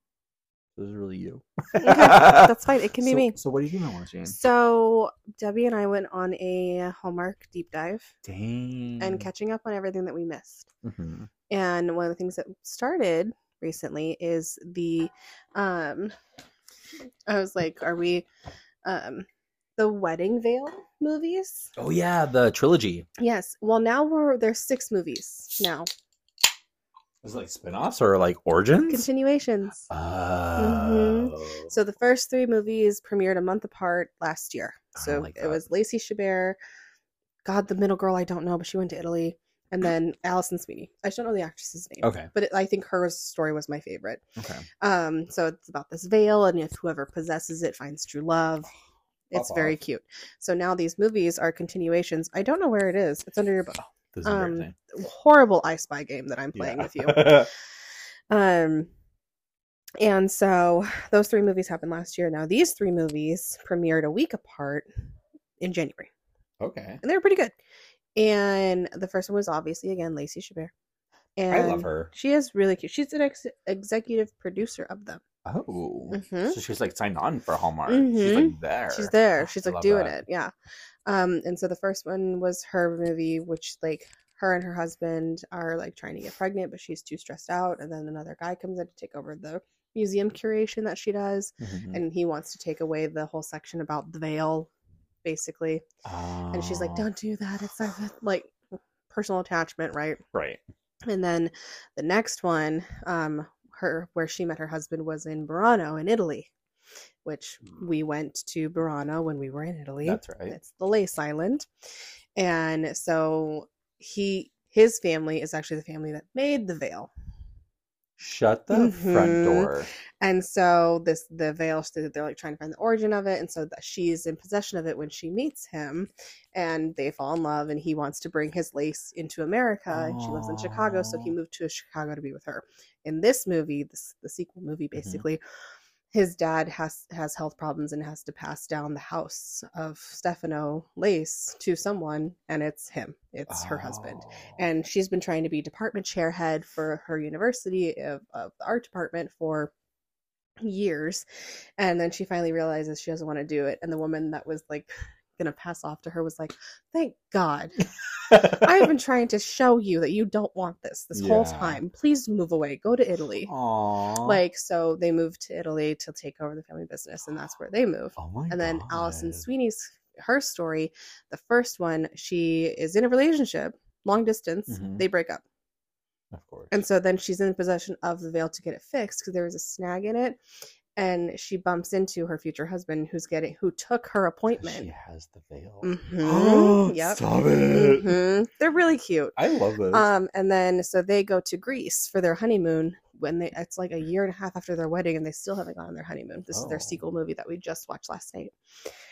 Speaker 1: This is really you.
Speaker 2: Okay, That's fine. It can be
Speaker 1: so,
Speaker 2: me.
Speaker 1: So what have you been watching?
Speaker 2: So Debbie and I went on a Hallmark deep dive
Speaker 1: Dang.
Speaker 2: and catching up on everything that we missed.
Speaker 1: Mhm.
Speaker 2: And one of the things that started recently is the um I was like, are we um the wedding veil movies?
Speaker 1: Oh yeah, the trilogy.
Speaker 2: Yes. Well now we're there's six movies now.
Speaker 1: Is it like spin-offs or like origins?
Speaker 2: Continuations.
Speaker 1: Oh.
Speaker 2: So the first three movies premiered a month apart last year.
Speaker 1: I
Speaker 2: So
Speaker 1: like
Speaker 2: it
Speaker 1: that.
Speaker 2: was Lacey Chabert, God, the middle girl I don't know, but she went to Italy, and then Allison Sweeney. I don't know the actress's name,
Speaker 1: Okay.
Speaker 2: but it, I think her story was my favorite.
Speaker 1: Okay.
Speaker 2: Um, so it's about this veil, and if whoever possesses it finds true love. It's
Speaker 1: Pop
Speaker 2: very
Speaker 1: off.
Speaker 2: cute. So now these movies are continuations. I don't know where it is. It's under your bu-
Speaker 1: This
Speaker 2: Um, horrible I Spy game that I'm playing with you. Um, and so those three movies happened last year. Now these three movies premiered a week apart in January,
Speaker 1: okay.
Speaker 2: and they were pretty good. And the first one was obviously again Lacey Chabert. And
Speaker 1: I love her.
Speaker 2: She is really cute. She's an ex- executive producer of them.
Speaker 1: Oh.
Speaker 2: Mhm.
Speaker 1: So she's like signed on for Hallmark. She's
Speaker 2: Mhm.
Speaker 1: like there.
Speaker 2: She's there. She's
Speaker 1: Oh, I
Speaker 2: like
Speaker 1: love
Speaker 2: doing
Speaker 1: that.
Speaker 2: it. Yeah. Um, and so the first one was her movie, which like her and her husband are like trying to get pregnant, but she's too stressed out. And then another guy comes in to take over the museum curation that she does,
Speaker 1: Mhm.
Speaker 2: and he wants to take away the whole section about the veil, basically. And she's like,
Speaker 1: Oh,
Speaker 2: "Don't do that. It's our like personal attachment, right?"
Speaker 1: Right.
Speaker 2: And then the next one, um, her where she met her husband was in Burano in Italy, which we went to Burano when we were in Italy.
Speaker 1: Mm. That's right.
Speaker 2: It's the Lace Island. And so he his family is actually the family that made the veil.
Speaker 1: Shut the
Speaker 2: Mhm.
Speaker 1: front door.
Speaker 2: And so this the veil so they're like trying to find the origin of it and so that she's in possession of it when she meets him and they fall in love and he wants to bring his lace into America and she lives in Chicago so he
Speaker 1: Aw.
Speaker 2: moved to Chicago to be with her. In this movie, this the sequel movie basically His dad has has health problems and has to pass down the house of Stefano Lace to someone, and it's him. It's her husband
Speaker 1: Oh.
Speaker 2: and she's been trying to be department chair head for her university of, of the art department for years and then she finally realizes she doesn't want to do it and the woman that was like gonna pass off to her was like thank god i've been trying to show you that you don't want this this whole
Speaker 1: Yeah.
Speaker 2: time please move away go to italy
Speaker 1: Aw.
Speaker 2: like so they moved to italy to take over the family business and that's where they moved
Speaker 1: Oh my
Speaker 2: and then Allison
Speaker 1: God.
Speaker 2: Sweeney's her story, the first one, she is in a relationship, long distance.
Speaker 1: Mhm.
Speaker 2: They break up.
Speaker 1: Of course.
Speaker 2: And so then she's in possession of the veil to get it fixed because there was a snag in it. And she bumps into her future husband who's getting who took her
Speaker 1: 'Cause She
Speaker 2: appointment.
Speaker 1: has the veil.
Speaker 2: hmm yep.
Speaker 1: Stop it.
Speaker 2: hmm They're really cute.
Speaker 1: I love this.
Speaker 2: Um, and then so they go to Greece for their honeymoon when they it's like a year and a half after their wedding and they still haven't gone on their honeymoon. This is
Speaker 1: Oh.
Speaker 2: their sequel movie that we just watched last night.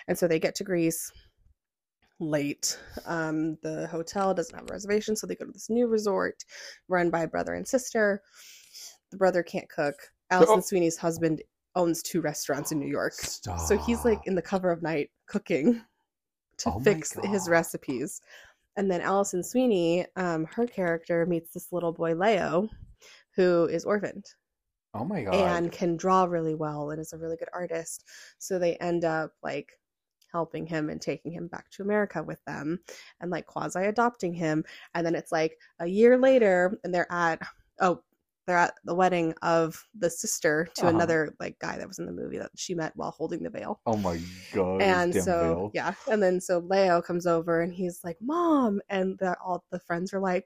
Speaker 2: And so they get to Greece late. Um, the hotel doesn't have a reservation, so they go to this new resort run by brother and sister. The brother can't cook. Allison
Speaker 1: Oh.
Speaker 2: Sweeney's husband owns two restaurants in New York.
Speaker 3: Stop.
Speaker 2: So he's like in the cover of night cooking to
Speaker 3: Oh my
Speaker 2: fix his
Speaker 3: God.
Speaker 2: recipes. And then Allison Sweeney, um, her character meets this little boy Leo, who is orphaned
Speaker 3: Oh my god.
Speaker 2: and can draw really well and is a really good artist. So they end up like helping him and taking him back to America with them and like quasi adopting him. And then it's like a year later and they're at oh they're at the wedding of the sister to
Speaker 1: Uh-huh.
Speaker 2: another like guy that was in the movie that she met while holding the veil
Speaker 1: Oh my god.
Speaker 2: and
Speaker 1: damn
Speaker 2: so
Speaker 1: veil.
Speaker 2: yeah and then so leo comes over and he's like mom and the, all the friends are like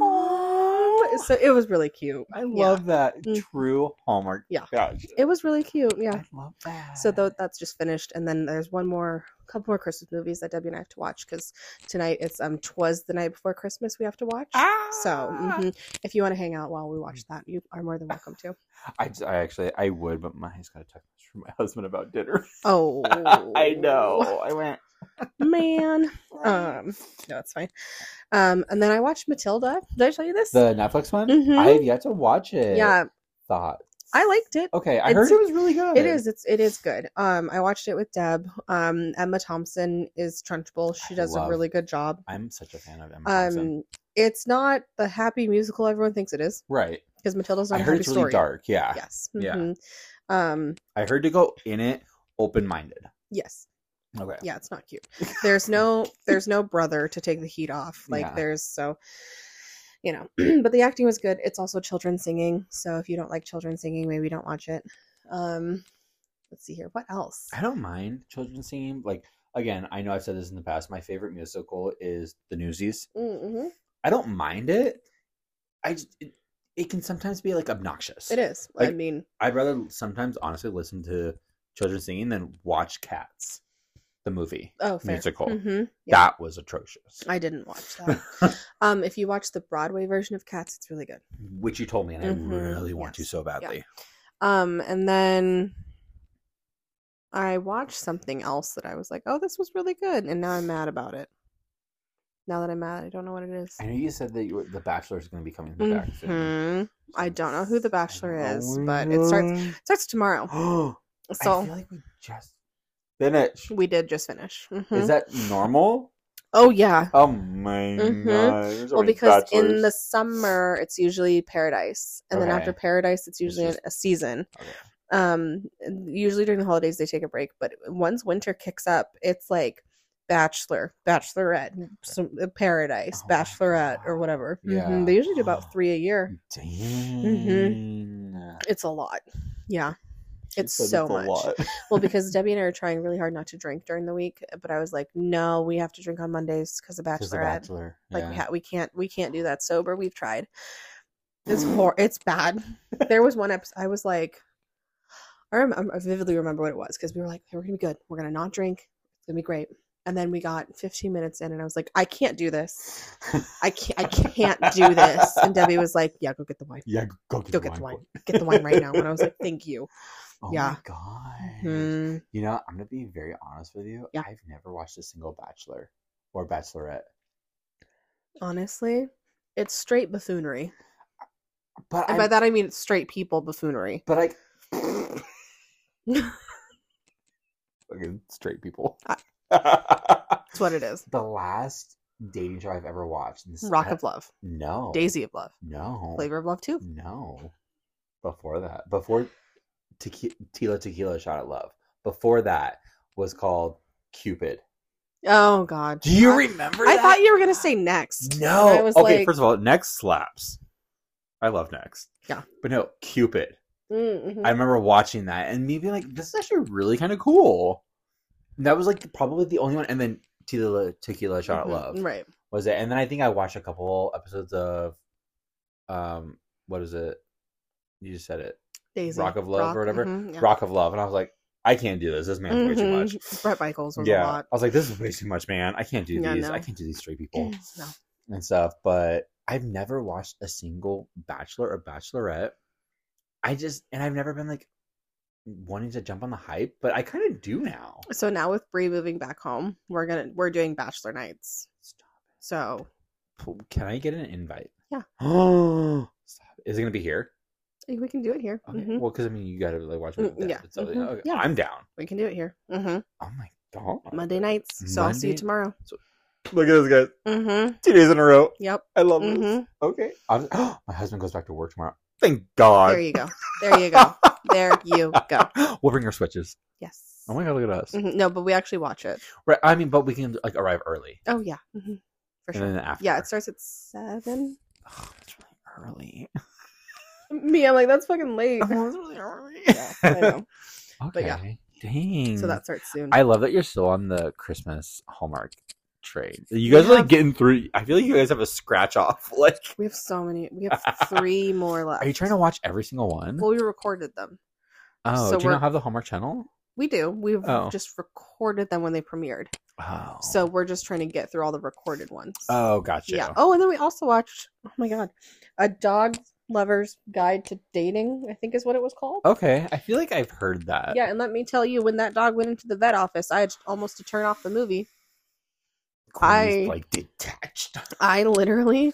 Speaker 2: mom so it was really cute
Speaker 1: I
Speaker 2: yeah.
Speaker 1: love that
Speaker 2: Mhm.
Speaker 1: true Hallmark.
Speaker 2: Yeah.
Speaker 1: Gosh,
Speaker 2: it was really cute yeah
Speaker 1: I love that.
Speaker 2: so tho- that's just finished and then there's one more couple more christmas movies that debbie and i have to watch because tonight it's um twas the night before christmas we have to watch so
Speaker 1: Ah!
Speaker 2: mhm, if you want to hang out while we watch that you are more than welcome to
Speaker 1: I, just- I actually I would, but my, I just got a text from my husband about dinner.
Speaker 2: oh
Speaker 1: I know. I went.
Speaker 2: man um no it's fine um and then i watched matilda did i tell you this
Speaker 1: the Netflix one.
Speaker 2: Mhm.
Speaker 1: I have yet to watch it.
Speaker 2: yeah
Speaker 1: Thought.
Speaker 2: i liked it
Speaker 1: Okay, I
Speaker 2: It's-
Speaker 1: heard it was really good.
Speaker 2: it is it's it is good um i watched it with deb um emma thompson is trunchbull she
Speaker 3: I
Speaker 2: does a
Speaker 3: love
Speaker 2: really good job
Speaker 3: I'm such a fan of Emma Thompson.
Speaker 2: um it's not the happy musical everyone thinks it is
Speaker 1: Right.
Speaker 2: because matilda's
Speaker 1: I
Speaker 2: not a
Speaker 1: heard
Speaker 2: happy
Speaker 1: it's really
Speaker 2: story
Speaker 1: dark. Yeah.
Speaker 2: yes
Speaker 1: Yeah.
Speaker 2: mhm. um
Speaker 1: I heard to go in it open minded.
Speaker 2: yes
Speaker 1: Okay.
Speaker 2: yeah it's not cute there's no there's no brother to take the heat off like
Speaker 1: Yeah.
Speaker 2: there's so you know but the acting was good it's also children singing so if you don't like children singing maybe don't watch it um let's see here what else
Speaker 1: I don't mind children singing. Like again, I know I've said this in the past. My favorite musical is The Newsies.
Speaker 2: mm-hmm.
Speaker 1: I don't mind it. I just, it, it can sometimes be like obnoxious.
Speaker 2: it is i
Speaker 1: Like-
Speaker 2: mean
Speaker 1: I'd rather sometimes honestly listen to children singing than watch Cats, the movie
Speaker 2: oh fair.
Speaker 1: musical.
Speaker 2: hmm yeah.
Speaker 1: That was atrocious.
Speaker 2: i didn't watch that um if you watch the broadway version of cats it's really good
Speaker 1: Which you told me, and
Speaker 2: Mhm,
Speaker 1: I really want to
Speaker 2: yes,
Speaker 1: so badly.
Speaker 2: um and then i watched something else that i was like oh this was really good and now i'm mad about it now that i'm mad i don't know what it is
Speaker 1: I know you said that you were, the Bachelor is going to be coming back soon.
Speaker 2: hmm I don't know who The Bachelor
Speaker 1: I
Speaker 2: is,
Speaker 1: don't
Speaker 2: but it starts-
Speaker 1: know.
Speaker 2: It starts tomorrow.
Speaker 1: I
Speaker 2: So
Speaker 1: feel like we just finished.
Speaker 2: we did just finish. Mhm.
Speaker 1: Is that normal?
Speaker 2: oh, yeah.
Speaker 1: Oh my
Speaker 2: Mhm.
Speaker 1: god! there's so
Speaker 2: Well,
Speaker 1: many
Speaker 2: because in
Speaker 1: bachelors.
Speaker 2: the summer, it's usually paradise. And then
Speaker 1: Okay.
Speaker 2: after paradise, it's usually
Speaker 1: just-
Speaker 2: a season.
Speaker 1: Okay.
Speaker 2: Um, usually during the holidays, they take a break. But once winter kicks up, it's like Bachelor, Bachelorette, some, uh, Paradise,
Speaker 1: Mm. Oh my
Speaker 2: Bachelorette, or
Speaker 1: God.
Speaker 2: whatever. Mhm.
Speaker 1: Yeah. Mm.
Speaker 2: They usually do about three a year.
Speaker 1: Dang.
Speaker 2: It's a lot. Yeah.
Speaker 1: She
Speaker 2: It's
Speaker 1: said
Speaker 2: Mm-hmm. so
Speaker 1: a
Speaker 2: much.
Speaker 1: lot.
Speaker 2: well, because Debbie and I are trying really hard not to drink during the week, but I was like, no, we have to drink on Mondays because of
Speaker 1: 'Cause the
Speaker 2: Bachelorette.
Speaker 1: Bachelor,
Speaker 2: Like we
Speaker 1: yeah.
Speaker 2: ha- we can't we can't do that sober. We've tried. It's hor- it's bad. There was one episode I was like, I, rem- I vividly remember what it was because we were like, hey, we're gonna be good. We're gonna not drink. It's gonna be great. And then we got 15 minutes in, and I was like, I can't do this. I can't. I can't do this. And Debbie was like, Yeah, go get the wine.
Speaker 1: Yeah, go get
Speaker 2: Go
Speaker 1: the
Speaker 2: get the
Speaker 1: wine.
Speaker 2: wine.
Speaker 1: boy.
Speaker 2: Get the wine right now. And I was like, Thank you.
Speaker 1: Oh
Speaker 2: Yeah.
Speaker 1: my god.
Speaker 2: Hmm.
Speaker 1: You know, I'm gonna be very honest with you.
Speaker 2: Yeah.
Speaker 1: I've never watched a single Bachelor or Bachelorette,
Speaker 2: Honestly, it's straight buffoonery.
Speaker 1: but
Speaker 2: And
Speaker 1: I
Speaker 2: by that I mean it's straight people buffoonery.
Speaker 1: but I Fucking straight people. the
Speaker 2: That's what it is.
Speaker 1: last dating show I've ever watched. and this-
Speaker 2: Rock
Speaker 1: I-
Speaker 2: of Love,
Speaker 1: No.
Speaker 2: Daisy of Love,
Speaker 1: No.
Speaker 2: Flavor of Love too.
Speaker 1: No. Before that, before tequila, Tila Tequila Shot at Love, before that was called Cupid.
Speaker 2: Oh God.
Speaker 1: Do you
Speaker 2: I-
Speaker 1: remember?
Speaker 2: I
Speaker 1: that?
Speaker 2: thought you were gonna say next.
Speaker 1: no.
Speaker 2: and I was
Speaker 1: okay,
Speaker 2: like-
Speaker 1: first of all, Next slaps. I love Next.
Speaker 2: Yeah.
Speaker 1: but no, Cupid.
Speaker 2: Mm, mhm.
Speaker 1: I remember watching that and me being like, "This is actually really kind of cool." And that was like probably the only one. And then Tequila Tequila Shot
Speaker 2: Mhm.
Speaker 1: at Love
Speaker 2: Right.
Speaker 1: was it? And then I think I watched a couple episodes of, um, what is it? You just said it.
Speaker 2: Daisy.
Speaker 1: Rock of Love or whatever?
Speaker 2: mhm, yeah.
Speaker 1: Rock of Love, and I was like, I can't do this. This man's way too much.
Speaker 2: Mhm. Bret Michaels was
Speaker 1: yeah,
Speaker 2: a lot.
Speaker 1: I was like, this is way too much, man. I can't do
Speaker 2: Yeah,
Speaker 1: these.
Speaker 2: no.
Speaker 1: I can't do these straight people
Speaker 2: No.
Speaker 1: and stuff. But I've never watched a single Bachelor or Bachelorette. I just and I've never been like wanting to jump on the hype, but I kind of do now.
Speaker 2: So now with Bree moving back home, we're gonna we're doing bachelor nights.
Speaker 1: Stop.
Speaker 2: So
Speaker 1: P- Can I get an invite?
Speaker 2: Yeah.
Speaker 1: Oh, is it gonna be here?
Speaker 2: eh, we can do it here.
Speaker 1: Okay.
Speaker 2: Mhm.
Speaker 1: Well, because I mean, you gotta like watch.
Speaker 2: Mm, yeah.
Speaker 1: Yeah. So,
Speaker 2: Mhm.
Speaker 1: okay.
Speaker 2: Yeah.
Speaker 1: I'm down.
Speaker 2: We can do it here. hmm
Speaker 1: Oh my god.
Speaker 2: Monday nights. So I'll see you
Speaker 1: Monday-
Speaker 2: tomorrow.
Speaker 1: Look at this guys.
Speaker 2: Mm-hmm.
Speaker 1: Two days in a row.
Speaker 2: Yep.
Speaker 1: I love this.
Speaker 2: hmm
Speaker 1: Okay. I'm, my husband goes back to work tomorrow. Thank God.
Speaker 2: There you go. There you go. there you go.
Speaker 1: we'll bring our switches.
Speaker 2: Yes.
Speaker 1: Oh my god, look at us.
Speaker 2: Mhm. No, but we actually watch it.
Speaker 1: Right. I mean, but we can like arrive early
Speaker 2: Oh yeah. hmm For
Speaker 1: and
Speaker 2: sure.
Speaker 1: then after.
Speaker 2: Yeah, it starts at seven.
Speaker 1: Ugh, it's really early.
Speaker 2: Me, I'm like, that's fucking late.
Speaker 1: Oh, it's really early.
Speaker 2: yeah, I know.
Speaker 1: Okay.
Speaker 2: But yeah.
Speaker 1: Dang.
Speaker 2: So that starts soon.
Speaker 1: I love that you're still on the Christmas Hallmark trade. You guys are like
Speaker 2: have-
Speaker 1: getting through. I feel like you guys have a scratch off. Like,
Speaker 2: we have so many. We have three more left.
Speaker 1: are you trying to watch every single one?
Speaker 2: Well, we recorded them.
Speaker 1: oh,
Speaker 2: so
Speaker 1: do you
Speaker 2: we're-
Speaker 1: not have the Hallmark Channel?
Speaker 2: We do. We've
Speaker 1: Oh.
Speaker 2: just recorded them when they premiered.
Speaker 1: Oh.
Speaker 2: So we're just trying to get through all the recorded ones.
Speaker 1: Oh, gotcha.
Speaker 2: yeah. Oh, and then we also watched. Oh my god, a dog lover's guide to dating. I think is what it was called.
Speaker 1: Okay. I feel like I've heard that.
Speaker 2: Yeah, and let me tell you, when that dog went into the vet office, I had almost to turn off the movie.
Speaker 1: Courtney's,
Speaker 2: I-
Speaker 1: like detached.
Speaker 2: I literally,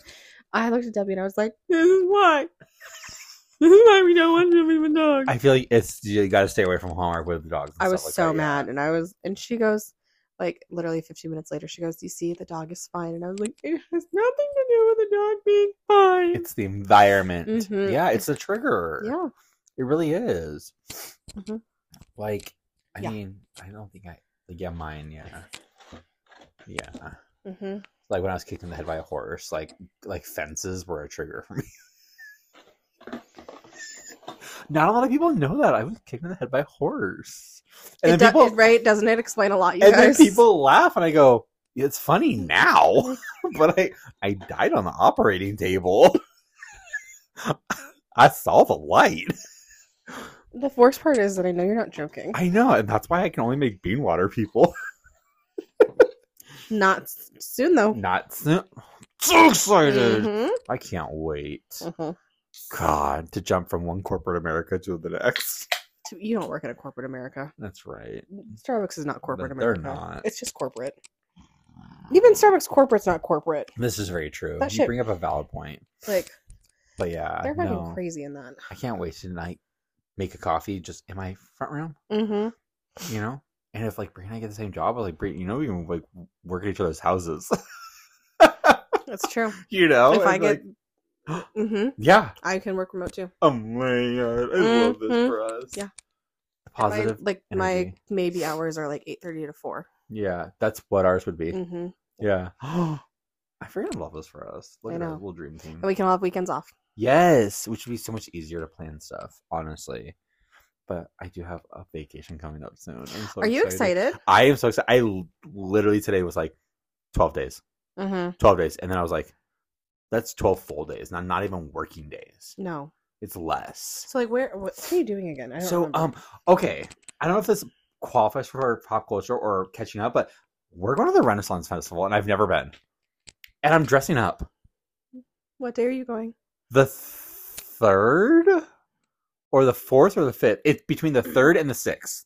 Speaker 2: I looked at Debbie and I was like, "This is why. this is why we don't want to move a dog."
Speaker 1: I feel like it's you got to stay away from Hallmark with the dogs. and
Speaker 2: I was
Speaker 1: stuff like
Speaker 2: so
Speaker 1: that, yeah.
Speaker 2: mad, and I was, and she goes, like literally 15 minutes later, she goes, "You see, the dog is fine," and I was like, "It has nothing to do with the dog being fine."
Speaker 1: It's the environment.
Speaker 2: Mhm.
Speaker 1: Yeah, it's the trigger.
Speaker 2: yeah,
Speaker 1: It really is.
Speaker 2: Mhm.
Speaker 1: Like, I
Speaker 2: Yeah.
Speaker 1: mean, I don't think I. Like, yeah, mine. Yeah, yeah.
Speaker 2: mm-hmm.
Speaker 1: Like when I was kicked in the head by a horse, like like fences were a trigger for me. Not a lot of people know that I was kicked in the head by a horse, and
Speaker 2: it
Speaker 1: then
Speaker 2: do-
Speaker 1: people
Speaker 2: it- right? Doesn't it explain a lot, you
Speaker 1: and then
Speaker 2: guys?
Speaker 1: people laugh, and I go, "It's funny now, but I I died on the operating table. I saw the light.
Speaker 2: The worst part is that I know you're not joking.
Speaker 1: I know, and that's why I can only make bean water, people.
Speaker 2: Not s- soon though.
Speaker 1: Not so, so excited.
Speaker 2: Mhm,
Speaker 1: I can't wait.
Speaker 2: mhm.
Speaker 1: God, to jump from one corporate America to the next.
Speaker 2: To- You don't work at a corporate America.
Speaker 1: That's right.
Speaker 2: Starbucks is not corporate
Speaker 1: They're
Speaker 2: America.
Speaker 1: not.
Speaker 2: It's just corporate. Even Starbucks corporate's not corporate.
Speaker 1: This is very true.
Speaker 2: That
Speaker 1: you
Speaker 2: shit-
Speaker 1: bring up a valid point.
Speaker 2: Like
Speaker 1: But yeah,
Speaker 2: they're fucking
Speaker 1: no,
Speaker 2: crazy in that.
Speaker 1: I can't wait to like make a coffee just in my front room.
Speaker 2: Mm-hmm.
Speaker 1: you know. And if like Brie and I get the same job, we're like Brie, you know, we can like work at each other's houses,
Speaker 2: That's true.
Speaker 1: you know.
Speaker 2: if I
Speaker 1: And,
Speaker 2: get,
Speaker 1: like-
Speaker 2: hmm
Speaker 1: yeah,
Speaker 2: I can work remote too.
Speaker 1: oh my god, I love
Speaker 2: Mhm.
Speaker 1: this for us.
Speaker 2: Yeah.
Speaker 1: positive.
Speaker 2: My, like my
Speaker 1: energy.
Speaker 2: maybe hours are like eight thirty to 4
Speaker 1: yeah, that's what ours would be.
Speaker 2: Mm-hmm. And
Speaker 1: Yeah, I freaking love this for us. Look
Speaker 2: I
Speaker 1: at our
Speaker 2: know.
Speaker 1: little dream team.
Speaker 2: we can all have weekends off.
Speaker 1: yes, which would be so much easier to plan stuff, honestly. But I do have a vacation coming up soon. I'm so
Speaker 2: are you excited?
Speaker 1: I am so excited. I l- literally today was like twelve days.
Speaker 2: Mm-hmm.
Speaker 1: 12 days. And then I was like, that's 12 full days, not, not even working days.
Speaker 2: No.
Speaker 1: It's less.
Speaker 2: So like, where? What, what are you doing again? I don't
Speaker 1: So,
Speaker 2: remember.
Speaker 1: um, okay. I don't know if this qualifies for pop culture or catching up, but we're going to the Renaissance Festival and I've never been. And I'm dressing up
Speaker 2: what day are you going?
Speaker 1: the third or the fourth or the fifth. It's between the third and the sixth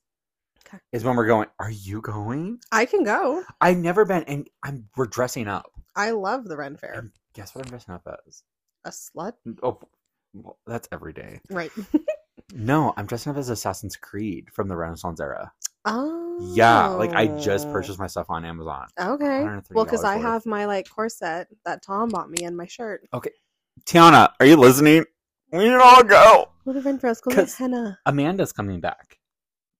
Speaker 2: Okay.
Speaker 1: is when we're going. Are you going?
Speaker 2: I can go.
Speaker 1: I've never been and I'm we're dressing up.
Speaker 2: I love the Ren Fair.
Speaker 1: And guess what I'm dressing up as?
Speaker 2: A slut,
Speaker 1: Oh, well, that's every day.
Speaker 2: right?
Speaker 1: No, I'm dressing up as Assassin's Creed from the Renaissance era.
Speaker 2: oh,
Speaker 1: Yeah, like I just purchased my stuff on Amazon.
Speaker 2: Okay.
Speaker 1: $130
Speaker 2: Well, because I
Speaker 1: worth.
Speaker 2: have my like corset that Tom bought me and my shirt.
Speaker 1: Tiana, are you listening? We should all go.
Speaker 2: Would have been for us
Speaker 1: 'Cause-
Speaker 2: henna.
Speaker 1: Amanda's coming back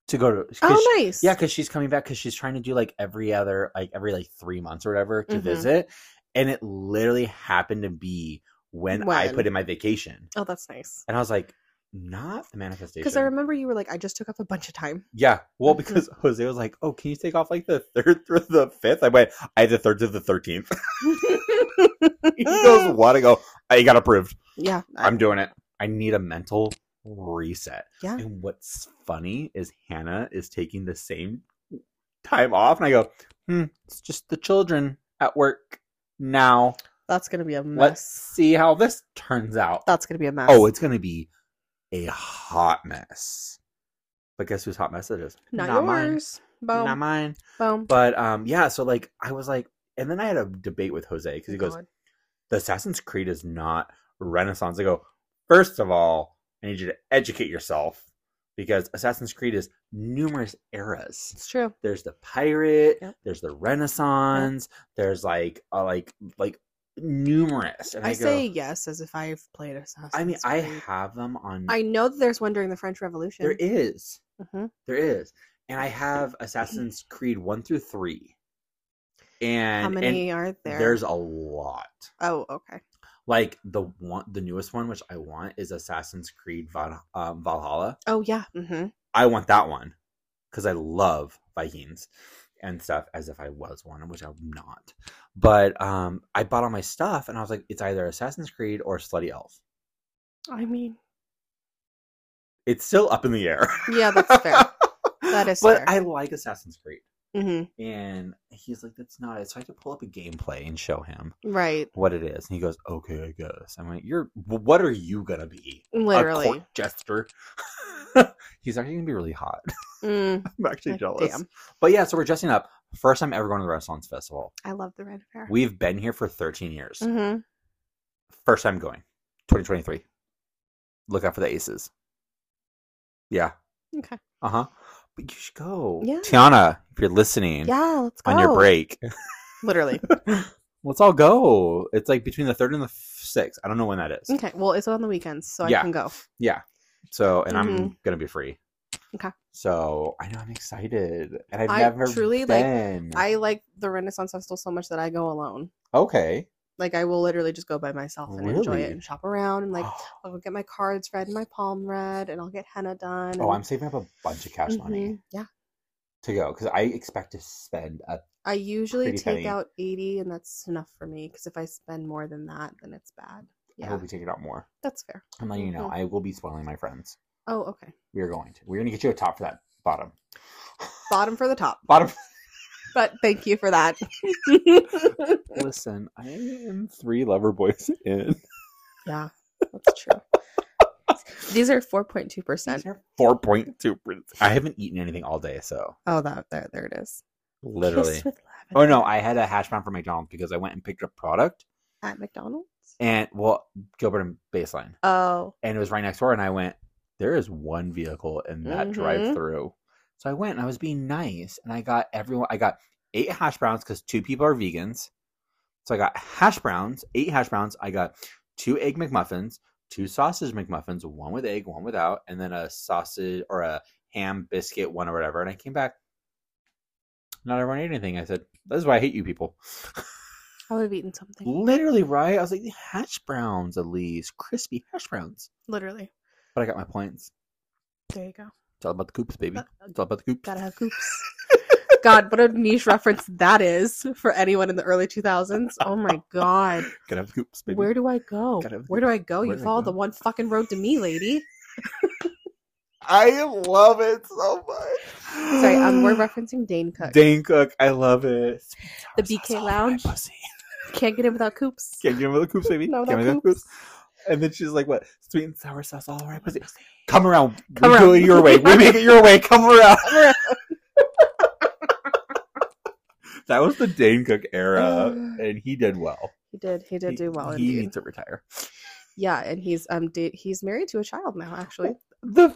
Speaker 1: to go to. 'cause
Speaker 2: Oh,
Speaker 1: she-
Speaker 2: nice.
Speaker 1: Yeah, because she's coming back because she's trying to do like every other, like every like three months or whatever to
Speaker 2: Mhm.
Speaker 1: visit, and it literally happened to be when, I
Speaker 2: When?
Speaker 1: put in my vacation,
Speaker 2: Oh, that's nice.
Speaker 1: and I was like, not the manifestation.
Speaker 2: Because I remember you were like, I just took up a bunch of time.
Speaker 1: Yeah, well,
Speaker 2: Mhm.
Speaker 1: because Jose was like, "Oh, can you take off like the third through the fifth? I went, "I had the third to the thirteenth. he goes, "What?" I go, "I got approved.
Speaker 2: Yeah. I-
Speaker 1: I'm doing it. I need a mental reset."
Speaker 2: Yeah.
Speaker 1: And what's funny is Hannah is taking the same time off, and I go, "Hmm, it's just the children at work now."
Speaker 2: That's gonna be a mess.
Speaker 1: Let's see how this turns out.
Speaker 2: That's gonna be a mess.
Speaker 1: Oh, it's gonna be a hot mess. But guess whose hot mess it is?
Speaker 2: not,
Speaker 4: not mine.
Speaker 2: yours.
Speaker 4: Not
Speaker 2: Boom.
Speaker 4: mine.
Speaker 2: Boom.
Speaker 1: But um, yeah. So like, I was like, and then I had a debate with Jose because he goes,
Speaker 2: Oh, God.
Speaker 1: "The Assassin's Creed is not Renaissance." I go, first of all, I need you to educate yourself because Assassin's Creed is numerous eras.
Speaker 2: It's true.
Speaker 1: there's the pirate
Speaker 2: Yep.
Speaker 1: there's the renaissance there's like uh, like like numerous and
Speaker 2: I,
Speaker 1: i, go,
Speaker 2: say yes as if I've played Assassin's
Speaker 1: i mean i
Speaker 2: Creed.
Speaker 1: have them on
Speaker 2: I know that there's one during the French Revolution.
Speaker 1: there is
Speaker 2: Mhm.
Speaker 1: there is and i have assassin's creed 1 through 3 and
Speaker 2: How many
Speaker 1: and
Speaker 2: are there?
Speaker 1: there's a lot
Speaker 2: oh, okay.
Speaker 1: like the one the newest one which i want is assassin's creed Val, um, valhalla
Speaker 2: Oh yeah. hmm
Speaker 1: I want that one because I love Vikings and stuff as if I was one, which I'm not. But um, I bought all my stuff and I was like, it's either Assassin's Creed or Slutty Elf.
Speaker 2: I mean,
Speaker 1: It's still up in the air.
Speaker 2: yeah, that's fair. That is
Speaker 1: But
Speaker 2: fair.
Speaker 1: I like Assassin's Creed.
Speaker 2: hmm
Speaker 1: And he's like, that's not it. So I had to pull up a gameplay and show him
Speaker 2: Right.
Speaker 1: what it is. And he goes, okay, I guess. I'm like, you're, what are you going to be? A
Speaker 2: Literally.
Speaker 1: court jester. he's actually going to be really hot.
Speaker 2: Mm,
Speaker 1: I'm actually
Speaker 2: like,
Speaker 1: jealous.
Speaker 2: damn.
Speaker 1: But yeah, so we're dressing up. First time ever going to the Renaissance Festival.
Speaker 2: I love the Red Fair.
Speaker 1: We've been here for 13 years.
Speaker 2: hmm
Speaker 1: First time going. 2023. Look out for the aces. Yeah.
Speaker 2: Okay.
Speaker 1: Uh huh. But you should go.
Speaker 2: Yeah.
Speaker 1: Tiana, if you're listening
Speaker 2: Yeah. Let's go.
Speaker 1: on your break,
Speaker 2: Literally.
Speaker 1: let's all go. It's like between the third and the f- sixth. I don't know when that is.
Speaker 2: Okay. Well, it's on the weekends, so
Speaker 1: Yeah.
Speaker 2: I can go.
Speaker 1: Yeah. So, and I'm
Speaker 2: Mhm.
Speaker 1: going to be free.
Speaker 2: Okay.
Speaker 1: So I know I'm excited. And I've
Speaker 2: I
Speaker 1: never
Speaker 2: truly, like,
Speaker 1: been.
Speaker 2: I like the Renaissance Festival so much that I go alone.
Speaker 1: Okay.
Speaker 2: Like I will literally just go by myself and enjoy
Speaker 1: Really?
Speaker 2: it and shop around and like
Speaker 1: Oh,
Speaker 2: I'll get my cards read and my palm read and I'll get henna done.
Speaker 1: Oh,
Speaker 2: and-
Speaker 1: I'm saving up a bunch of cash money
Speaker 2: Mhm, Yeah.
Speaker 1: to go because I expect to spend a.
Speaker 2: I usually
Speaker 1: Pretty
Speaker 2: take
Speaker 1: penny.
Speaker 2: out 80 and that's enough for me because if I spend more than that, then it's bad.
Speaker 1: I
Speaker 2: Yeah.
Speaker 1: will be taking out more.
Speaker 2: That's fair.
Speaker 1: I'm letting you know.
Speaker 2: Mhm.
Speaker 1: I will be spoiling my friends.
Speaker 2: Oh, okay.
Speaker 1: We are going to. We're going to get you a top for that bottom.
Speaker 2: Bottom for the top.
Speaker 1: Bottom.
Speaker 2: But thank you for that.
Speaker 1: Listen, I am three lover boys in.
Speaker 2: yeah. That's true. These are 4.2%.
Speaker 1: Four point two percent. I haven't eaten anything all day, so
Speaker 2: Oh, that there there it is.
Speaker 1: literally.
Speaker 2: Kissed with
Speaker 1: Oh
Speaker 2: lavender
Speaker 1: no, I had a hash brown from McDonald's because I went and picked up product
Speaker 2: At McDonald's?
Speaker 1: and well, Gilbert and Baseline,
Speaker 2: Oh.
Speaker 1: and it was right next door, and I went. There is one vehicle in that
Speaker 2: Mhm.
Speaker 1: drive-through, so I went and I was being nice, and I got everyone. I got eight hash browns because two people are vegans, so I got hash browns, eight hash browns. I got two egg McMuffins, two sausage McMuffins, one with egg, one without, and then a sausage or a ham biscuit, one or whatever. And I came back. Not everyone ate anything. I said, "This is why I hate you people."
Speaker 2: I would have eaten something.
Speaker 1: Literally, right? I was like, hash browns, at least crispy hash browns.
Speaker 2: Literally.
Speaker 1: But I got my points.
Speaker 2: There you go.
Speaker 1: It's all about the coops, baby.
Speaker 2: Uh,
Speaker 1: It's all about the coops.
Speaker 2: Gotta have coops. God, what a niche reference that is for anyone in the early 2000s. Oh my God.
Speaker 1: Gotta have the coops, baby.
Speaker 2: Where do I go?
Speaker 1: Gotta have
Speaker 2: Where do I go?
Speaker 1: where
Speaker 2: You
Speaker 1: do I
Speaker 2: follow
Speaker 1: go?
Speaker 2: the one fucking road to me, lady.
Speaker 1: I love it so much.
Speaker 2: Sorry, um, we're referencing Dane Cook.
Speaker 1: Dane Cook. I love it.
Speaker 2: The BK
Speaker 1: Sauce all over my
Speaker 2: Lounge.
Speaker 1: pussy.
Speaker 2: Can't get in without coops.
Speaker 1: Can't get with the coops, baby.
Speaker 2: No,
Speaker 1: Can't
Speaker 2: without
Speaker 1: get with the
Speaker 2: coops.
Speaker 1: And then she's like, "What? Sweet and sour sauce all over my pussy." Come around.
Speaker 2: Come
Speaker 1: we do
Speaker 2: around.
Speaker 1: it your way. We make it your way. Come around. that was the Dane Cook era, and he did well.
Speaker 2: He did. He did do well
Speaker 1: He
Speaker 2: indeed.
Speaker 1: needs to retire.
Speaker 2: Yeah, and he's um da- he's married to a child now. Actually,
Speaker 1: the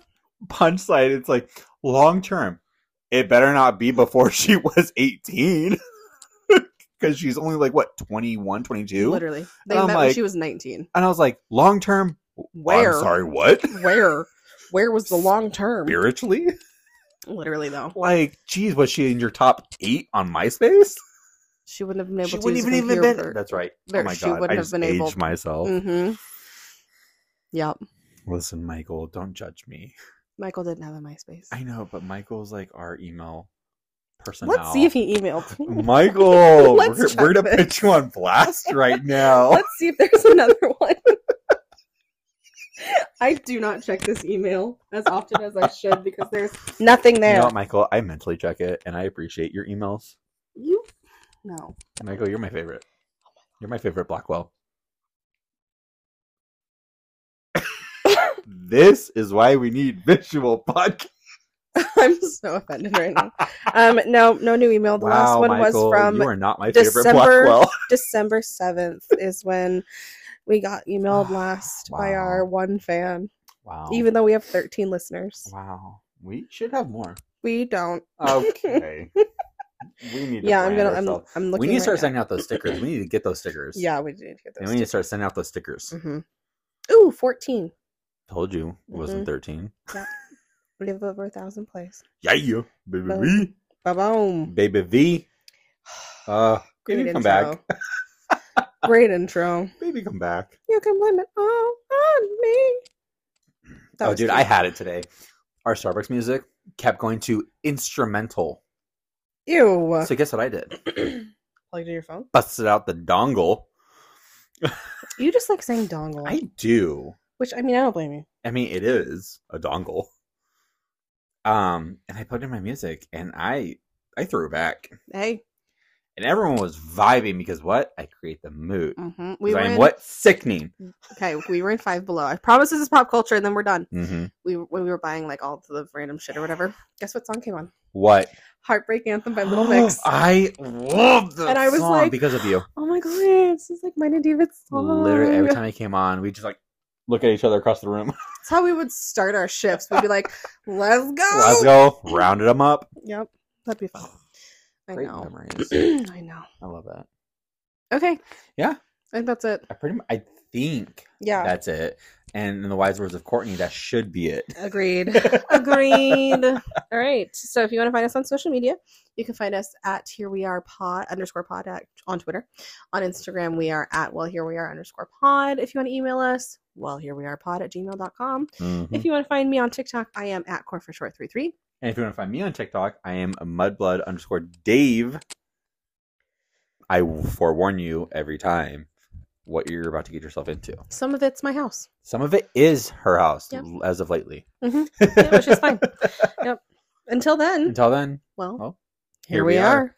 Speaker 1: punchline it's like long term it better not be before she was 18 because she's only like what 21 22
Speaker 2: literally, they
Speaker 1: I'm
Speaker 2: met when
Speaker 1: like-
Speaker 2: she was nineteen.
Speaker 1: and i was like long term
Speaker 2: Where?
Speaker 1: i'm sorry what
Speaker 2: Where? Where was the long term?
Speaker 1: spiritually
Speaker 2: Literally, though,
Speaker 1: like geez was she in your top eight on myspace
Speaker 2: she wouldn't have been able.
Speaker 1: she
Speaker 2: to
Speaker 1: wouldn't
Speaker 2: use
Speaker 1: even
Speaker 2: a
Speaker 1: even
Speaker 2: computer.
Speaker 1: been that's right oh
Speaker 2: There-
Speaker 1: my
Speaker 2: she
Speaker 1: god
Speaker 2: wouldn't
Speaker 1: i
Speaker 2: have
Speaker 1: just
Speaker 2: been
Speaker 1: aged
Speaker 2: able-
Speaker 1: myself
Speaker 2: Mhm. Yep.
Speaker 1: listen michael don't judge me
Speaker 2: Michael didn't have a MySpace.
Speaker 1: i know but michael's like our email person
Speaker 2: Let's
Speaker 1: now.
Speaker 2: see if he emailed.
Speaker 1: Michael,
Speaker 2: Let's
Speaker 1: we're,
Speaker 2: check
Speaker 1: we're gonna
Speaker 2: this.
Speaker 1: put you on blast right now.
Speaker 2: Let's see if there's another one. I do not check this email as often as I should because there's nothing
Speaker 1: You
Speaker 2: there.
Speaker 1: know what, Michael? I mentally check it, and I appreciate your emails.
Speaker 2: You no.
Speaker 1: Michael, you're my favorite. You're my favorite Blackwell. this is why we need visual podcast.
Speaker 2: I'm so offended right now. Um, no, no new email. The last one
Speaker 1: Michael,
Speaker 2: was from
Speaker 1: you are not my favorite
Speaker 2: December-
Speaker 1: Blackwell.
Speaker 2: December 7th is when we got emailed last by
Speaker 1: Wow.
Speaker 2: our one fan,
Speaker 1: Wow.
Speaker 2: even though we have 13 listeners.
Speaker 1: wow. We should have more.
Speaker 2: We don't.
Speaker 1: Okay. we need. To
Speaker 2: yeah, I'm
Speaker 1: brand
Speaker 2: gonna. I'm,
Speaker 1: ourselves.
Speaker 2: I'm looking.
Speaker 1: we need to
Speaker 2: right
Speaker 1: start
Speaker 2: now.
Speaker 1: sending out those stickers. We need to get those stickers.
Speaker 2: Yeah, we did get
Speaker 1: And
Speaker 2: those.
Speaker 1: we need to start sending out those stickers.
Speaker 2: hmm Ooh, 14.
Speaker 1: Told you it wasn't
Speaker 2: Mhm.
Speaker 1: thirteen.
Speaker 2: We have over a thousand plays.
Speaker 1: Yeah, you baby
Speaker 2: Boom.
Speaker 1: V,
Speaker 2: Ba boom.
Speaker 1: baby V. Uh,
Speaker 2: Great
Speaker 1: baby, Mm, come
Speaker 2: intro.
Speaker 1: back,
Speaker 2: Great intro.
Speaker 1: baby, come back.
Speaker 2: You can blame it all on me. That
Speaker 1: oh,
Speaker 2: was
Speaker 1: dude,
Speaker 2: cute.
Speaker 1: I had it today. Our Starbucks music kept going to instrumental.
Speaker 2: Ew.
Speaker 1: So guess what I did?
Speaker 2: Plugged in your phone?
Speaker 1: Busted out the dongle.
Speaker 2: You just like saying dongle.
Speaker 1: I do.
Speaker 2: Which, I mean, I don't blame you.
Speaker 1: I mean, it is a dongle. Um, and I plugged in my music, and I I threw it back,
Speaker 2: Hey.
Speaker 1: and everyone was vibing because what? I create the mood.
Speaker 2: Mm-hmm.
Speaker 1: We
Speaker 2: We were
Speaker 1: I'm
Speaker 2: in, Mm.
Speaker 1: what sickening.
Speaker 2: Okay, we were in Five Below. I promise this is pop culture and then we're done.
Speaker 1: Mm-hmm.
Speaker 2: We When we were buying like all the random shit or whatever, guess what song came on?
Speaker 1: What?
Speaker 2: Heartbreak Anthem by Little Mix.
Speaker 1: I love the
Speaker 2: And I was
Speaker 1: song
Speaker 2: like,
Speaker 1: because of you.
Speaker 2: Oh my god, this is like mine and David's song.
Speaker 1: Literally every time I came on, we just like look at each other across the room.
Speaker 2: That's how we would start our shifts. We'd be like, let's go.
Speaker 1: Let's go. Rounded them up.
Speaker 2: Yep. That'd be fun. I
Speaker 1: Great
Speaker 2: know.
Speaker 1: memories.
Speaker 2: I know.
Speaker 1: I love that.
Speaker 2: Okay.
Speaker 1: Yeah.
Speaker 2: I think that's it.
Speaker 1: I pretty much, I think
Speaker 2: Yeah.
Speaker 1: that's it. And in the wise words of Courtney, that should be it.
Speaker 2: Agreed. Agreed. All right. So if you want to find us on social media, you can find us at here we are pod underscore pod at, on Twitter. On Instagram, we are at well here we are underscore pod. If you want to email us, well here we are pod at gmail.com.
Speaker 1: Mhm.
Speaker 2: If you want to find me on TikTok, I am at core for short 33.
Speaker 1: And if you want to find me on TikTok, I am mudblood underscore Dave. I will forewarn you every time what you're about to get yourself into.
Speaker 2: Some of it's my house.
Speaker 1: Some of it is her house
Speaker 2: Yep.
Speaker 1: l- as of lately.
Speaker 2: Mhm. Yeah, which is fine. Until then,
Speaker 1: Until then,
Speaker 2: well,
Speaker 1: Well,
Speaker 2: here, we are.